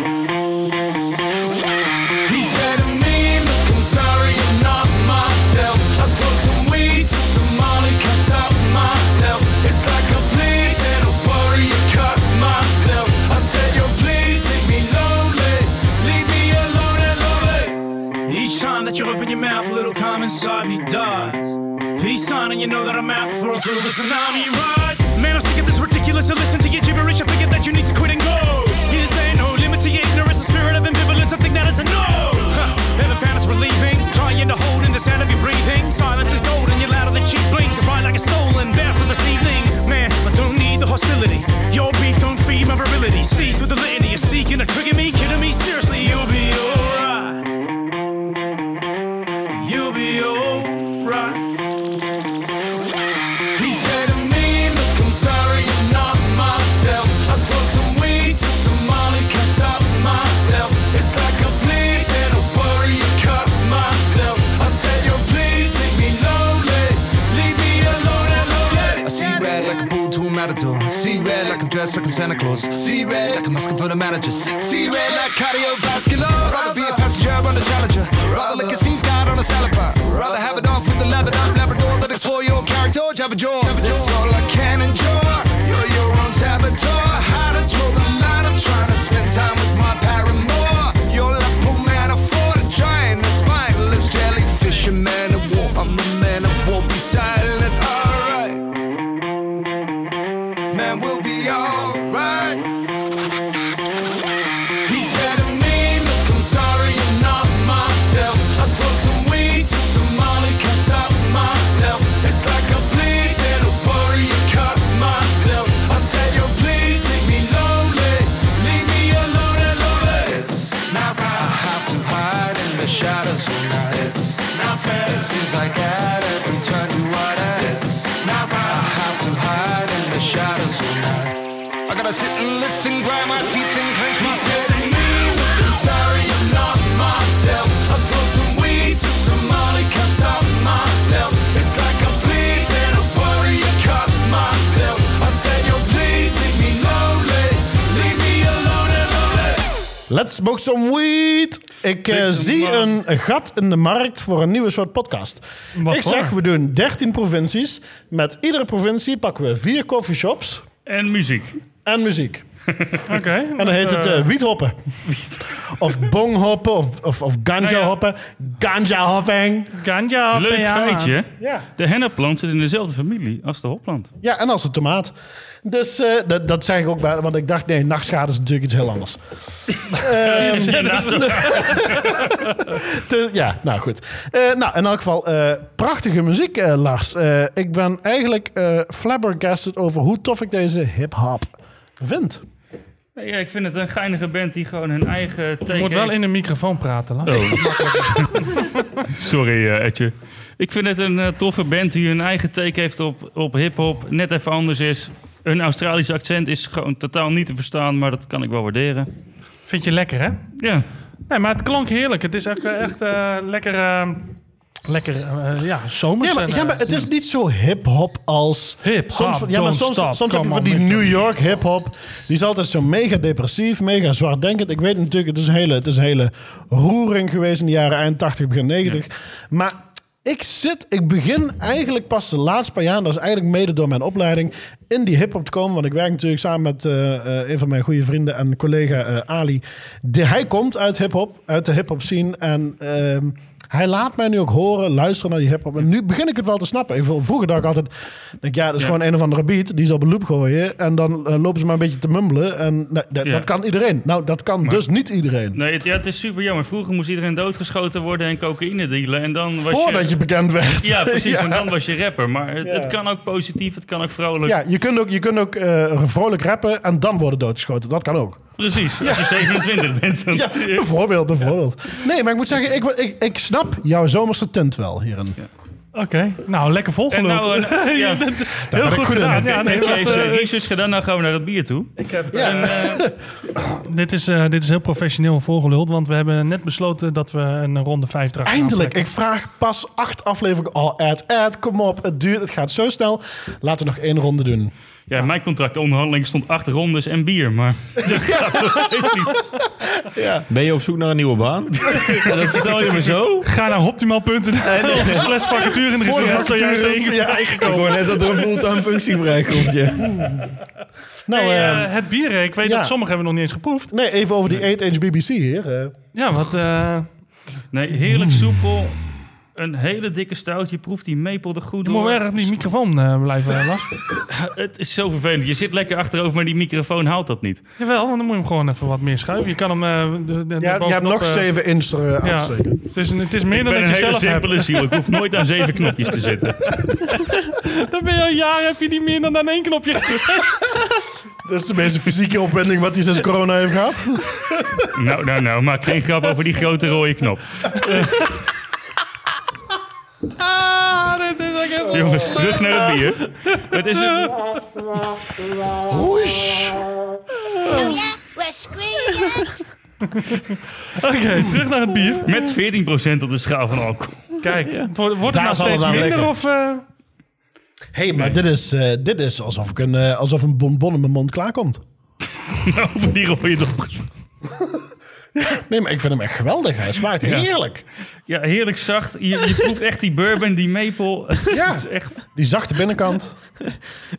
Speaker 7: He said to me, look, I'm sorry, I'm not myself. I smoked some weed, took some Molly, can't stop myself. It's like I bleed, then a warrior cut myself. I said, yo, please leave me lonely, leave me alone and lonely.
Speaker 13: Each time that you open your mouth, a little calm inside me dies. Peace sign, and you know that I'm out before I feel the tsunami rise. Man, I'm sick of this ridiculous. To listen to your gibberish, I figure that you need to quit and go. Yes, there ain't no limit to your ignorance, the spirit of ambivalence. I think that it's a no. Huh, Never found it's relieving. Trying to hold in the sound of your breathing. Silence is golden, you're louder than cheap blings. I ride like a stolen bass for this evening. Man, I don't need the hostility. Your beef don't feed my virility. Cease with the litany. You're seeking to trigger me, kidding me. Seriously, you'll be alright. You'll be alright.
Speaker 7: He said to me, look, I'm sorry, I'm not myself. I smoked some weed, took some Molly, can't stop myself. It's like I bleed, then a warrior cut myself. I said, yo, please leave me lonely, leave me alone and lonely. I see red like a bull to a matador. See red like I'm dressed like I'm Santa Claus. See red like I'm asking for the manager. See, see red like cardiovascular. Rather be a passenger on the Challenger. Rather lick a sneeze guard on a salad bar. Rather have it off with the lathered up Labrador that is for your character. Jabba jaw. That's all I can endure. You're your own saboteur. How to draw the line? I'm trying to spend time with my paramour. You're like Paul Manafort, a giant and spineless jellyfish, a man of war. I'm a man of war. Be silent, alright. Man, we'll be alright. He said to me, look, I'm sorry, I'm not myself. I smoked some weed, took some Molly, can't stop myself. It's like I bleed, then a warrior cut myself. I said, yo, please leave me lonely, leave me alone and lonely. It's not right. I have to hide in the shadows all night. It's not fair. It seems like at every turn you are at. It's not right. I have to hide in the shadows all night. I gotta sit and listen, grind my teeth and clench my fists. Me, look, I'm sorry, I'm not myself. I smoked some weed, took some Molly, can't stop myself. It's like I bleed, then I worry, I cut myself. I said, yo, please leave me lonely, leave me alone and lonely.
Speaker 2: Let's smoke some weed. Ik eh, zie een gat in de markt voor een nieuwe soort podcast.
Speaker 1: Wat
Speaker 2: ik
Speaker 1: voor?
Speaker 2: zeg, we doen 13 provincies. Met iedere provincie pakken we vier coffeeshops
Speaker 4: En muziek.
Speaker 2: en muziek.
Speaker 1: Oké.
Speaker 2: En dan heet het eh, wiethoppen. Of bonghoppen of, of, of ganja hoppen. Ganja hopping.
Speaker 1: Ganja.
Speaker 4: Leuk
Speaker 1: Pajama.
Speaker 4: feitje.
Speaker 2: Ja.
Speaker 4: De hennepplant zit in dezelfde familie als de hopplant.
Speaker 2: ja, en als een tomaat. Dus eh, dat, dat zeg ik ook bij, want ik dacht, nee, nachtschade is natuurlijk iets heel anders. Te- ja, nou goed. Eh, nou, in elk geval, eh, prachtige muziek, eh, Lars. Eh, ik ben eigenlijk eh flabbergasted over hoe tof ik deze hip-hop vind.
Speaker 4: Ja, ik vind het een geinige band die gewoon hun eigen
Speaker 1: Je
Speaker 4: take
Speaker 1: moet wel
Speaker 4: heeft.
Speaker 1: in een microfoon praten, Lars.
Speaker 4: Oh. Sorry, eh, Edje. Ik vind het een eh, toffe band die hun eigen take heeft op, op hip-hop. Net even anders is. Hun Australisch accent is gewoon totaal niet te verstaan, maar dat kan ik wel waarderen.
Speaker 1: Vind je lekker, hè?
Speaker 4: Ja.
Speaker 1: Nee, maar het klonk heerlijk. Het is echt, eh, echt eh, lekker, eh, lekker eh, ja, zomers.
Speaker 2: Ja, maar,
Speaker 1: en,
Speaker 2: ja,
Speaker 1: eh,
Speaker 2: maar het is niet zo hip-hop als.
Speaker 1: Hip-hop,
Speaker 2: Soms, ja, maar
Speaker 1: don't
Speaker 2: soms,
Speaker 1: stop,
Speaker 2: soms heb je
Speaker 1: come
Speaker 2: van
Speaker 1: on
Speaker 2: die
Speaker 1: with
Speaker 2: New York hip-hop. Die is altijd zo mega depressief, mega zwaardenkend. Ik weet natuurlijk, het is een hele, het is een hele roering geweest in de jaren eind 80, begin 90. Maar ik zit, ik begin eigenlijk pas de laatste paar jaar, dat is eigenlijk mede door mijn opleiding, in die hip-hop te komen. Want ik werk natuurlijk samen met eh, eh, een van mijn goede vrienden en collega eh, Ali. De, hij komt uit hip-hop, uit de hip-hop scene. En. ehm, hij laat mij nu ook horen, luisteren naar die hip-hop. En nu begin ik het wel te snappen. Ik, vroeger dacht ik altijd: denk, ja, dat is
Speaker 4: Ja.
Speaker 2: gewoon een of andere beat. Die ze op een loop gooien. En dan eh, lopen ze maar een beetje te mumbelen. En nou, dat-
Speaker 4: Ja.
Speaker 2: dat kan iedereen. Nou, dat kan dus niet iedereen.
Speaker 4: Nee, het, ja, het is super jammer. Vroeger moest iedereen doodgeschoten worden en cocaïne dealen. En dan was
Speaker 2: Voordat je... bekend werd.
Speaker 4: Ja, precies.
Speaker 2: Ja.
Speaker 4: En dan was je rapper. Maar het,
Speaker 2: Ja.
Speaker 4: het kan ook positief, het kan ook vrolijk.
Speaker 2: Ja, je kunt ook, je kunt ook eh, vrolijk rappen en dan worden doodgeschoten. Dat kan ook.
Speaker 4: Precies. Als je 27 bent. Dan...
Speaker 2: Ja, bijvoorbeeld, bijvoorbeeld. Nee, maar ik moet zeggen, ik, ik, ik snap jouw zomerse tent wel hierin.
Speaker 1: Oké, nou lekker volgeluld.
Speaker 4: En nou, eh, ja.
Speaker 1: Je bent
Speaker 2: ben
Speaker 1: heel
Speaker 2: ik
Speaker 1: goed
Speaker 2: goed in.
Speaker 1: gedaan. Ja,
Speaker 4: Ja,
Speaker 1: nee,
Speaker 4: Netje
Speaker 1: dat,
Speaker 4: heeft zijn
Speaker 1: eh,
Speaker 4: research gedaan, nou gaan we naar dat bier toe.
Speaker 1: ik heb, eh,
Speaker 2: Ja.
Speaker 1: dit, is, eh, dit is heel professioneel volgeluld, want we hebben net besloten dat we een ronde 5 dragen.
Speaker 2: Eindelijk, ik vraag pas acht afleveringen. Al ad, ad, kom op. Het duurt, het gaat zo snel. Laten we nog één ronde doen.
Speaker 4: Ja, mijn contractonderhandeling stond acht rondes en bier, maar...
Speaker 5: Ben je op zoek naar een nieuwe baan? dat vertel je me zo.
Speaker 1: Ga naar optimaal.nl of slash vacature en er is
Speaker 2: Oh. Voor de
Speaker 1: net zojuist
Speaker 2: vacatures,
Speaker 1: één
Speaker 2: ja.
Speaker 5: Ik hoor net dat er een fulltime functie vrijkomt. Ja.
Speaker 2: Nou,
Speaker 1: Hey, eh,
Speaker 2: ehm,
Speaker 1: het bier, hè. ik weet
Speaker 2: ja.
Speaker 1: dat sommigen hebben we nog niet eens geproefd.
Speaker 2: nee, even over die 8 inch BBC hier. eh.
Speaker 1: Ja, wat... eh,
Speaker 4: Nee, heerlijk soepel. Een hele dikke stout. Je proeft die maple er goed
Speaker 1: je moet
Speaker 4: door.
Speaker 1: wel erg op die microfoon eh, blijven, Lars.
Speaker 4: Het is zo vervelend. Je zit lekker achterover, maar die microfoon haalt dat niet.
Speaker 1: Jawel, want dan moet je hem gewoon even wat meer schuiven. Je kan hem... eh, de- de-
Speaker 2: ja, je hebt
Speaker 1: bovenop,
Speaker 2: nog
Speaker 1: eh,
Speaker 2: 7 inch er, eh,
Speaker 1: ja.
Speaker 2: uitsteken.
Speaker 1: Het is, het is meer
Speaker 4: Ik ben
Speaker 1: dan dat
Speaker 4: een
Speaker 1: je
Speaker 4: hele
Speaker 1: zelf
Speaker 4: simpele
Speaker 1: hebt.
Speaker 4: ziel. Ik hoef nooit aan zeven knopjes te zitten.
Speaker 1: Dan ben je al jaren, heb je niet meer dan aan één knopje gezet.
Speaker 2: Dat is de meeste fysieke opwinding wat hij sinds corona heeft gehad.
Speaker 4: Nou, nou, nou. Maak geen grap over die grote rode knop.
Speaker 1: Ah, dit is echt zo-
Speaker 4: Jongens, terug naar het bier. Het is een...
Speaker 12: Oh ja, we're screwing up.
Speaker 1: Oké, terug naar het bier.
Speaker 4: Met 14% op de schaal van alcohol.
Speaker 1: Kijk, het wordt, wordt het nou
Speaker 2: zal het
Speaker 1: steeds
Speaker 2: aan
Speaker 1: minder
Speaker 2: liggen.
Speaker 1: of... eh,
Speaker 2: Hé, hey, maar dit is, eh, dit is alsof, ik een, eh, alsof een bonbon in mijn mond klaarkomt.
Speaker 4: Over die rode knop gesproken.
Speaker 2: Nee, maar ik vind hem echt geweldig. Hij smaakt heerlijk.
Speaker 4: Ja, heerlijk zacht. Je, je proeft echt die bourbon, die maple. Het
Speaker 2: Ja.
Speaker 4: is echt...
Speaker 2: Die zachte binnenkant.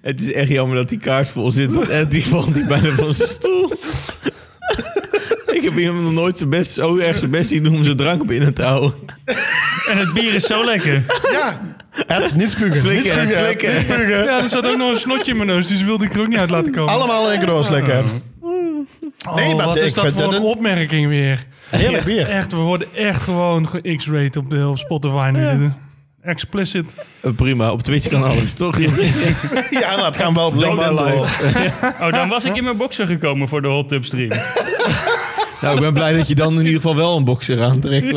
Speaker 5: Het is echt jammer dat die kaart vol zit. Want Ed, die valt niet bijna van zijn stoel. Ik heb hem nog nooit zijn best, zo erg zijn best zien doen om zijn drank binnen te houden.
Speaker 4: En het bier is zo lekker.
Speaker 2: Ja. Het niet spugen. niet
Speaker 5: Slikken en
Speaker 2: spugen, Ed,
Speaker 5: slikken.
Speaker 2: niet spugen.
Speaker 1: Ja, er zat ook nog een snotje in mijn neus, dus wilde ik er ook niet uit laten komen.
Speaker 2: Allemaal in één keer doorslikken.
Speaker 1: nee,
Speaker 2: Nee,
Speaker 1: maar
Speaker 2: maar
Speaker 1: Oh, wat
Speaker 2: ik
Speaker 1: is dat
Speaker 2: vind
Speaker 1: voor
Speaker 2: dit
Speaker 1: een
Speaker 2: een-
Speaker 1: opmerking weer?
Speaker 2: Heerlijk bier.
Speaker 1: Echt, we worden echt gewoon ge-x-rayed op, de- op Spotify nu. Explicit.
Speaker 5: Eh, Prima, op Twitch kan alles, toch?
Speaker 2: Ja, nou, het gaan wel op
Speaker 5: Lekker
Speaker 2: LinkedIn door.
Speaker 4: Oh, dan was ik in mijn boxer gekomen voor de hot tub stream.
Speaker 5: Nou, ik ben blij dat je dan in ieder geval wel een boxer aantrekt.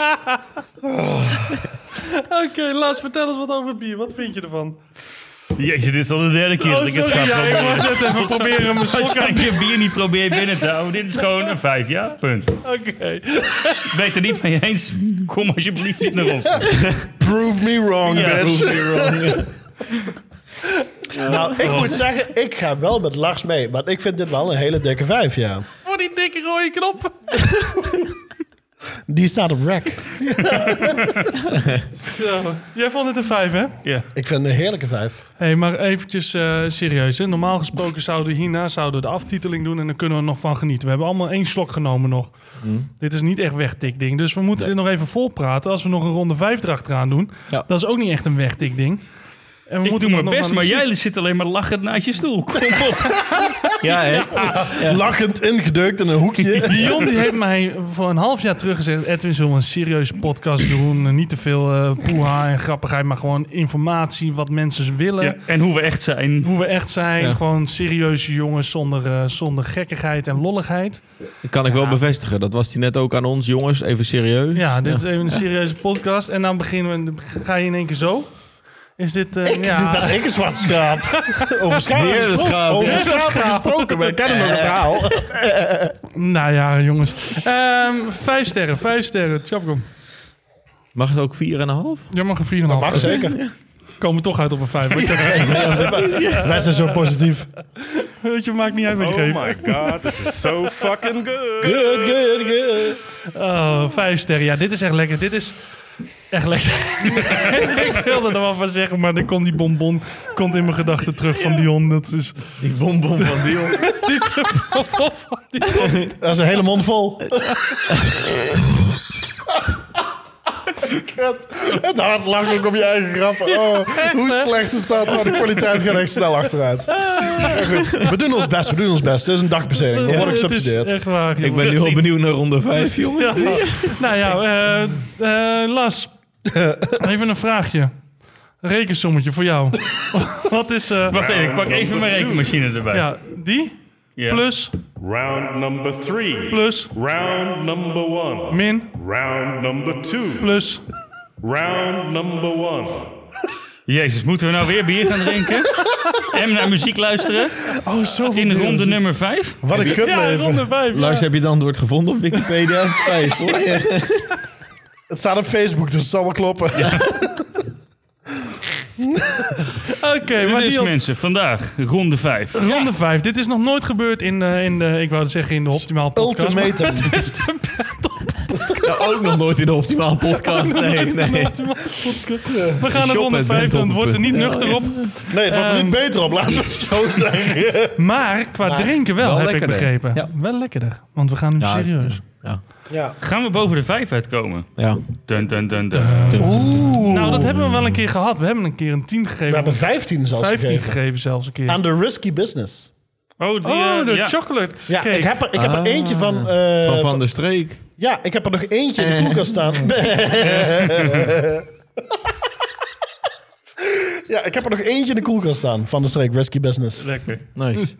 Speaker 5: Ed.
Speaker 1: Oké, Lars, vertel eens wat over het bier. Wat vind je ervan?
Speaker 4: Jeetje, dit is al de derde keer dat ik het ga
Speaker 1: Oh, ja, ik
Speaker 4: proberen.
Speaker 1: was het even proberen mijn
Speaker 4: Als
Speaker 1: sok
Speaker 4: je
Speaker 1: aan
Speaker 4: een keer bier niet probeert binnen te houden, dit is gewoon een vijf, ja? Punt.
Speaker 1: Oké.
Speaker 4: Ik Weet er niet mee eens. Kom alsjeblieft niet naar ons.
Speaker 2: Prove me wrong,
Speaker 4: Ja,
Speaker 2: bitch.
Speaker 4: prove
Speaker 2: Nou, ik moet zeggen, ik ga wel met Lars mee. Want ik vind dit wel een hele dikke vijf, ja.
Speaker 1: Voor die dikke rode knop.
Speaker 2: Die staat op rack.
Speaker 1: Zo. Jij vond het een vijf, hè?
Speaker 4: Ja.
Speaker 2: Ik vind een heerlijke vijf.
Speaker 1: Hé, hey, maar eventjes eh, serieus. Hè? Normaal gesproken zouden we hierna zouden we de aftiteling doen en dan kunnen we er nog van genieten. We hebben allemaal één slok genomen nog.
Speaker 4: Hm?
Speaker 1: Dit is niet echt wegtikding. Dus we moeten dit nog even volpraten. Als we nog een ronde vijf erachteraan doen,
Speaker 5: Ja.
Speaker 1: dat is ook niet echt een wegtikding. En we
Speaker 4: ik
Speaker 1: moeten
Speaker 4: doe
Speaker 1: dat
Speaker 4: mijn
Speaker 1: nog
Speaker 4: best,
Speaker 1: maar
Speaker 4: maar
Speaker 1: eens
Speaker 4: jij zit alleen maar lachend naast je stoel. Kom op.
Speaker 5: Ja, hè?
Speaker 2: Lachend ingedeukt in een hoekje.
Speaker 1: Dion die heeft mij voor een half jaar terug gezegd... Edwin, zullen we een serieuze podcast doen? Eh, Niet te veel eh poeha en grappigheid, maar gewoon informatie... wat mensen willen,
Speaker 4: Ja, en hoe we echt zijn.
Speaker 1: hoe we echt zijn.
Speaker 5: Ja.
Speaker 1: Gewoon serieuze jongens zonder, eh, zonder gekkigheid en lolligheid.
Speaker 5: Kan ik wel bevestigen. Dat was hij net ook aan ons, jongens. Even serieus.
Speaker 1: Ja, dit is even een serieuze podcast. En dan beginnen we, ga je in één keer zo... Is dit... eh,
Speaker 2: Nu ben
Speaker 1: ja,
Speaker 2: ik een zwart schaap. Over schaap
Speaker 5: Weer een
Speaker 2: gesproken.
Speaker 5: schaap,
Speaker 2: Over
Speaker 5: ja.
Speaker 2: schapen gesproken. We kennen nog het verhaal.
Speaker 1: nou ja, jongens. Ehm, vijf sterren, vijf sterren. Tjapkom.
Speaker 5: Mag het ook 4,5?
Speaker 1: Jij mag een 4,5.
Speaker 2: Mag zeker.
Speaker 1: Komen we toch uit op een 5.
Speaker 2: Wij zijn zo positief.
Speaker 1: Weet je, maakt niet uit wat je
Speaker 3: Oh
Speaker 1: geeft.
Speaker 3: my god, this is so fucking good.
Speaker 2: Good, good, good.
Speaker 1: Oh, vijf sterren. Ja, dit is echt lekker. Dit is echt lekker. ik wilde er wel van zeggen, maar dan komt die bonbon komt in mijn gedachten terug van Dion. Dat is
Speaker 5: Die bonbon van Dion.
Speaker 1: niet de bonbon van Dion.
Speaker 2: Dat is een hele mond vol. God, het hart lacht ook om je eigen grappen. Oh, hoe slecht is dat? Oh, de kwaliteit gaat echt snel achteruit. Maar goed, we doen ons best, we doen ons best. Het is een dagbesteding. We worden
Speaker 1: Het is
Speaker 2: gesubsidieerd.
Speaker 1: Echt waar,
Speaker 5: Ik
Speaker 1: jongen.
Speaker 5: ben nu al benieuwd naar ronde 5, jongens.
Speaker 1: Ja. Nou ja, eh, eh, Las. Even een vraagje. Rekensommetje voor jou. Wat is... eh,
Speaker 4: Wacht even, ik pak even mijn rekenmachine erbij.
Speaker 1: ja, die
Speaker 4: Ja.
Speaker 1: plus,
Speaker 3: Round number three.
Speaker 1: plus,
Speaker 3: Round number one.
Speaker 1: min,
Speaker 3: Round number two.
Speaker 1: plus.
Speaker 3: Round number one.
Speaker 4: Jezus, moeten we nou weer bier gaan drinken? en naar muziek luisteren?
Speaker 2: Oh, zo
Speaker 4: In ronde nummer 5?
Speaker 2: Wat een
Speaker 1: Ja,
Speaker 2: kutleven.
Speaker 1: ronde vijf. ja.
Speaker 5: Lars, heb je het antwoord gevonden op Wikipedia? Het is 5, hoor.
Speaker 2: Het staat op Facebook, dus het zal wel kloppen.
Speaker 1: Oké,
Speaker 5: Eh,
Speaker 1: maar
Speaker 4: Dus
Speaker 1: Dion,
Speaker 4: mensen, vandaag ronde 5.
Speaker 1: Ronde 5. Dit is nog nooit gebeurd in de, in de ik wou zeggen, in de optimaal podcast.
Speaker 2: Ultimatum.
Speaker 5: Ja, ook nog nooit in de optimaal podcast. Nee, nee.
Speaker 1: We gaan naar
Speaker 5: Shop
Speaker 1: ronde
Speaker 5: at
Speaker 1: 5, dan
Speaker 5: benthomme.nl.
Speaker 1: wordt er niet nuchter op. Ehm,
Speaker 2: Nee, het wordt er niet beter op, laten we het zo zeggen.
Speaker 1: Maar qua drinken wel,
Speaker 5: wel
Speaker 1: heb ik
Speaker 5: lekkerder.
Speaker 1: begrepen.
Speaker 5: Ja.
Speaker 1: Wel lekkerder, want we gaan nu
Speaker 5: Ja,
Speaker 1: serieus.
Speaker 5: Ja.
Speaker 2: Ja.
Speaker 4: Gaan we boven de 5 uitkomen?
Speaker 5: ja.
Speaker 4: Dun, dun, dun, dun.
Speaker 2: Oeh.
Speaker 1: Nou, dat hebben we wel een keer gehad. We hebben een keer een 10 gegeven.
Speaker 2: we hebben 15 zelfs
Speaker 1: 15
Speaker 2: gegeven.
Speaker 1: gegeven. zelfs een keer.
Speaker 2: Aan de risky business.
Speaker 4: Oh, die,
Speaker 1: oh,
Speaker 4: eh,
Speaker 1: de
Speaker 4: ja.
Speaker 1: chocolate
Speaker 2: Ja,
Speaker 1: cake.
Speaker 2: ik heb er, ik heb er
Speaker 5: Ah.
Speaker 2: eentje van, eh,
Speaker 5: Van
Speaker 2: van-
Speaker 5: Van der Streek.
Speaker 2: Ja, ik heb er nog eentje in de koelkast staan. ja, ik heb er nog eentje in de koelkast staan. Van de streek Risky Business.
Speaker 4: Lekker.
Speaker 5: Nice.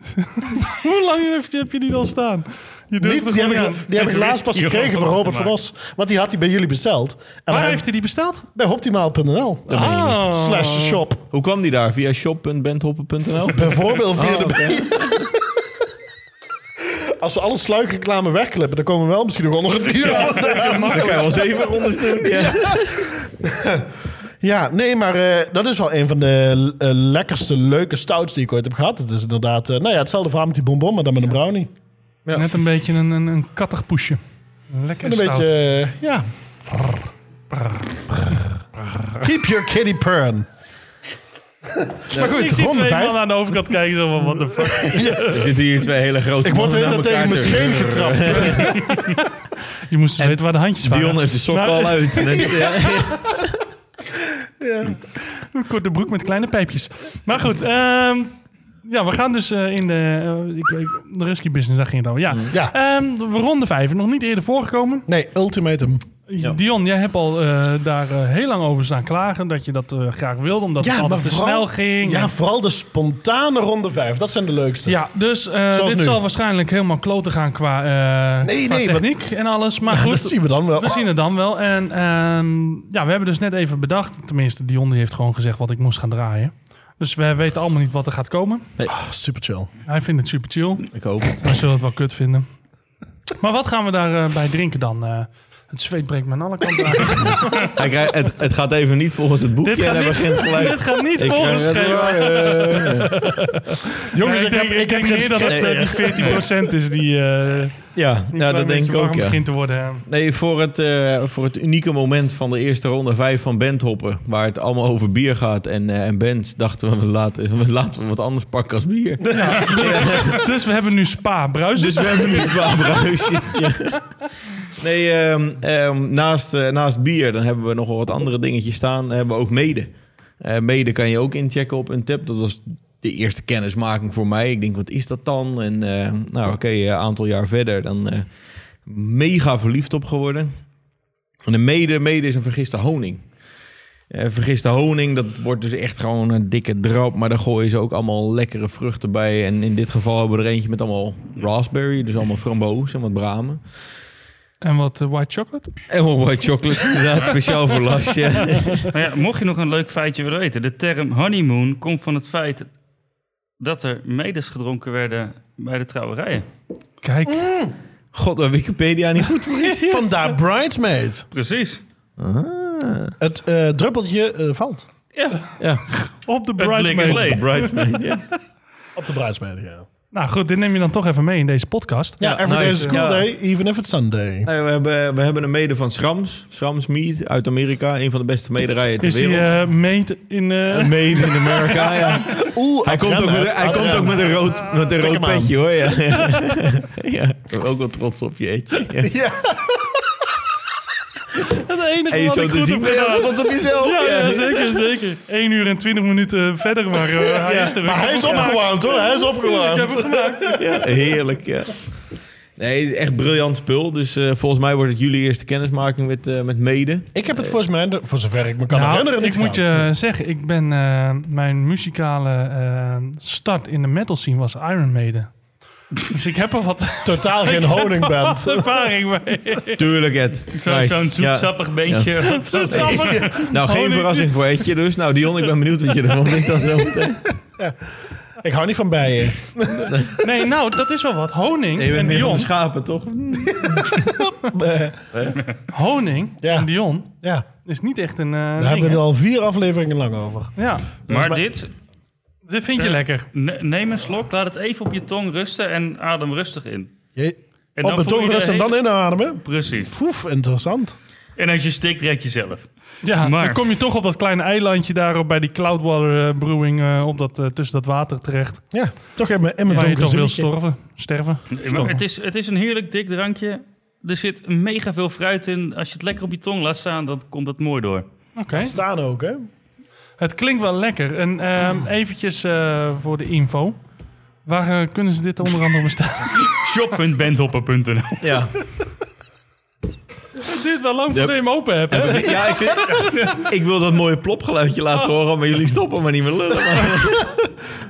Speaker 1: Hoe lang heeft, heb je die al staan? Je durft
Speaker 2: Niet,
Speaker 1: het
Speaker 2: die heb
Speaker 1: gewoon
Speaker 2: ik,
Speaker 1: niet
Speaker 2: la- die heb
Speaker 1: aan.
Speaker 2: ik laatst pas gekregen van Robert van Os. Want die had hij bij jullie besteld. En
Speaker 1: Waar
Speaker 2: hij-
Speaker 1: heeft hij die besteld?
Speaker 2: bij optimaal.nl
Speaker 5: Dat meen je niet.
Speaker 1: Oh.
Speaker 2: slash shop.
Speaker 5: Hoe kwam die daar? Via shop.benthoppen.nl?
Speaker 2: Bijvoorbeeld via
Speaker 5: Ah,
Speaker 2: de...
Speaker 5: oké.
Speaker 2: Als we alle sluikreclame wegklippen, dan komen we wel misschien nog onder het uur.
Speaker 5: Dan kan je wel zeven rondes doen. Ja.
Speaker 2: Ja, nee, maar eh, dat is wel een van de eh, lekkerste, leuke stouts die ik ooit heb gehad. Het is inderdaad, eh, nou ja, hetzelfde verhaal met die bonbon, maar dan met een brownie.
Speaker 5: Ja.
Speaker 1: Net een beetje een, een, een kattig poesje. Lekker
Speaker 2: En een
Speaker 1: stout.
Speaker 2: beetje, eh, ja. Keep your kitty purring. maar
Speaker 1: Ik
Speaker 2: goed,
Speaker 1: zie
Speaker 2: ronde
Speaker 1: twee
Speaker 2: vijf.
Speaker 1: mannen aan de overkant kijken. Zo van, what the fuck.
Speaker 5: Er zitten hier twee hele grote
Speaker 2: Ik word de
Speaker 5: mannen
Speaker 2: hele tijd tegen mijn
Speaker 5: naast elkaar.
Speaker 2: scheen getrapt.
Speaker 1: Je moest eens weten waar de handjes waren.
Speaker 5: Dion heeft de sok
Speaker 1: Maar-
Speaker 5: al uit. Mensen, ja.
Speaker 1: Een korte broek met kleine pijpjes. Maar goed, ehm, ja, we gaan dus eh, in de, eh, ik, ik- de risky business, daar ging het over. Ja,
Speaker 2: Ja.
Speaker 1: Ehm, we ronde vijf, nog niet eerder voorgekomen.
Speaker 2: Mm. Nee, ultimatum.
Speaker 1: Dion, jij hebt al eh, daar eh, heel lang over staan klagen, dat je dat eh, graag wilde, omdat het altijd te snel ging.
Speaker 2: Ja, vooral de spontane ronde vijf. Dat zijn de leukste.
Speaker 1: Ja, dus eh, dit
Speaker 2: nu.
Speaker 1: zal waarschijnlijk helemaal kloten gaan qua, eh,
Speaker 2: Nee,
Speaker 1: qua
Speaker 2: nee, wat-
Speaker 1: techniek en alles. Maar
Speaker 2: Ja,
Speaker 1: goed,
Speaker 2: dat zien we dan wel.
Speaker 1: We zien het dan wel. En ehm, ja, we hebben dus net even bedacht. Tenminste, Dion die heeft gewoon gezegd wat ik moest gaan draaien. Dus we weten allemaal niet wat er gaat komen.
Speaker 2: Ah, super chill.
Speaker 1: Hij vindt het super chill.
Speaker 5: Ik hoop het.
Speaker 1: Wij zullen het wel kut vinden. Maar wat gaan we daarbij bij drinken dan? Eh, het zweet breekt me aan alle kanten uit.
Speaker 5: Hij krijgt- het. Het gaat even niet volgens het boekje.
Speaker 1: Dit gaat
Speaker 5: en hij
Speaker 1: niet-
Speaker 5: begint gelijk.
Speaker 1: Dit gaat niet
Speaker 5: Ik
Speaker 1: volgens
Speaker 5: krijg het
Speaker 1: schema.
Speaker 5: wel, eh.
Speaker 2: Jongens,
Speaker 1: Nee,
Speaker 2: ik, heb, ik, heb
Speaker 1: denk
Speaker 2: geen
Speaker 1: meer dat het
Speaker 2: script.
Speaker 1: eh, die 14% is die, eh
Speaker 5: Ja,
Speaker 1: die
Speaker 5: ja
Speaker 1: klein
Speaker 5: dat denk
Speaker 1: beetje
Speaker 5: ik
Speaker 1: warm
Speaker 5: ook. Ja.
Speaker 1: begint te worden. hè.
Speaker 5: Nee, voor het, eh, voor het unieke moment van de eerste ronde 5 van Bandhoppen, waar het allemaal over bier gaat en, eh, en bands, dachten we, we laten, we laten we wat anders pakken als bier.
Speaker 1: Dus we hebben nu spa, bruis.
Speaker 5: Dus we hebben nu een bruisje. Ja. Nee, ehm, ehm, naast, eh, naast bier, dan hebben we nog wel wat andere dingetjes staan. Dan hebben we ook mede. Eh, mede kan je ook inchecken op een tab. Dat was de eerste kennismaking voor mij. Ik denk, wat is dat dan? En eh, nou, oké, een aantal jaar verder dan eh, mega verliefd op geworden. En de mede, mede is een vergiste honing. Eh, vergiste honing, dat wordt dus echt gewoon een dikke drap. Maar daar gooien ze ook allemaal lekkere vruchten bij. En in dit geval hebben we er eentje met allemaal raspberry. Dus allemaal framboos en wat bramen.
Speaker 1: En wat eh, white chocolate?
Speaker 5: En wat white chocolate, inderdaad. Speciaal voor Lasje.
Speaker 4: Maar ja, mocht je nog een leuk feitje willen weten, de term honeymoon komt van het feit dat er medes gedronken werden bij de trouwerijen.
Speaker 1: Kijk.
Speaker 5: God, waar Wikipedia niet goed voor is.
Speaker 2: Mm. Vandaar Bridesmaid.
Speaker 4: Precies.
Speaker 5: Ah.
Speaker 2: Het eh, druppeltje eh, valt.
Speaker 4: Ja.
Speaker 5: Ja.
Speaker 1: Op de
Speaker 4: Het blik is
Speaker 1: bridesmaid.
Speaker 4: leeg.
Speaker 5: Bridesmaid, ja.
Speaker 2: Op de Bridesmaid, ja.
Speaker 1: Nou goed, dit neem je dan toch even mee in deze podcast.
Speaker 2: Ja, every day
Speaker 5: nice.
Speaker 2: is a school
Speaker 5: Ja.
Speaker 2: day, even if it's Sunday.
Speaker 5: Nee, we, hebben, we hebben een mede van Schrams. Schrams Meat uit Amerika. Een van de beste mederijen ter
Speaker 1: Is die
Speaker 5: wereld.
Speaker 1: eh meet in... eh,
Speaker 5: Made in America, ja.
Speaker 2: Oeh, nou.
Speaker 5: Hij komt ook met, hij komt ook met een rood, met een rood
Speaker 2: hem aan.
Speaker 5: petje, hoor. Ja. ja, ik ben ook wel trots op je, eetje. Ja.
Speaker 1: het enige
Speaker 5: En je dus
Speaker 1: wat
Speaker 5: zo
Speaker 1: ik
Speaker 5: te
Speaker 1: goed
Speaker 5: zien
Speaker 1: heb
Speaker 5: ben je
Speaker 1: gedaan.
Speaker 5: wel trots op jezelf.
Speaker 1: Ja,
Speaker 5: ja.
Speaker 1: ja, zeker, zeker. 1 uur en 20 minuten verder, maar eh, hij is er
Speaker 2: Maar hij is opgewarmd hoor, hij is
Speaker 1: Ik heb
Speaker 2: opgewarmd.
Speaker 1: hem gemaakt.
Speaker 5: Ja, heerlijk, ja. Nee, echt briljant spul. Dus eh, volgens mij wordt het jullie eerste kennismaking met, eh, met mede.
Speaker 2: Ik heb het volgens mij, voor zover ik me kan
Speaker 1: Nou,
Speaker 2: herinneren, niet
Speaker 1: ik moet
Speaker 2: gehad.
Speaker 1: je zeggen, ik ben eh, mijn muzikale eh, start in de metal scene was Iron Maiden. Dus ik heb er wat
Speaker 2: Totaal geen honingband.
Speaker 1: ervaring mee.
Speaker 5: Tuurlijk, Ed.
Speaker 4: Zo-
Speaker 5: Nice.
Speaker 4: Zo'n
Speaker 5: Ja.
Speaker 4: zoetsappig beentje.
Speaker 1: Het is allemaal-
Speaker 5: Nou, geen
Speaker 1: Honing-
Speaker 5: verrassing voor Edje dus. Nou, Dion, ik ben benieuwd wat je ervan vindt. Dan zo meteen.
Speaker 2: Ik hou niet van bijen.
Speaker 1: Nee, nou, dat is wel wat. Honing
Speaker 5: Nee, je
Speaker 1: en
Speaker 5: bent meer van
Speaker 1: Dion.
Speaker 5: de schapen, toch?
Speaker 1: Honing
Speaker 2: Ja.
Speaker 1: en Dion
Speaker 2: Ja,
Speaker 1: is niet echt een. eh,
Speaker 2: daar
Speaker 1: ding,
Speaker 2: hebben we
Speaker 1: hè?
Speaker 2: er al vier afleveringen lang over.
Speaker 1: Ja,
Speaker 4: Maar dit,
Speaker 1: dit vind je
Speaker 4: Ja.
Speaker 1: lekker.
Speaker 4: Eh, ne- neem een slok, laat het even op je tong rusten en adem rustig in.
Speaker 2: Je,
Speaker 4: En
Speaker 2: op de
Speaker 4: voel je
Speaker 2: tong
Speaker 4: de
Speaker 2: rusten en
Speaker 4: hele-
Speaker 2: dan inademen.
Speaker 4: Precies.
Speaker 2: Poef, interessant.
Speaker 4: En als je stikt, red jezelf.
Speaker 1: Ja,
Speaker 4: Maar-
Speaker 1: dan kom je toch op dat kleine eilandje daarop bij die Cloudwater eh, Brewing eh, op dat, eh, tussen dat water terecht.
Speaker 2: Ja, toch in mijn, in mijn
Speaker 1: waar je
Speaker 2: donkere
Speaker 1: toch wil
Speaker 2: zinnetje.
Speaker 1: storven, sterven.
Speaker 4: Maar het is, het is een heerlijk dik drankje. Er zit mega veel fruit in. Als je het lekker op je tong laat staan, dan komt het mooi door.
Speaker 1: Oké.
Speaker 2: Staan ook, hè?
Speaker 1: Het klinkt wel lekker. En ehm, eventjes eh, voor de info. Waar eh, kunnen ze dit onder andere bestaan?
Speaker 4: Shop.bandhopper.nl
Speaker 5: Ja.
Speaker 1: Het duurt wel lang voordat je hem open hebt. Hè?
Speaker 5: Ja, ik, zit, ik wil dat mooie plopgeluidje laten horen, maar jullie stoppen maar niet meer lullen. Maar-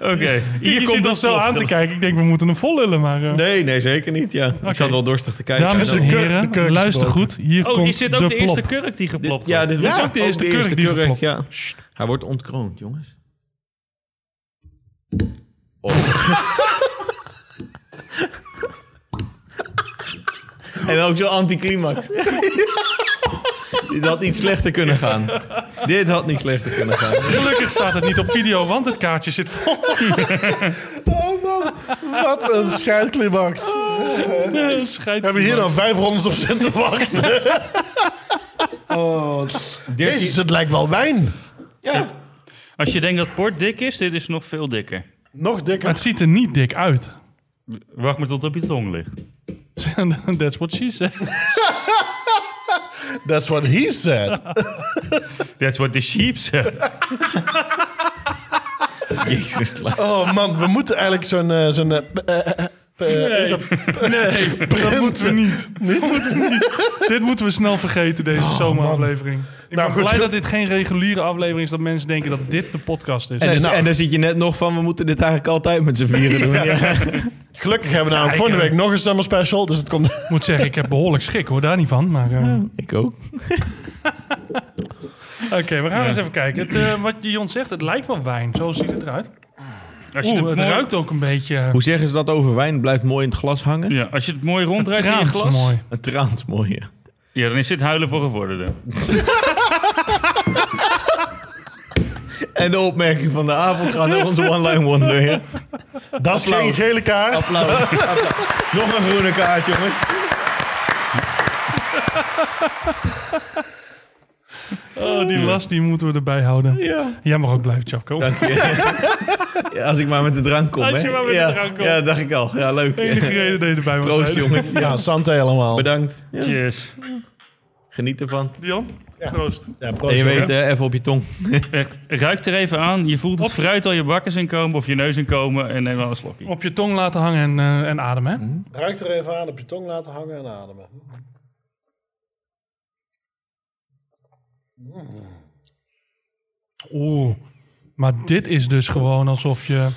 Speaker 4: Oké,
Speaker 1: Oh. Hier komt
Speaker 4: dat
Speaker 1: ons zo aan te kijken. Ik denk, we moeten hem vol lullen. Maar, eh,
Speaker 5: Nee, nee, zeker niet. Ja. Ik zat wel dorstig te kijken.
Speaker 1: Dames en
Speaker 5: Dit-
Speaker 2: de kurk
Speaker 1: heren,
Speaker 2: is
Speaker 1: luister goed. Hier
Speaker 4: Oh,
Speaker 1: komt
Speaker 4: is dit ook de,
Speaker 1: plop.
Speaker 4: eerste kurk die geplopt
Speaker 5: ja,
Speaker 4: wordt?
Speaker 5: dit was
Speaker 1: Ja,
Speaker 5: ook de eerste
Speaker 1: kurk die
Speaker 5: kurk,
Speaker 1: geklopt.
Speaker 5: ja. Hij wordt ontkroond, jongens. Oh. en ook zo'n anticlimax. Dit had niet slechter kunnen gaan. Dit had niet slechter kunnen gaan.
Speaker 1: Gelukkig staat het niet op video, want het kaartje zit vol.
Speaker 2: Oh man, wat een scheidclimax.
Speaker 1: Schijt.
Speaker 2: We hebben hier dan vijf rondes op zitten wachten.
Speaker 1: Oh,
Speaker 2: Jezus, het lijkt wel wijn.
Speaker 4: Als je denkt dat port dik is, dit is nog veel dikker.
Speaker 2: Nog
Speaker 1: Maar
Speaker 2: dikker.
Speaker 1: het ziet er niet dik uit.
Speaker 4: Wacht maar tot het op je tong ligt.
Speaker 1: That's what she said.
Speaker 2: That's what he said.
Speaker 4: That's what the sheep said.
Speaker 5: Jezus,
Speaker 2: Oh man, we moeten eigenlijk zo'n... eh, zo'n eh, p- eh, p- eh,
Speaker 1: Nee, dat moeten we niet. Dat moeten we niet. dit moeten we snel vergeten, deze zomeraflevering. Ik
Speaker 2: Nou,
Speaker 1: ben
Speaker 2: goed,
Speaker 1: blij
Speaker 2: goed.
Speaker 1: dat dit geen reguliere aflevering is. Dat mensen denken dat dit de podcast is.
Speaker 5: En, dus-
Speaker 2: nou.
Speaker 5: en dan zit je net nog van, we moeten dit eigenlijk altijd met z'n vieren doen. Ja.
Speaker 2: Gelukkig hebben we nou volgende week nog een summer special, dus het komt...
Speaker 1: Ik moet zeggen, ik heb behoorlijk schrik hoor, daar niet van. Maar, eh,
Speaker 5: Ik ook.
Speaker 1: Oké, we gaan eens even kijken. Het, eh, wat Jon zegt, het lijkt wel wijn. Zo ziet het eruit.
Speaker 4: Als je
Speaker 1: Oeh,
Speaker 4: het
Speaker 1: het
Speaker 4: mooi,
Speaker 1: ruikt ook een beetje... eh,
Speaker 5: Hoe zeggen ze dat over wijn? Het Blijft mooi in het glas hangen.
Speaker 4: Ja, als je het mooi ronddraait in je
Speaker 1: traans
Speaker 4: glas,
Speaker 1: mooi.
Speaker 5: Een traans mooi, ja.
Speaker 4: Ja, dan is dit huilen voor gevorderden.
Speaker 5: En de opmerking van de avond gaat naar onze one-line wonder. Ja.
Speaker 2: Dat is geen gele kaart.
Speaker 5: Applaus. applaus. Nog een groene kaart, jongens.
Speaker 1: Oh, die last die moeten we erbij houden.
Speaker 5: Ja.
Speaker 1: Jij mag ook blijven, Chapko.
Speaker 5: Dank je. Ja, als ik maar met de drank kom,
Speaker 1: Als je
Speaker 5: hè.
Speaker 1: maar met de
Speaker 5: ja,
Speaker 1: drank komt.
Speaker 5: Ja, dacht ik al. Ja, leuk.
Speaker 1: De enige reden dat je erbij was.
Speaker 5: Proost, jongens. Ja,
Speaker 2: Ja, Santé allemaal.
Speaker 5: bedankt. Ja.
Speaker 4: Cheers.
Speaker 5: Geniet ervan.
Speaker 1: Dion, proost.
Speaker 2: Ja,
Speaker 5: En je weet, eh, even op je tong.
Speaker 4: Echt, ruik er even aan. Je voelt het fruit al je bakkers in komen of je neus in komen en neem wel een slokje.
Speaker 1: Op je tong laten hangen en, eh, en ademen. hè?
Speaker 2: Ruik er even aan, op je tong laten hangen en ademen.
Speaker 1: Oeh. Maar dit is dus gewoon alsof je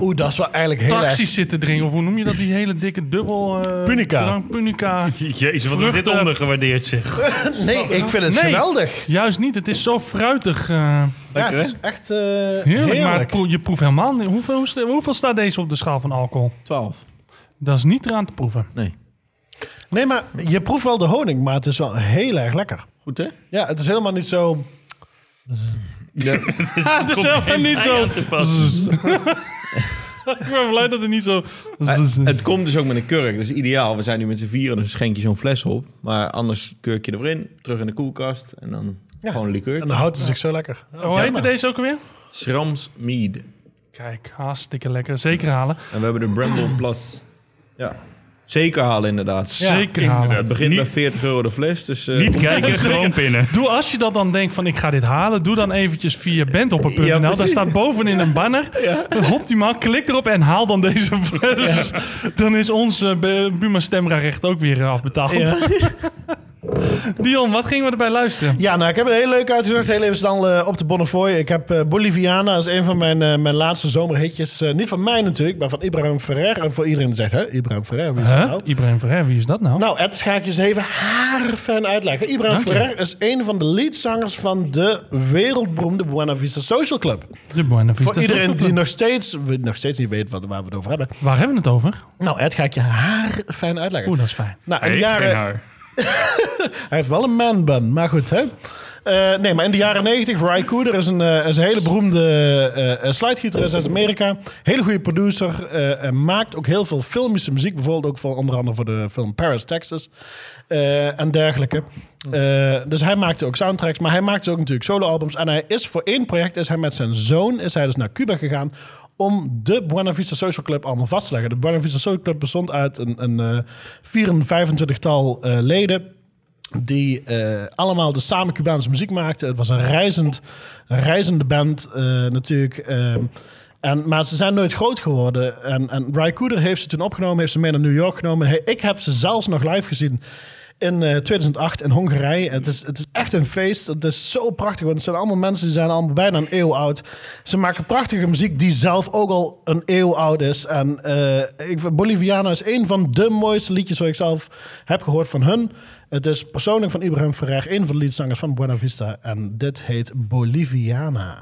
Speaker 2: Oeh, dat is wel eigenlijk heel erg...
Speaker 1: taxis zit te drinken. Of hoe noem je dat? Die hele dikke dubbel... eh,
Speaker 2: Punica.
Speaker 1: drank, punica.
Speaker 4: Jezus, wat wordt dit
Speaker 1: Vruchten.
Speaker 4: ondergewaardeerd zeg.
Speaker 2: Nee, ik vind het
Speaker 1: Nee.
Speaker 2: geweldig.
Speaker 1: Juist niet. Het is zo fruitig. eh,
Speaker 2: Ja, het is echt eh,
Speaker 1: heerlijk. Maar
Speaker 2: heerlijk.
Speaker 1: het pro- je proeft helemaal niet. Hoeveel, hoeveel- hoeveel staat deze op de schaal van alcohol?
Speaker 5: 12.
Speaker 1: Dat is niet eraan te proeven.
Speaker 5: Nee.
Speaker 2: Nee, maar je proeft wel de honing, maar het is wel heel erg lekker.
Speaker 5: Goed, hè?
Speaker 2: Ja, het is helemaal niet zo...
Speaker 1: Ah, het is helemaal niet zo.
Speaker 4: Aan te passen.
Speaker 1: Ik ben blij dat het niet zo...
Speaker 5: Het komt dus ook met een kurk. Dus ideaal. We zijn nu met z'n vieren, dus schenk je zo'n fles op. Maar anders kurk je erin, terug in de koelkast en dan gewoon liqueur.
Speaker 2: En dan houdt het zich zo lekker.
Speaker 1: Hoe heette deze ook alweer?
Speaker 5: Schrams Mead.
Speaker 1: Kijk, hartstikke lekker. Zeker halen.
Speaker 5: En we hebben de Bramble Plus. Ja. Zeker halen, inderdaad.
Speaker 1: Zeker halen.
Speaker 5: Het begint
Speaker 4: Niet-
Speaker 5: bij 40 euro de fles. Dus, eh,
Speaker 4: Niet kijken, gewoon pinnen.
Speaker 1: Doe als je dat dan denkt van ik ga dit halen, doe dan eventjes via bandhopper.nl.
Speaker 5: Ja, precies.
Speaker 1: Daar staat bovenin een banner. Optimaal, klik erop en haal dan deze fles. Dan is ons eh, Bu- Buma Stemra recht ook weer eh, afbetaald. Dion, wat gingen we erbij luisteren?
Speaker 2: Ja, nou, ik heb een hele leuke uitgezocht. Heel even snel eh, op de Bonnefoy. Ik heb eh, Boliviana, dat is een van mijn, eh, mijn laatste zomerhitjes. Eh, niet van mij natuurlijk, maar van Ibrahim Ferrer. En voor iedereen die zegt, hè, Ibrahim Ferrer, wie is dat
Speaker 1: Huh?
Speaker 2: nou?
Speaker 1: Ibrahim Verheer, wie is dat nou?
Speaker 2: Nou, Ed, ga ik je eens even haar fan uitleggen. Ibrahim
Speaker 1: Dank je.
Speaker 2: Ferrer is een van de leadzangers van de wereldberoemde Buena Vista Social Club.
Speaker 1: de Buena Vista
Speaker 2: voor iedereen
Speaker 1: Social
Speaker 2: die
Speaker 1: Club.
Speaker 2: nog steeds, nog steeds niet weet wat, waar we het over hebben.
Speaker 1: Waar hebben we het over?
Speaker 2: Nou, Ed, ga ik je haar fan uitleggen.
Speaker 1: Oeh, dat is fijn.
Speaker 2: Nou, in
Speaker 4: Hij
Speaker 2: de
Speaker 4: heeft geen
Speaker 2: jaren,
Speaker 4: haar.
Speaker 2: hij heeft wel een man bun, maar goed, hè? Eh, nee, maar in de jaren 90, Ry Cooder is een, eh, is een hele beroemde eh, eh, slidegitarist uit Amerika. Hele goede producer. eh, en maakt ook heel veel filmische muziek. Bijvoorbeeld ook voor, onder andere voor de film Paris, Texas. eh, en dergelijke. Eh, dus hij maakte ook soundtracks. Maar hij maakte ook natuurlijk soloalbums. En hij is voor één project is hij met zijn zoon is hij dus naar Cuba gegaan om de Buena Vista Social Club allemaal vast te leggen. De Buena Vista Social Club bestond uit een, een eh, 24 tal eh, leden die eh, allemaal de samen Cubaanse muziek maakten. Het was een, reizend, een reizende band eh, natuurlijk. ehm. en, maar ze zijn nooit groot geworden. En, en Ry Cooder heeft ze toen opgenomen, heeft ze mee naar New York genomen. He- ik heb ze zelfs nog live gezien in eh, 2008 in Hongarije. Het is, het is echt een feest. Het is zo prachtig, want het zijn allemaal mensen die zijn allemaal bijna een eeuw oud. Ze maken prachtige muziek die zelf ook al een eeuw oud is. En eh, ik, vind Boliviana is een van de mooiste liedjes wat ik zelf heb gehoord van hun. Het is persoonlijk van Ibrahim Ferrer, een van de liedzangers van Buena Vista. En dit heet Boliviana.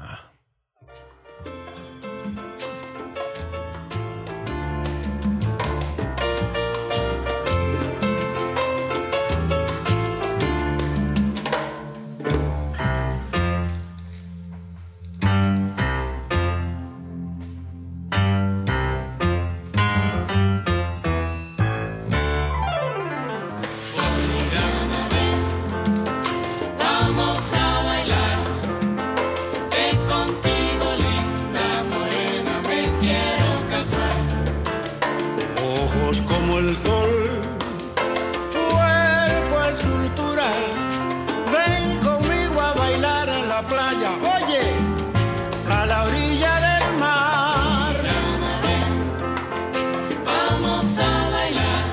Speaker 14: Vamos a bailar. Ven contigo, linda morena, me quiero casar. Ojos como el sol, cuerpo escultural. Ven conmigo a bailar en la playa, oye, a la orilla del mar. Vamos a bailar.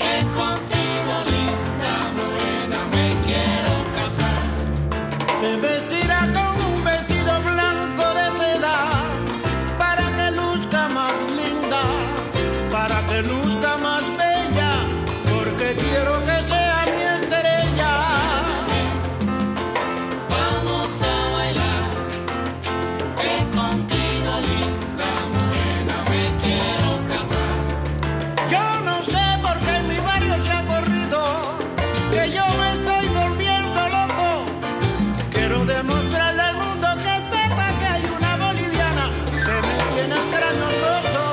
Speaker 14: Que contigo, linda morena, me quiero casar. Te vestirá con un vestido blanco de seda para que luzca más linda, para que luzca más bella, porque quiero que sea mi estrella. Vamos a bailar. Que contigo, linda morena, me quiero casar. Yo no sé por qué mi barrio se ha corrido, que yo me estoy volviendo loco. Quiero demostrarle al mundo que sepa que hay una boliviana que me tiene el cráneo roto.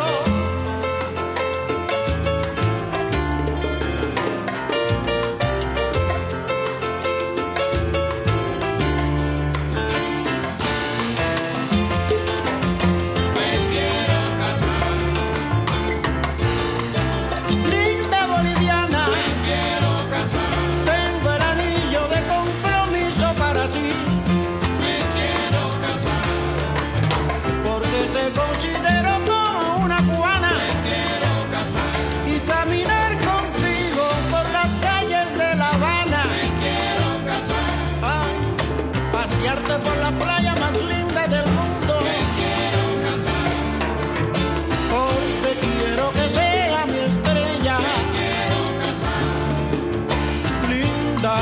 Speaker 14: casarme por la playa más linda del mundo. Oh, te quiero que sea mi estrella. Linda,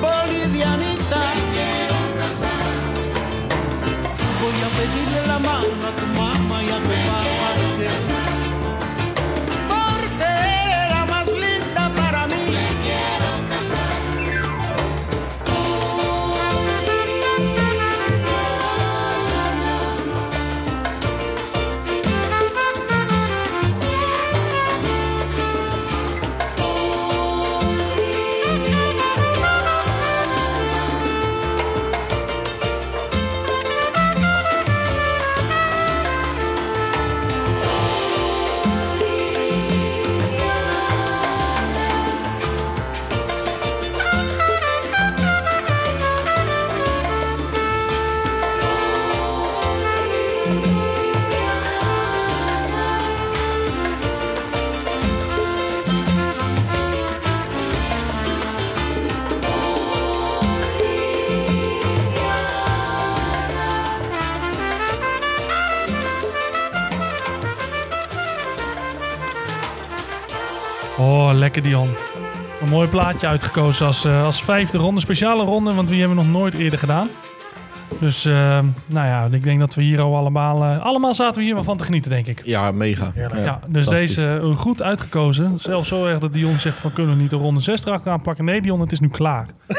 Speaker 14: bolivianita. Voy a pedirle la mano a tu mamá y a tu papá que porque eres la más linda para mí.
Speaker 1: Oh, lekker Dion. Een mooi plaatje uitgekozen als, eh, als vijfde ronde. Speciale ronde, want die hebben we nog nooit eerder gedaan. Dus eh, nou ja, ik denk dat we hier al allemaal... eh, allemaal zaten we hier wel van te genieten, denk ik.
Speaker 5: Ja, mega.
Speaker 1: Ja, dus deze eh, goed uitgekozen. Zelfs zo erg dat Dion zegt van kunnen we niet de ronde 6 erachteraan pakken. Nee Dion, het is nu klaar.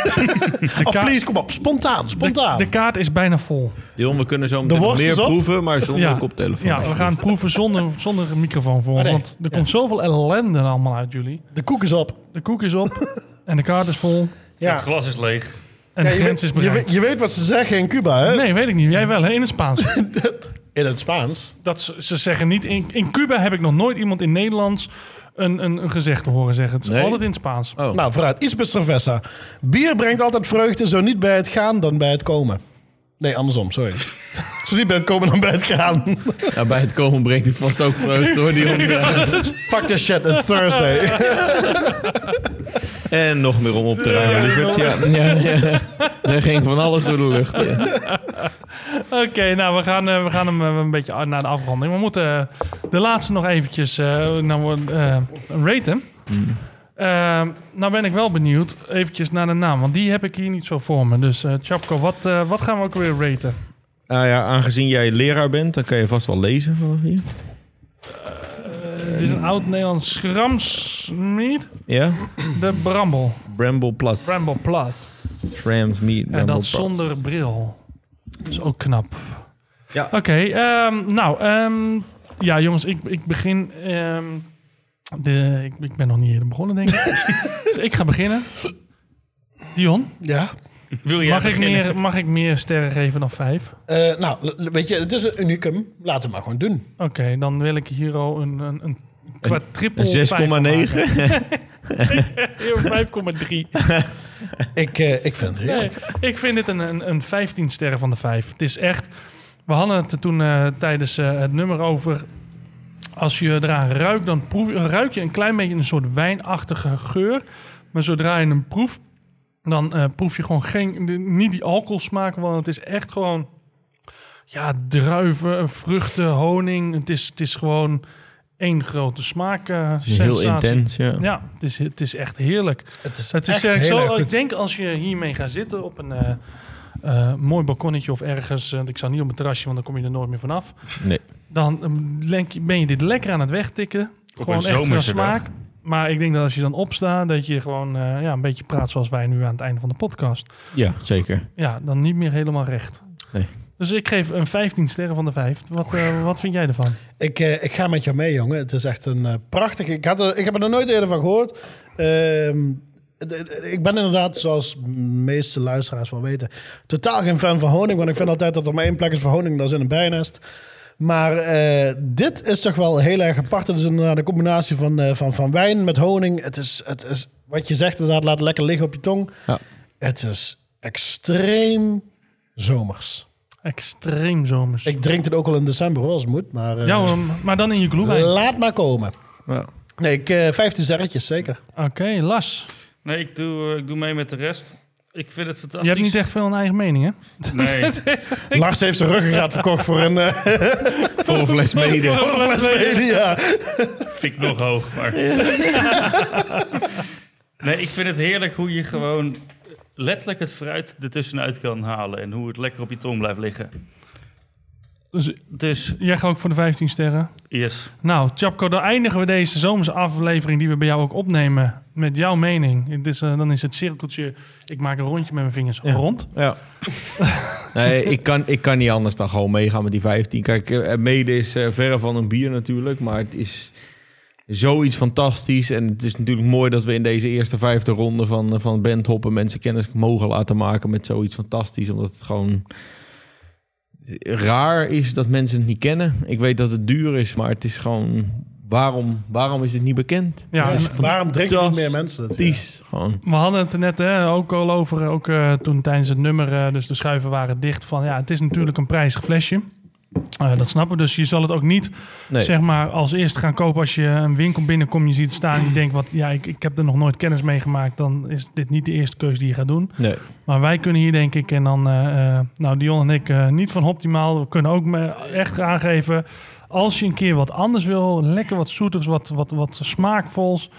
Speaker 2: Oh, please, kom op. Spontaan, spontaan.
Speaker 1: De kaart is bijna vol.
Speaker 5: Dion, we kunnen zo meteen nog
Speaker 1: worst
Speaker 5: meer
Speaker 1: is op.
Speaker 5: proeven, maar zonder koptelefoon.
Speaker 1: Ja, we gaan proeven zonder, zonder microfoon voor ons.
Speaker 2: nee.
Speaker 1: Want er komt zoveel ellende allemaal uit jullie.
Speaker 2: De koek is op.
Speaker 1: De koek is op en de kaart is vol.
Speaker 2: Ja.
Speaker 4: Het glas is leeg.
Speaker 1: En de
Speaker 2: je,
Speaker 1: grens
Speaker 2: weet,
Speaker 1: is
Speaker 2: je,
Speaker 1: bereikt.
Speaker 2: weet, je weet wat ze zeggen in Cuba, hè?
Speaker 1: Nee, weet ik niet. Jij wel, hè? In het Spaans.
Speaker 2: In het Spaans.
Speaker 1: Dat ze, ze zeggen niet... In, in Cuba heb ik nog nooit iemand in Nederlands een, een, een gezegde horen zeggen. Het is
Speaker 2: Nee?
Speaker 1: altijd in het Spaans.
Speaker 5: Oh.
Speaker 2: Nou, vooruit. Iets met cerveza. Bier brengt altijd vreugde, zo niet bij het gaan, dan bij het komen. Nee, andersom, sorry. zo niet bij het komen, dan bij het gaan.
Speaker 5: Ja, bij het komen brengt het vast ook vreugde hoor, Dion. Ja.
Speaker 2: Fuck this shit, it's Thursday.
Speaker 5: En nog meer om op te ruimen, lieverd. Ja, ja, ja. Er ging van alles door de lucht. ja.
Speaker 1: Oké, nou we gaan, eh, we gaan hem eh, een beetje a- naar de afronding. We moeten eh, de laatste nog eventjes eh, nou, wordt, eh, raten.
Speaker 5: Hmm.
Speaker 1: Eh, nou ben ik wel benieuwd eventjes naar de naam, want die heb ik hier niet zo voor me. Dus eh Chapko, wat, eh, wat gaan we ook weer raten?
Speaker 5: Nou ja, aangezien jij leraar bent, dan kan je vast wel lezen vanaf hier.
Speaker 1: Het is een oud Nederlands schramsmeet.
Speaker 5: Hmm. Ja?
Speaker 1: De Bramble.
Speaker 5: Bramble Plus.
Speaker 1: Bramble Plus.
Speaker 5: Trams Meet
Speaker 1: En
Speaker 5: Bramble
Speaker 1: dat
Speaker 5: Plus.
Speaker 1: zonder bril. Dat is ook knap.
Speaker 5: Ja.
Speaker 1: Oké, ehm, nou, ehm, ja jongens, ik, ik begin. ehm, de, ik, ik ben nog niet eerder begonnen, denk ik. dus ik ga beginnen. Dion,
Speaker 2: Ja?
Speaker 4: Wil jij
Speaker 1: mag ik,
Speaker 4: beginnen?
Speaker 1: meer, mag ik meer sterren geven dan vijf?
Speaker 2: Eh, nou, l- l- weet je, het is een unicum. Laten we maar gewoon doen.
Speaker 1: Oké, dan wil ik hier al een, een, een qua triple
Speaker 5: een
Speaker 1: vijf van
Speaker 5: 6,9.
Speaker 1: maken. Hier, 5,3.
Speaker 2: Ik, eh, ik vind het heerlijk.
Speaker 1: Nee, ik vind dit een, een, een 15 sterren van de 5. Het is echt. We hadden het er toen eh, tijdens eh, het nummer over. Als je eraan ruikt, dan proef, je- ruik je een klein beetje een soort wijnachtige geur. Maar zodra je hem proeft, dan eh, proef je gewoon geen, de- niet die alcoholsmaak. Want het is echt gewoon. Ja, druiven, vruchten, honing. Het is, het is gewoon één grote smaak. eh,
Speaker 5: is heel
Speaker 1: sensatie.
Speaker 5: intens, ja.
Speaker 1: Ja, het is, het is echt heerlijk.
Speaker 2: Het is,
Speaker 1: Het is
Speaker 2: echt
Speaker 1: echt
Speaker 2: heel
Speaker 1: zo,
Speaker 2: erg
Speaker 1: ik
Speaker 2: goed.
Speaker 1: denk als je hiermee gaat zitten op een eh, eh, mooi balkonnetje of ergens, eh, want ik zou niet op een terrasje, want dan kom je er nooit meer vanaf.
Speaker 5: Nee.
Speaker 1: Dan ehm, lenk je- ben je dit lekker aan het wegtikken. gewoon
Speaker 4: een
Speaker 1: echt naar
Speaker 4: zomerse
Speaker 1: smaak.
Speaker 4: dag.
Speaker 1: Maar ik denk dat als je dan opstaat, dat je gewoon eh, ja, een beetje praat zoals wij nu aan het einde van de podcast.
Speaker 5: Ja, zeker.
Speaker 1: Ja, dan niet meer helemaal recht.
Speaker 5: Nee.
Speaker 1: Dus ik geef een 15 sterren van de 5. Wat, eh, wat vind jij ervan?
Speaker 2: Ik, eh, ik ga met jou mee, jongen. Het is echt een eh, prachtig. Ik, had er, ik heb er nog nooit eerder van gehoord. Ehm, d- d- ik ben inderdaad, zoals de meeste luisteraars wel weten, totaal geen fan van honing. Want ik vind altijd dat er maar één plek is voor honing, dat is in een bijnest. Maar eh, dit is toch wel heel erg apart. Het is inderdaad een combinatie van, eh, van, van wijn met honing. Het is, het is wat je zegt, inderdaad, laat het lekker liggen op je tong.
Speaker 5: Ja.
Speaker 2: Het is extreem zomers.
Speaker 1: Extreem zomers.
Speaker 2: Ik drink het ook al in december, hoor, als het moet. Maar, eh,
Speaker 1: Ja, hoor, maar dan in je gloewijn. Oké,
Speaker 2: Laat maar komen.
Speaker 5: Ja.
Speaker 2: Nee, ik, eh 15 sterretjes, zeker.
Speaker 1: Las.
Speaker 4: Nee, ik doe, eh, ik doe mee met de rest. Ik vind het fantastisch.
Speaker 1: Je hebt niet echt veel een eigen mening, hè?
Speaker 4: Nee.
Speaker 2: Lars heeft zijn ruggengraat verkocht voor een... eh,
Speaker 5: Voor een fles mede.
Speaker 2: Voor een fles mede, ja.
Speaker 4: Vind ik nog hoog, maar... nee, ik vind het heerlijk hoe je gewoon letterlijk het fruit ertussenuit kan halen. En hoe het lekker op je tong blijft liggen.
Speaker 1: Dus,
Speaker 4: dus
Speaker 1: jij gaat ook voor de 15 sterren.
Speaker 4: Yes.
Speaker 1: Nou, Chapko, dan eindigen we deze zomersaflevering die we bij jou ook opnemen met jouw mening. Het is, eh, dan is het cirkeltje, ik maak een rondje met mijn vingers rond.
Speaker 5: Ja. Nee, ik kan, ik kan niet anders dan gewoon meegaan met die 15. Kijk, eh, mede is eh, verre van een bier natuurlijk, maar het is zoiets fantastisch. En het is natuurlijk mooi dat we in deze eerste vijfde ronde van, eh, van Bent Hoppen mensen kennis mogen laten maken met zoiets fantastisch. Omdat het gewoon raar is dat mensen het niet kennen. Ik weet dat het duur is, maar het is gewoon... Waarom, waarom is dit niet bekend?
Speaker 1: Ja,
Speaker 5: Het is
Speaker 1: en
Speaker 2: Dus Waarom drinken niet meer mensen het? Ja.
Speaker 5: fantastisch, gewoon.
Speaker 1: We hadden het er net hè, ook al over, ook eh, toen tijdens het nummer, eh, dus de schuiven waren dicht. Van, ja, het is natuurlijk een prijzig flesje. Eh, dat snappen we. Dus je zal het ook niet
Speaker 5: Nee.
Speaker 1: zeg maar, als eerste gaan kopen als je een winkel binnenkomt. Je ziet het staan en je denkt, wat, ja, ik, ik heb er nog nooit kennis mee gemaakt. Dan is dit niet de eerste keus die je gaat doen.
Speaker 5: Nee.
Speaker 1: Maar wij kunnen hier denk ik, en dan, eh, eh, nou Dion en ik, eh, niet van optimaal. We kunnen ook me- echt aangeven, als je een keer wat anders wil, lekker wat zoeters, wat, wat, wat smaakvols.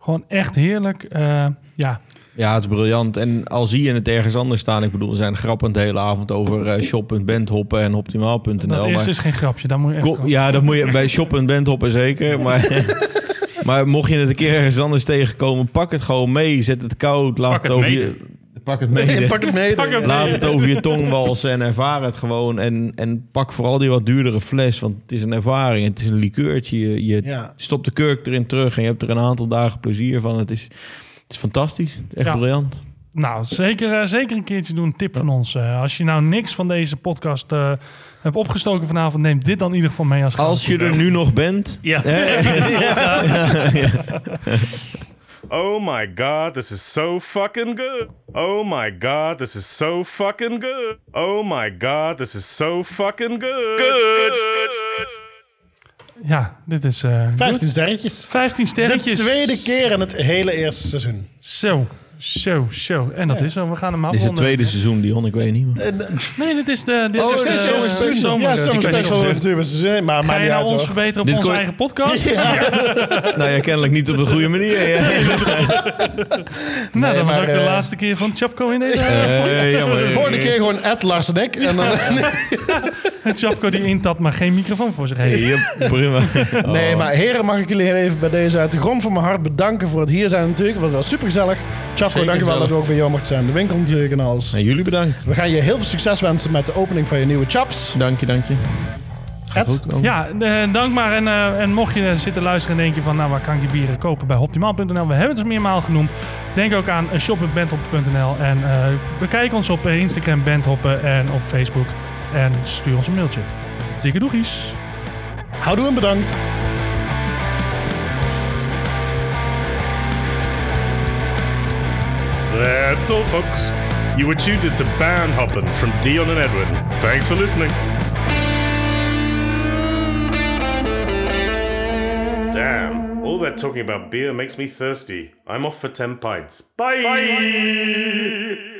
Speaker 1: Gewoon echt heerlijk. Eh, ja,
Speaker 5: Ja, het is briljant. En al zie je het ergens anders staan. Ik bedoel, we zijn grappend de hele avond over eh shop.bandhoppen en optimaal.nl.
Speaker 1: Dat eerste
Speaker 5: Nou, maar-
Speaker 1: is geen grapje, daar moet je echt
Speaker 5: Go-
Speaker 1: gewoon-
Speaker 5: ja, dat moet je bij shop.bandhoppen zeker. Maar, maar mocht je het een keer ergens anders tegenkomen, pak het gewoon mee. Zet het koud, laat
Speaker 4: Pak
Speaker 5: het
Speaker 4: het
Speaker 5: over
Speaker 4: mede.
Speaker 5: je... Pak het mee.
Speaker 2: Pak het mee.
Speaker 5: Laat het over je tong walsen en ervaar het gewoon. En, en pak vooral die wat duurdere fles, want het is een ervaring. Het is een likeurtje. Je, je
Speaker 2: Ja.
Speaker 5: stopt de kurk erin terug en je hebt er een aantal dagen plezier van. Het is, het is fantastisch. Het is echt
Speaker 1: Ja.
Speaker 5: briljant.
Speaker 1: Nou, zeker, eh, zeker een keertje doen. Tip van ons. eh. als je nou niks van deze podcast eh, hebt opgestoken vanavond, neem dit dan in ieder geval mee als
Speaker 5: Als je er nu nog bent.
Speaker 4: Ja.
Speaker 3: Oh my god, this is so fucking good. Oh my god, this is so fucking good. Oh my god, this is so fucking good. Good.
Speaker 1: Ja, dit is. eh, goed.
Speaker 2: 15 sterretjes.
Speaker 1: 15 sterretjes.
Speaker 2: De tweede keer in het hele eerste seizoen.
Speaker 1: Zo, zo, zo. En dat is zo. We gaan hem
Speaker 5: Dit is het
Speaker 1: afronden.
Speaker 5: tweede seizoen, Dion. Ik weet niet meer.
Speaker 2: eh,
Speaker 1: Nee, dit is de. Dit
Speaker 2: Oh,
Speaker 1: is
Speaker 2: dit is
Speaker 1: de
Speaker 2: zo'n
Speaker 1: zomer-
Speaker 2: seizoen.
Speaker 1: zomer-
Speaker 2: Ja, zo'n
Speaker 1: special.
Speaker 2: special natuurlijk. Maar
Speaker 1: Ga
Speaker 2: maakt
Speaker 1: je
Speaker 2: niet
Speaker 1: nou
Speaker 2: uit,
Speaker 1: ons
Speaker 2: hoor.
Speaker 1: verbeteren op
Speaker 5: Dit
Speaker 1: onze
Speaker 5: kon-
Speaker 1: eigen podcast?
Speaker 5: nou ja, kennelijk niet op de goede manier. Ja.
Speaker 1: Nou, dat was
Speaker 2: maar,
Speaker 1: ook de
Speaker 2: eh,
Speaker 1: laatste keer van Chapko in deze.
Speaker 5: Eh, jammer.
Speaker 2: De vorige keer gewoon Ed Lars en ik. En dan,
Speaker 1: Chapko die intapt, maar geen microfoon voor zich heeft.
Speaker 5: Yep, prima.
Speaker 2: Nee, maar heren, mag ik jullie heel even bij deze uit de grond van mijn hart bedanken voor het hier zijn natuurlijk. Het was wel supergezellig. Chaco,
Speaker 5: Zeker
Speaker 2: dankjewel dat we
Speaker 5: gezellig.
Speaker 2: ook bij jou mochten zijn. De winkel natuurlijk en alles.
Speaker 5: En jullie bedankt.
Speaker 2: We gaan je heel veel succes wensen met de opening van je nieuwe Chaps.
Speaker 5: Dank je, dank je.
Speaker 2: Ed,
Speaker 5: Goed, dan.
Speaker 1: Ja, eh, dank maar. En, eh, en mocht je zitten luisteren en denk je van, nou, waar kan ik die bieren kopen? Bij optimaal.nl. We hebben het dus meermaal genoemd. Denk ook aan shop.bandhop.nl. En eh, bekijk ons op eh, Instagram, bandhoppen en op Facebook. En stuur ons een mailtje. Dikke doegies.
Speaker 2: houdoe en bedankt.
Speaker 3: That's all, folks. You were tuned into Band Hoppin' from Dion and Edwin. Thanks for listening. Damn, all that talking about beer makes me thirsty. I'm off for 10 pints. Bye!